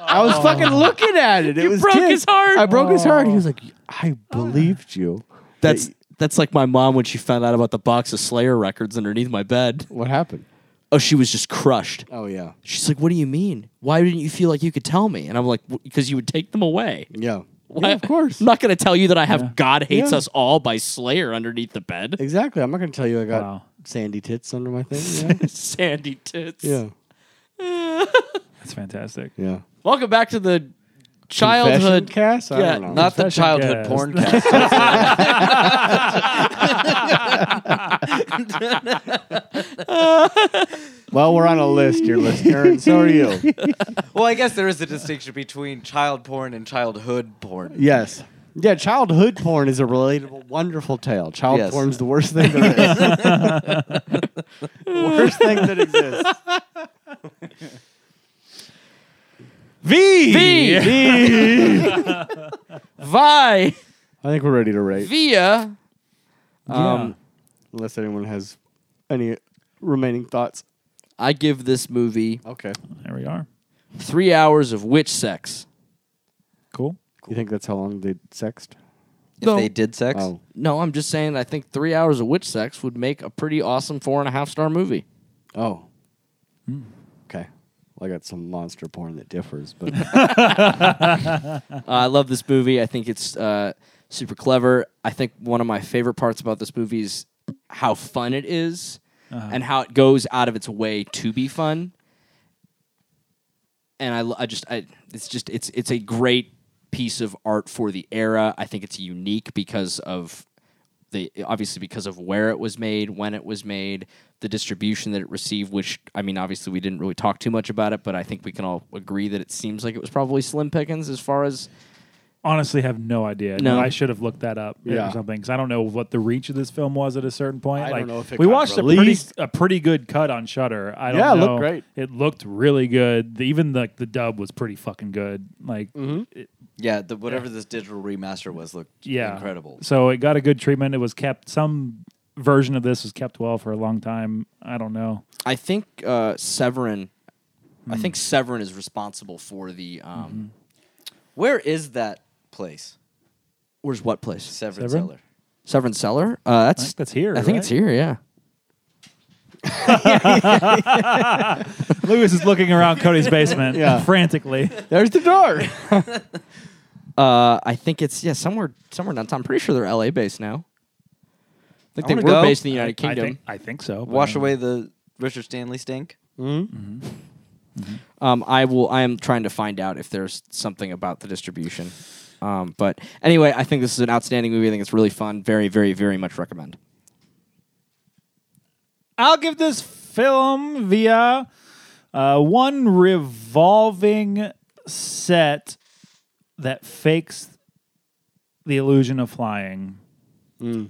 F: I was fucking looking at it. It was
E: broke
F: kids.
E: his heart.
F: I broke his heart." He was like, "I believed you."
E: That's that's like my mom when she found out about the box of Slayer records underneath my bed.
F: What happened?
E: Oh, she was just crushed.
F: Oh yeah,
E: She's like, "What do you mean? Why didn't you feel like you could tell me?" And I'm like, "Because you would take them away."
F: yeah.
E: Why-
F: yeah of course.
E: I'm not going to tell you that I have "God Hates
F: Yeah.
E: Us All" by Slayer underneath the bed.
F: Exactly. I'm not going to tell you I got
D: Wow.
F: sandy tits under my thing.
E: Sandy tits.
F: Yeah. yeah.
D: That's fantastic.
F: Yeah.
E: Welcome back to the childhood.
F: Confession cast? I
E: Yeah,
F: don't know.
G: Not the childhood
D: cast.
G: porn cast.
F: well, we're on a list, your listener, and so are you.
G: well, I guess there is a distinction between child porn and childhood porn.
F: yes. Yeah, childhood porn is a relatable, wonderful tale. Child
G: Yes.
F: porn's the worst thing there is. worst thing that exists.
E: V. V. Vi.
F: I think we're ready to rate.
E: Via. Um,
F: Unless anyone has any remaining thoughts.
E: I give this movie
F: Okay.
D: yeah. There we are.
E: three hours of witch sex.
D: Cool.
F: You think that's how long they sexed?
G: If they did sex,
F: Oh.
E: No, I'm just saying. I think three hours of witch sex would make a pretty awesome four and a half star movie.
F: Oh.
E: Hmm.
F: Okay. Well, I got some monster porn that differs, but
E: Uh, I love this movie. I think it's uh, super clever. I think one of my favorite parts about this movie is how fun it is and how it goes out of its way to be fun. And I, lo- I just, I, it's just, it's, it's a great piece of art for the era. I think it's unique because of the obviously because of where it was made, when it was made, the distribution that it received. Which I mean, obviously we didn't really talk too much about it, but I think we can all agree that it seems like it was probably slim pickings as far as
D: Honestly, have no idea.
E: No.
D: I should have looked that up
F: Yeah.
D: or something because I don't know what the reach of this film was at a certain point.
F: I don't
D: like
F: know if it
D: we
F: got
D: watched
F: released.
D: a pretty a pretty good cut on Shutter. I don't
F: Yeah, it
D: know.
F: looked great.
D: It looked really good. The- even like the dub was pretty fucking good. Like
F: Mm-hmm.
G: yeah, the, whatever this digital remaster was looked
D: yeah,
G: incredible.
D: So it got a good treatment. It was kept. Some version of this was kept well for a long time. I don't know.
E: I think uh, Severin. I think Severin is responsible for the. Um,
G: Where is that place?
E: Where's what place?
G: Severin,
D: Severin?
G: Cellar.
E: Severn Cellar. Uh, that's
D: I think that's here.
E: I think it's here. Yeah.
D: Lewis is looking around Cody's basement
F: Yeah.
D: frantically.
F: there's the door.
E: Uh, I think it's yeah somewhere somewhere downtown. I'm pretty sure they're L.A. based now. I think they
G: wanna go.
E: were based in the United
D: I
E: Kingdom.
D: think, I think so. but
G: Wash
D: I don't
G: away the Richard Stanley stink.
E: Um, I will. I am trying to find out if there's something about the distribution. Um, but anyway, I think this is an outstanding movie. I think it's really fun. Very, very, very much recommend.
D: I'll give this film via uh, one revolving set that fakes the illusion of flying.
E: Mm.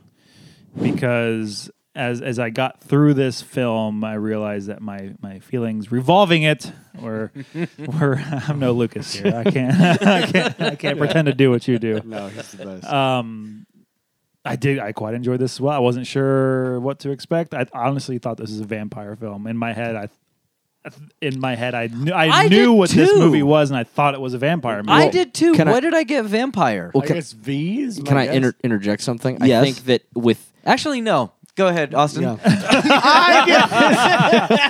D: Because as as I got through this film, I realized that my my feelings revolving it were were I'm no Lucas here. I can't I can't I can't pretend to do what you do.
F: No, he's the best.
E: Uh,
D: I did. I quite enjoyed this as well. I wasn't sure what to expect. I honestly thought this was a vampire film. In my head, I, in my head, I knew
G: I
D: I, knew
G: did
D: what this
G: too.
D: movie was, and I thought it was a vampire movie.
G: I did too.
E: can I-
G: Why did I get vampire?
E: Well, can,
F: guess V is.
E: can
F: my
E: I
F: guess.
E: inter- interject something? I
G: Yes.
E: think that with
G: Actually, no. Go ahead, Austin.
F: Yeah.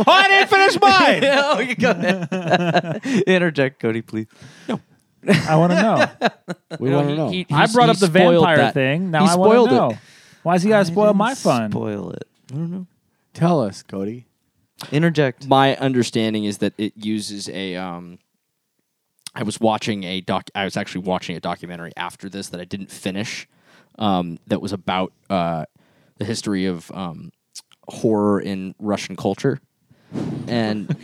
D: I didn't finish mine.
G: oh, you go ahead. Interject, Cody, please.
D: I want to know.
F: We want to know.
E: he-
D: I
E: he's-
D: brought
E: he
D: up the
E: spoiled
D: vampire
E: that.
D: thing. Now
E: He
D: I want
E: spoiled
D: to
E: it.
D: know. Why's he got to spoil my fun?
G: Spoil it.
F: Tell us, Cody.
G: Interject.
E: my understanding is that it uses a um I was watching a doc I was actually watching a documentary after this that I didn't finish um that was about uh the history of um horror in Russian culture and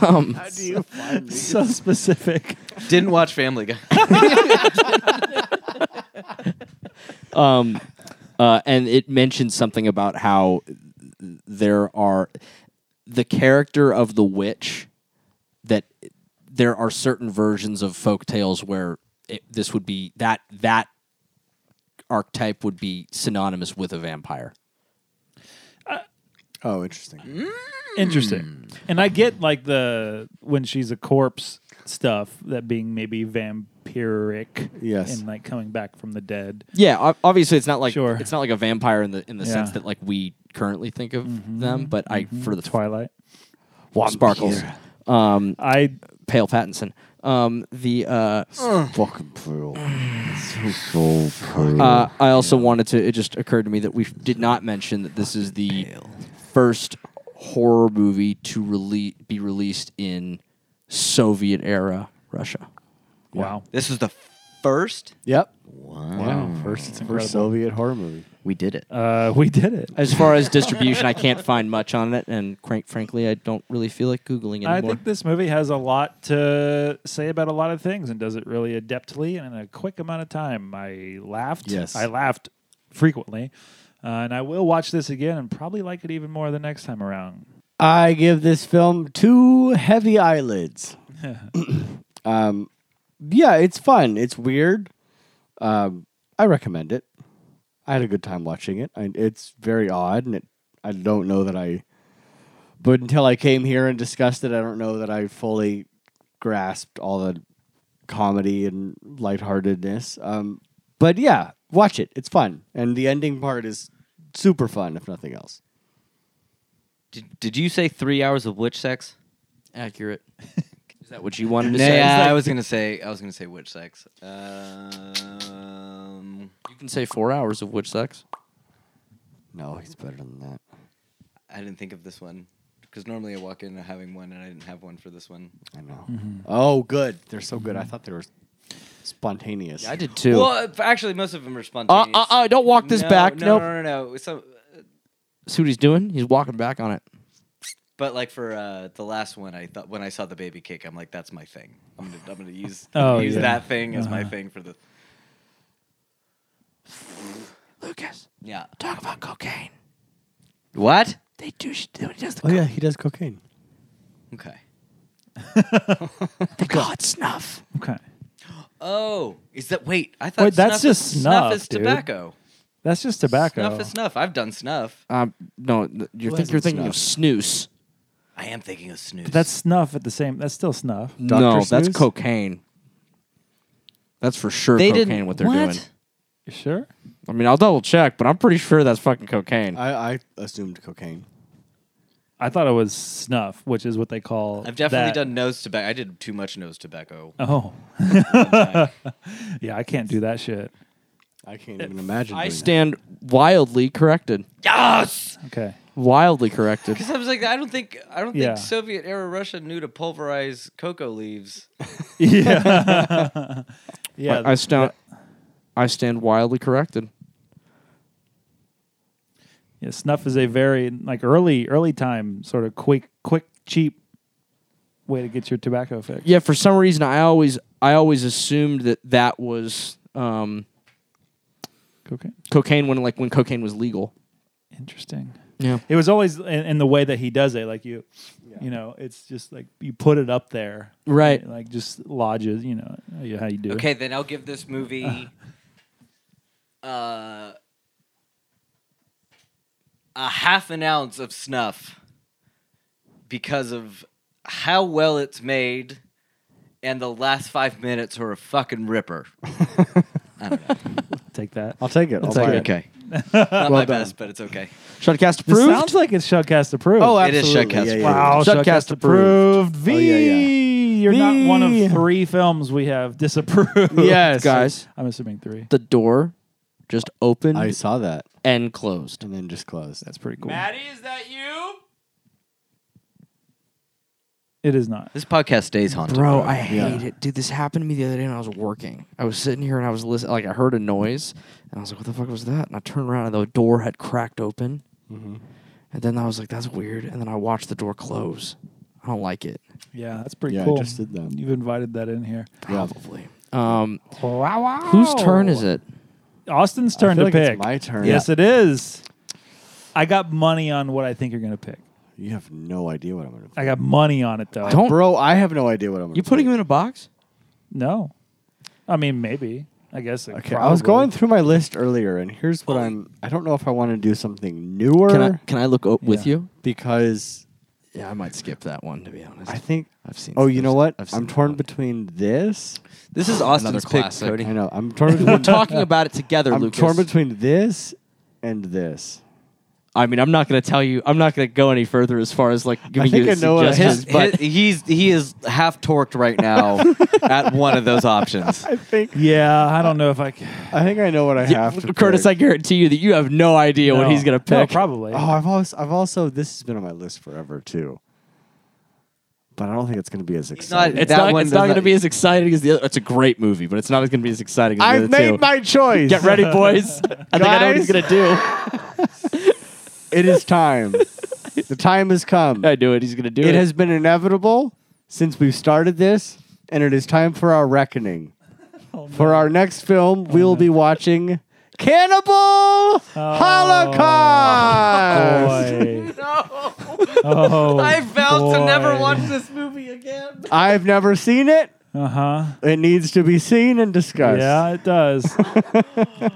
E: Um,
D: so specific.
H: Didn't watch Family Guy.
E: um, uh, and it mentions something about how there are the character of the witch that there are certain versions of folk tales where it, this would be that that archetype would be synonymous with a vampire.
F: Oh, interesting.
G: Hmm.
D: Interesting. And I get like the when she's a corpse stuff that being maybe vampiric.
F: Yes.
D: And like coming back from the dead.
E: Yeah, ob- obviously it's not like
D: Sure.
E: it's not like a vampire in the in the sense
D: Yeah. Mm-hmm.
E: that like we currently think of them, but I for the
D: Twilight.
E: sparkles,
G: Mm.
E: um,
D: I
E: pale Pattinson, um, the uh,
F: Fucking plural.
E: Uh, I also wanted to. It just occurred to me that we did not mention that this is the first horror movie to rele- be released in Soviet era Russia.
D: wow.
G: This was the first.
F: Yep.
G: Wow.
F: First,
D: incredible.
F: first Soviet horror movie.
G: We did it.
D: Uh, we did it.
E: As far as distribution, I can't find much on it, and crank, frankly, I don't really feel like googling
D: I
E: anymore.
D: think this movie has a lot to say about a lot of things and does it really adeptly and in a quick amount of time. I laughed.
F: Yes.
D: I laughed frequently. Uh, and I will watch this again and probably like it even more the next time around.
F: I give this film two heavy eyelids. um, yeah, it's fun. It's weird. Um, I recommend it. I had a good time watching it. I, it's very odd, and it, I don't know that I. But until I came here and discussed it, I don't know that I fully grasped all the comedy and lightheartedness. Um, but yeah, watch it. It's fun, and the ending part is super fun, if nothing else.
G: Did, did you say three hours of witch sex?
E: Accurate. is that what you wanted to
G: Yeah,
E: say?
G: I was gonna say I was gonna say witch sex. Um,
E: you can say four hours of witch sex.
F: No, he's better than that.
G: I didn't think of this one because normally I walk in having one, and I didn't have one for this one.
F: I know. Oh, good. They're so good. I thought they were spontaneous.
E: I did too.
G: Well, if- actually, most of them are
E: Uh,
G: spontaneous.
E: uh, uh, don't walk this
G: No,
E: back.
G: No,
E: nope.
G: no, no, no. Some,
E: See what he's doing? He's walking back on it.
G: but like for uh, the last one, I thought when I saw the baby cake, I'm like, that's my thing. I'm gonna, I'm gonna use
D: Oh,
G: use
D: yeah.
G: that thing as my thing for the.
E: Lucas,
G: Yeah.
E: talk about cocaine.
G: What?
E: They do. She, he does the
F: Oh yeah, he does cocaine.
G: Okay.
E: The God snuff.
D: Okay.
G: Oh, is that wait? I thought
D: Wait, that's
G: snuff is-
D: just
G: snuff
D: snuff,
G: is
D: dude.
G: tobacco.
D: That's just tobacco.
G: Snuff is snuff. I've done snuff.
E: Um, no, th- you're, think, you're thinking of snooze.
G: I am thinking of snooze.
D: That's snuff at the same. That's still snuff.
E: no,
F: Dr.
E: that's
F: Snooze?
E: cocaine. That's for sure cocaine. What they're doing.
D: You sure?
E: I mean, I'll double check, but I'm pretty sure that's fucking cocaine.
F: I, I assumed cocaine.
D: I thought it was snuff, which is what they call.
G: I've definitely
D: that.
G: done nose tobacco. I did too much nose tobacco.
D: Oh, yeah, I can't do that shit.
F: I can't even imagine.
E: I
F: doing
E: stand wildly corrected.
G: Yes,
D: Okay,
E: Wildly corrected.
G: because I was like, I don't think, I don't
D: Yeah.
G: think Soviet era Russia knew to pulverize cocoa leaves.
D: yeah, yeah.
E: I, I stand. I stand wildly corrected.
D: yeah, snuff is a very like early, early time sort of quick, quick, cheap way to get your tobacco fixed.
E: Yeah, for some reason, I always, I always assumed that that was um,
D: cocaine.
E: cocaine when, like, when cocaine was legal.
D: Interesting.
E: Yeah.
D: It was always in, in the way that he does it. Like you, you know, it's just like you put it up there,
E: Right.
D: Like just lodges. You know how you do. it.
G: Okay, then I'll give this movie uh, a half an ounce of snuff because of how well it's made, and the last five minutes are a fucking ripper.
D: take that.
F: I'll take it. I'll
D: take it.
F: buy it.
G: Okay, not my
F: done.
G: best, but it's okay.
E: Shotcast
D: This
E: approved.
D: sounds like it's Showcast approved.
F: Oh,
G: It is
F: absolutely.
G: Shudcast
F: yeah, yeah, yeah.
D: Wow,
E: Shudcast
D: Shudcast, approved. V,
F: Oh, yeah,
D: you're
F: V.
D: not one of three films we have disapproved.
F: Yes,
E: Guys,
D: I'm assuming three.
E: the door just opened
F: I saw that
E: and closed.
F: and then just closed. That's
D: Pretty cool.
G: is that you?
D: It is not.
G: This podcast stays haunted.
E: Bro, I hate it. Dude, this happened to me the other day when I was working. I was sitting here and I was listening, like, I heard a noise and I was like, what the fuck was that? And I turned around and the door had cracked
G: Mm-hmm.
E: open. And then I was like, that's weird. And then I watched the door close. I don't like it.
D: Yeah, that's pretty
F: Yeah, I
D: cool.
F: just did that.
D: You've invited that in here.
F: Probably.
E: Um, Whose turn is it?
D: Austin's turn
F: feel
D: to
F: like it's
D: pick.
F: my turn.
D: Yes, it is. I got money on what I think you're going to pick.
F: You have no idea what I'm going to
D: I got money on it though.
E: Don't
F: Bro, I have no idea what I'm going to
E: you putting him in a box?
D: No. I mean, maybe. I guess. it
F: Okay, I was
D: probably-
F: going through my list earlier, and here's what I'm. I don't know if I want to do something newer
E: Can I can I look o- with
D: Yeah.
E: you?
F: because
E: Yeah, I might skip that one to be honest.
F: I think.
G: I've seen.
F: Oh, you know what?
G: I've seen
F: I'm
G: that
F: torn
G: one.
F: between this.
G: This is Austin's
E: Another
G: pick,
E: classic.
G: Cody.
F: I know. I'm torn.
E: We're
F: Between,
E: talking about it together,
F: I'm
E: Lucas.
F: torn between this and this.
E: I mean, I'm not going to tell you. I'm not going to go any further as far as like giving
F: think
E: you
F: I know what I
E: suggestions.
F: have.
E: but
G: he's he is half torqued right now at one of those options.
F: I think.
D: Yeah, I don't know if I can.
F: I think I know what I
E: Yeah,
F: have to.
E: Curtis, I
F: pick.
E: guarantee you that you have no idea
D: No.
E: what he's going to pick.
D: No, probably.
F: Oh, I've also. I've also. This has been on my list forever too. But I don't think it's going to be as exciting.
E: It's
G: That
E: not,
G: one
E: it's
G: does
E: not going to
G: not- e
E: be as exciting as the other. It's a great movie, but it's not going to be as exciting as the
F: I've
E: other
F: made
E: two.
F: my choice.
E: Get ready, boys. I think I know what he's going
F: Guys.
E: to do.
F: It is time. the time has come.
E: I knew it. He's going to do it.
F: It has been inevitable since we've started this, and it is time for our reckoning. For our next film, we'll be watching Cannibal Holocaust.
D: Boy. Oh, I vowed to never watch this.
F: I've never seen it.
D: Uh huh.
F: It needs to be seen and discussed.
D: Yeah, it does.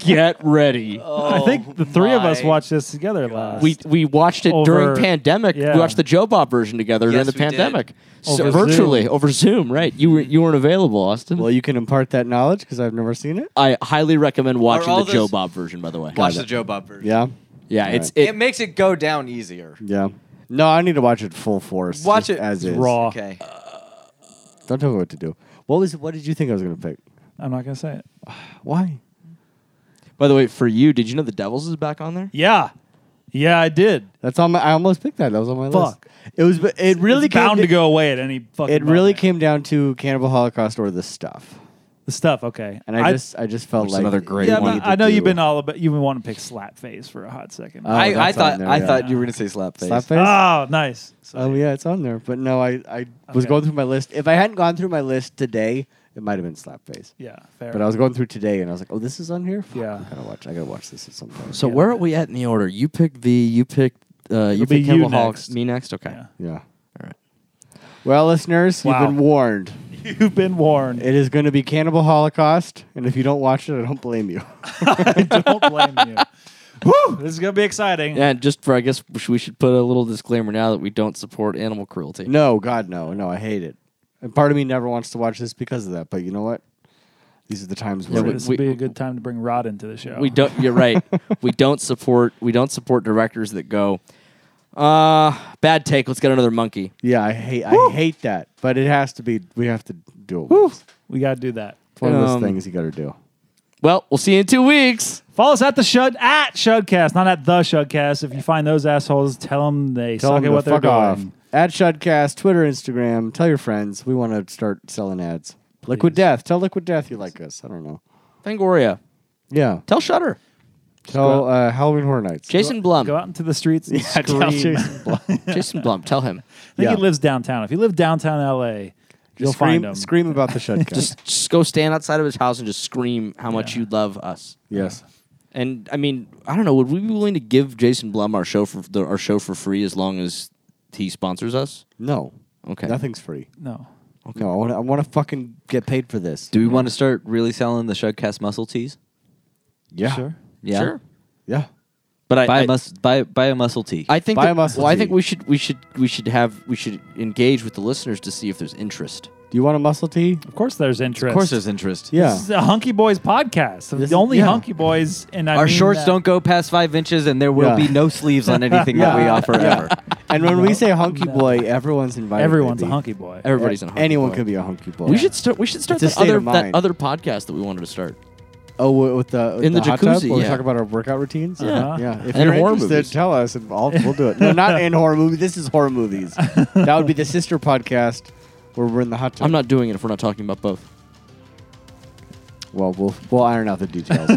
E: Get ready.
G: Oh.
D: I
F: Oh
D: think the three of us
G: my
D: watched this together last.
E: we we watched it
D: Over-
E: during pandemic.
D: yeah.
E: We watched the Joe Bob version together during
G: Yes,
E: the
G: we did.
E: pandemic. So
D: Over
E: virtually
D: Zoom.
E: over Zoom, right? You were you weren't available, Austin.
F: Well, you can impart that knowledge because I've never seen it.
E: I highly recommend watching
G: all
E: the Joe
G: those-
E: Bob version, by the way.
G: Watch the Joe Bob version.
F: Yeah.
E: Yeah, it's
G: It,
E: it,
G: makes it go down easier.
F: Yeah. No, I need to watch it full force.
G: Watch
F: just
G: it
F: as is.
D: raw.
G: Okay.
F: Don't tell me what to do. What was? What did you think I was going to pick?
D: I'm not gonna say it.
F: Why?
E: By the way, for you, did you know the Devils is back on there?
D: Yeah, yeah, I did.
F: That's on my. I almost picked that. That was on my
D: Fuck.
F: list. It was. It really
D: it's
F: came
D: bound to go away at any fucking.
F: It really
D: moment.
F: came down to Cannibal Holocaust or the stuff,
D: the stuff. Okay,
F: and I, just I just felt
G: Which is
F: like
G: another great
D: Yeah,
G: one.
D: but I know you've been all about. You've been wanting to pick slap face for a hot second.
F: Oh,
G: I, I
F: that's
G: thought
F: on there,
G: I
F: yeah.
G: thought you were gonna say slap face.
F: slap face.
D: oh, nice.
F: oh yeah, it's on there. But no, I I was
D: Okay.
F: going through my list. If I hadn't gone through my list today, it might have been slap face.
D: yeah, fair.
F: But I was going through today, and I was like, oh, this is on here. Fuck,
D: Yeah.
F: I gotta watch. I gotta watch this at some point.
E: So where are we at in the order? You picked the you picked uh, you
D: It'll be
E: picked
D: you
E: Cannibal Hawks.
D: next.
E: Me next. Okay.
D: Yeah.
F: yeah. All right. Well, listeners,
D: Wow.
F: you've been warned.
D: You've been warned.
F: It is going to be Cannibal Holocaust, and if you don't watch it, I don't blame you.
D: I don't blame you. Woo! This is gonna be exciting.
E: Yeah, just for I guess we should- we should put a little disclaimer now that we don't support animal cruelty.
F: No, God, no, no, I hate it. And part of me never wants to watch this because of that. But you know what? These are the times
D: So
F: where
E: we-
D: this would be a good time to bring Rod into the show.
E: We don't. You're right. we don't support. We don't support directors that go. Uh, bad take. Let's get another monkey.
F: yeah, I hate, I hate that. But it has to be. We have to do it. once.
D: We gotta do that.
F: It's one of those
E: Um,
F: things you got to do.
E: Well, we'll see you in two weeks.
D: Follow us at the Shud at Shudcast, not at the Shudcast. If you find those assholes, tell them they
F: Tell
D: suck
F: them
D: at
F: to
D: what they're
F: fuck
D: doing.
F: off. At Shudcast, Twitter, Instagram. Tell your friends. We want to start selling ads. Liquid Death. Tell Liquid Death you like us. I don't know.
E: Fangoria.
F: Yeah.
E: Tell Shutter.
F: Tell uh, Halloween Horror Nights.
E: Jason Blum.
D: Go out into the streets and
F: Yeah, tell
D: scream. I
F: Jason Blum.
E: Jason Blum. Tell him.
D: think
F: Yeah.
D: he lives downtown. If you live downtown LA, you'll
F: scream,
D: find him.
F: Scream about the Shudcast.
E: Just, just go stand outside of his house and just scream how much you love us.
F: yes.
E: And I mean, I don't know. Would we be willing to give Jason Blum our show for the, our show for free as long as he sponsors us?
F: No.
E: Okay.
F: Nothing's free.
D: No.
F: No, I want to I wanna fucking get paid for this.
G: Do we want to start really selling the Shugcast muscle tees?
F: Yeah.
D: Sure.
G: Yeah.
E: Sure.
F: Yeah.
E: But I,
G: Buy
E: I,
G: a mus- buy buy a muscle tee.
E: I think
F: Buy
E: that-
F: a muscle
E: well, I
F: tee.
E: think we should we should we should have we should engage with the listeners to see if there's interest.
F: Do you want a muscle tee?
D: Of course there's interest.
G: of course, there's interest.
F: Yeah.
D: This is a Hunky Boys podcast.
F: This is-
D: the only
F: yeah.
D: Hunky Boys, and I
G: Our
D: mean uh,
G: shorts
D: that.
G: don't go past five inches, and there will be
F: Yeah.
G: no sleeves on anything that we
F: Yeah.
G: offer ever.
F: And when we say hunky boy, everyone's invited.
D: Everyone's a
F: baby.
D: Hunky Boy.
E: Everybody's in. a hunky
F: Anyone
E: boy.
F: could be a hunky boy.
E: We should start. We should start
F: It's a
E: that
F: state
E: other
F: of
E: that
F: mind.
E: other podcast that we wanted to start.
F: Oh, wi- with the with
E: In the
F: hot tub,
E: jacuzzi,
F: where we
E: yeah.
F: talk about our workout routines.
E: Yeah.
D: Uh-huh.
F: Yeah. If
E: And
F: you're
E: horror
F: interested,
E: movies.
F: tell us, and I'll, we'll do it. No, not in horror movies. This is horror movies. That would be the sister podcast where we're in the hot tub.
E: I'm not doing it if we're not talking about both.
F: Well, we'll we'll iron out the details.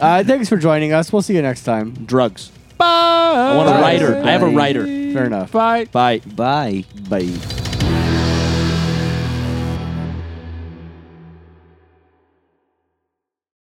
F: uh, thanks for joining us. We'll see you next time.
E: Drugs. Bye. I want a
F: Bye.
E: writer. I have a
F: Bye.
E: writer.
F: Fair enough.
E: Bye.
G: Bye.
F: Bye.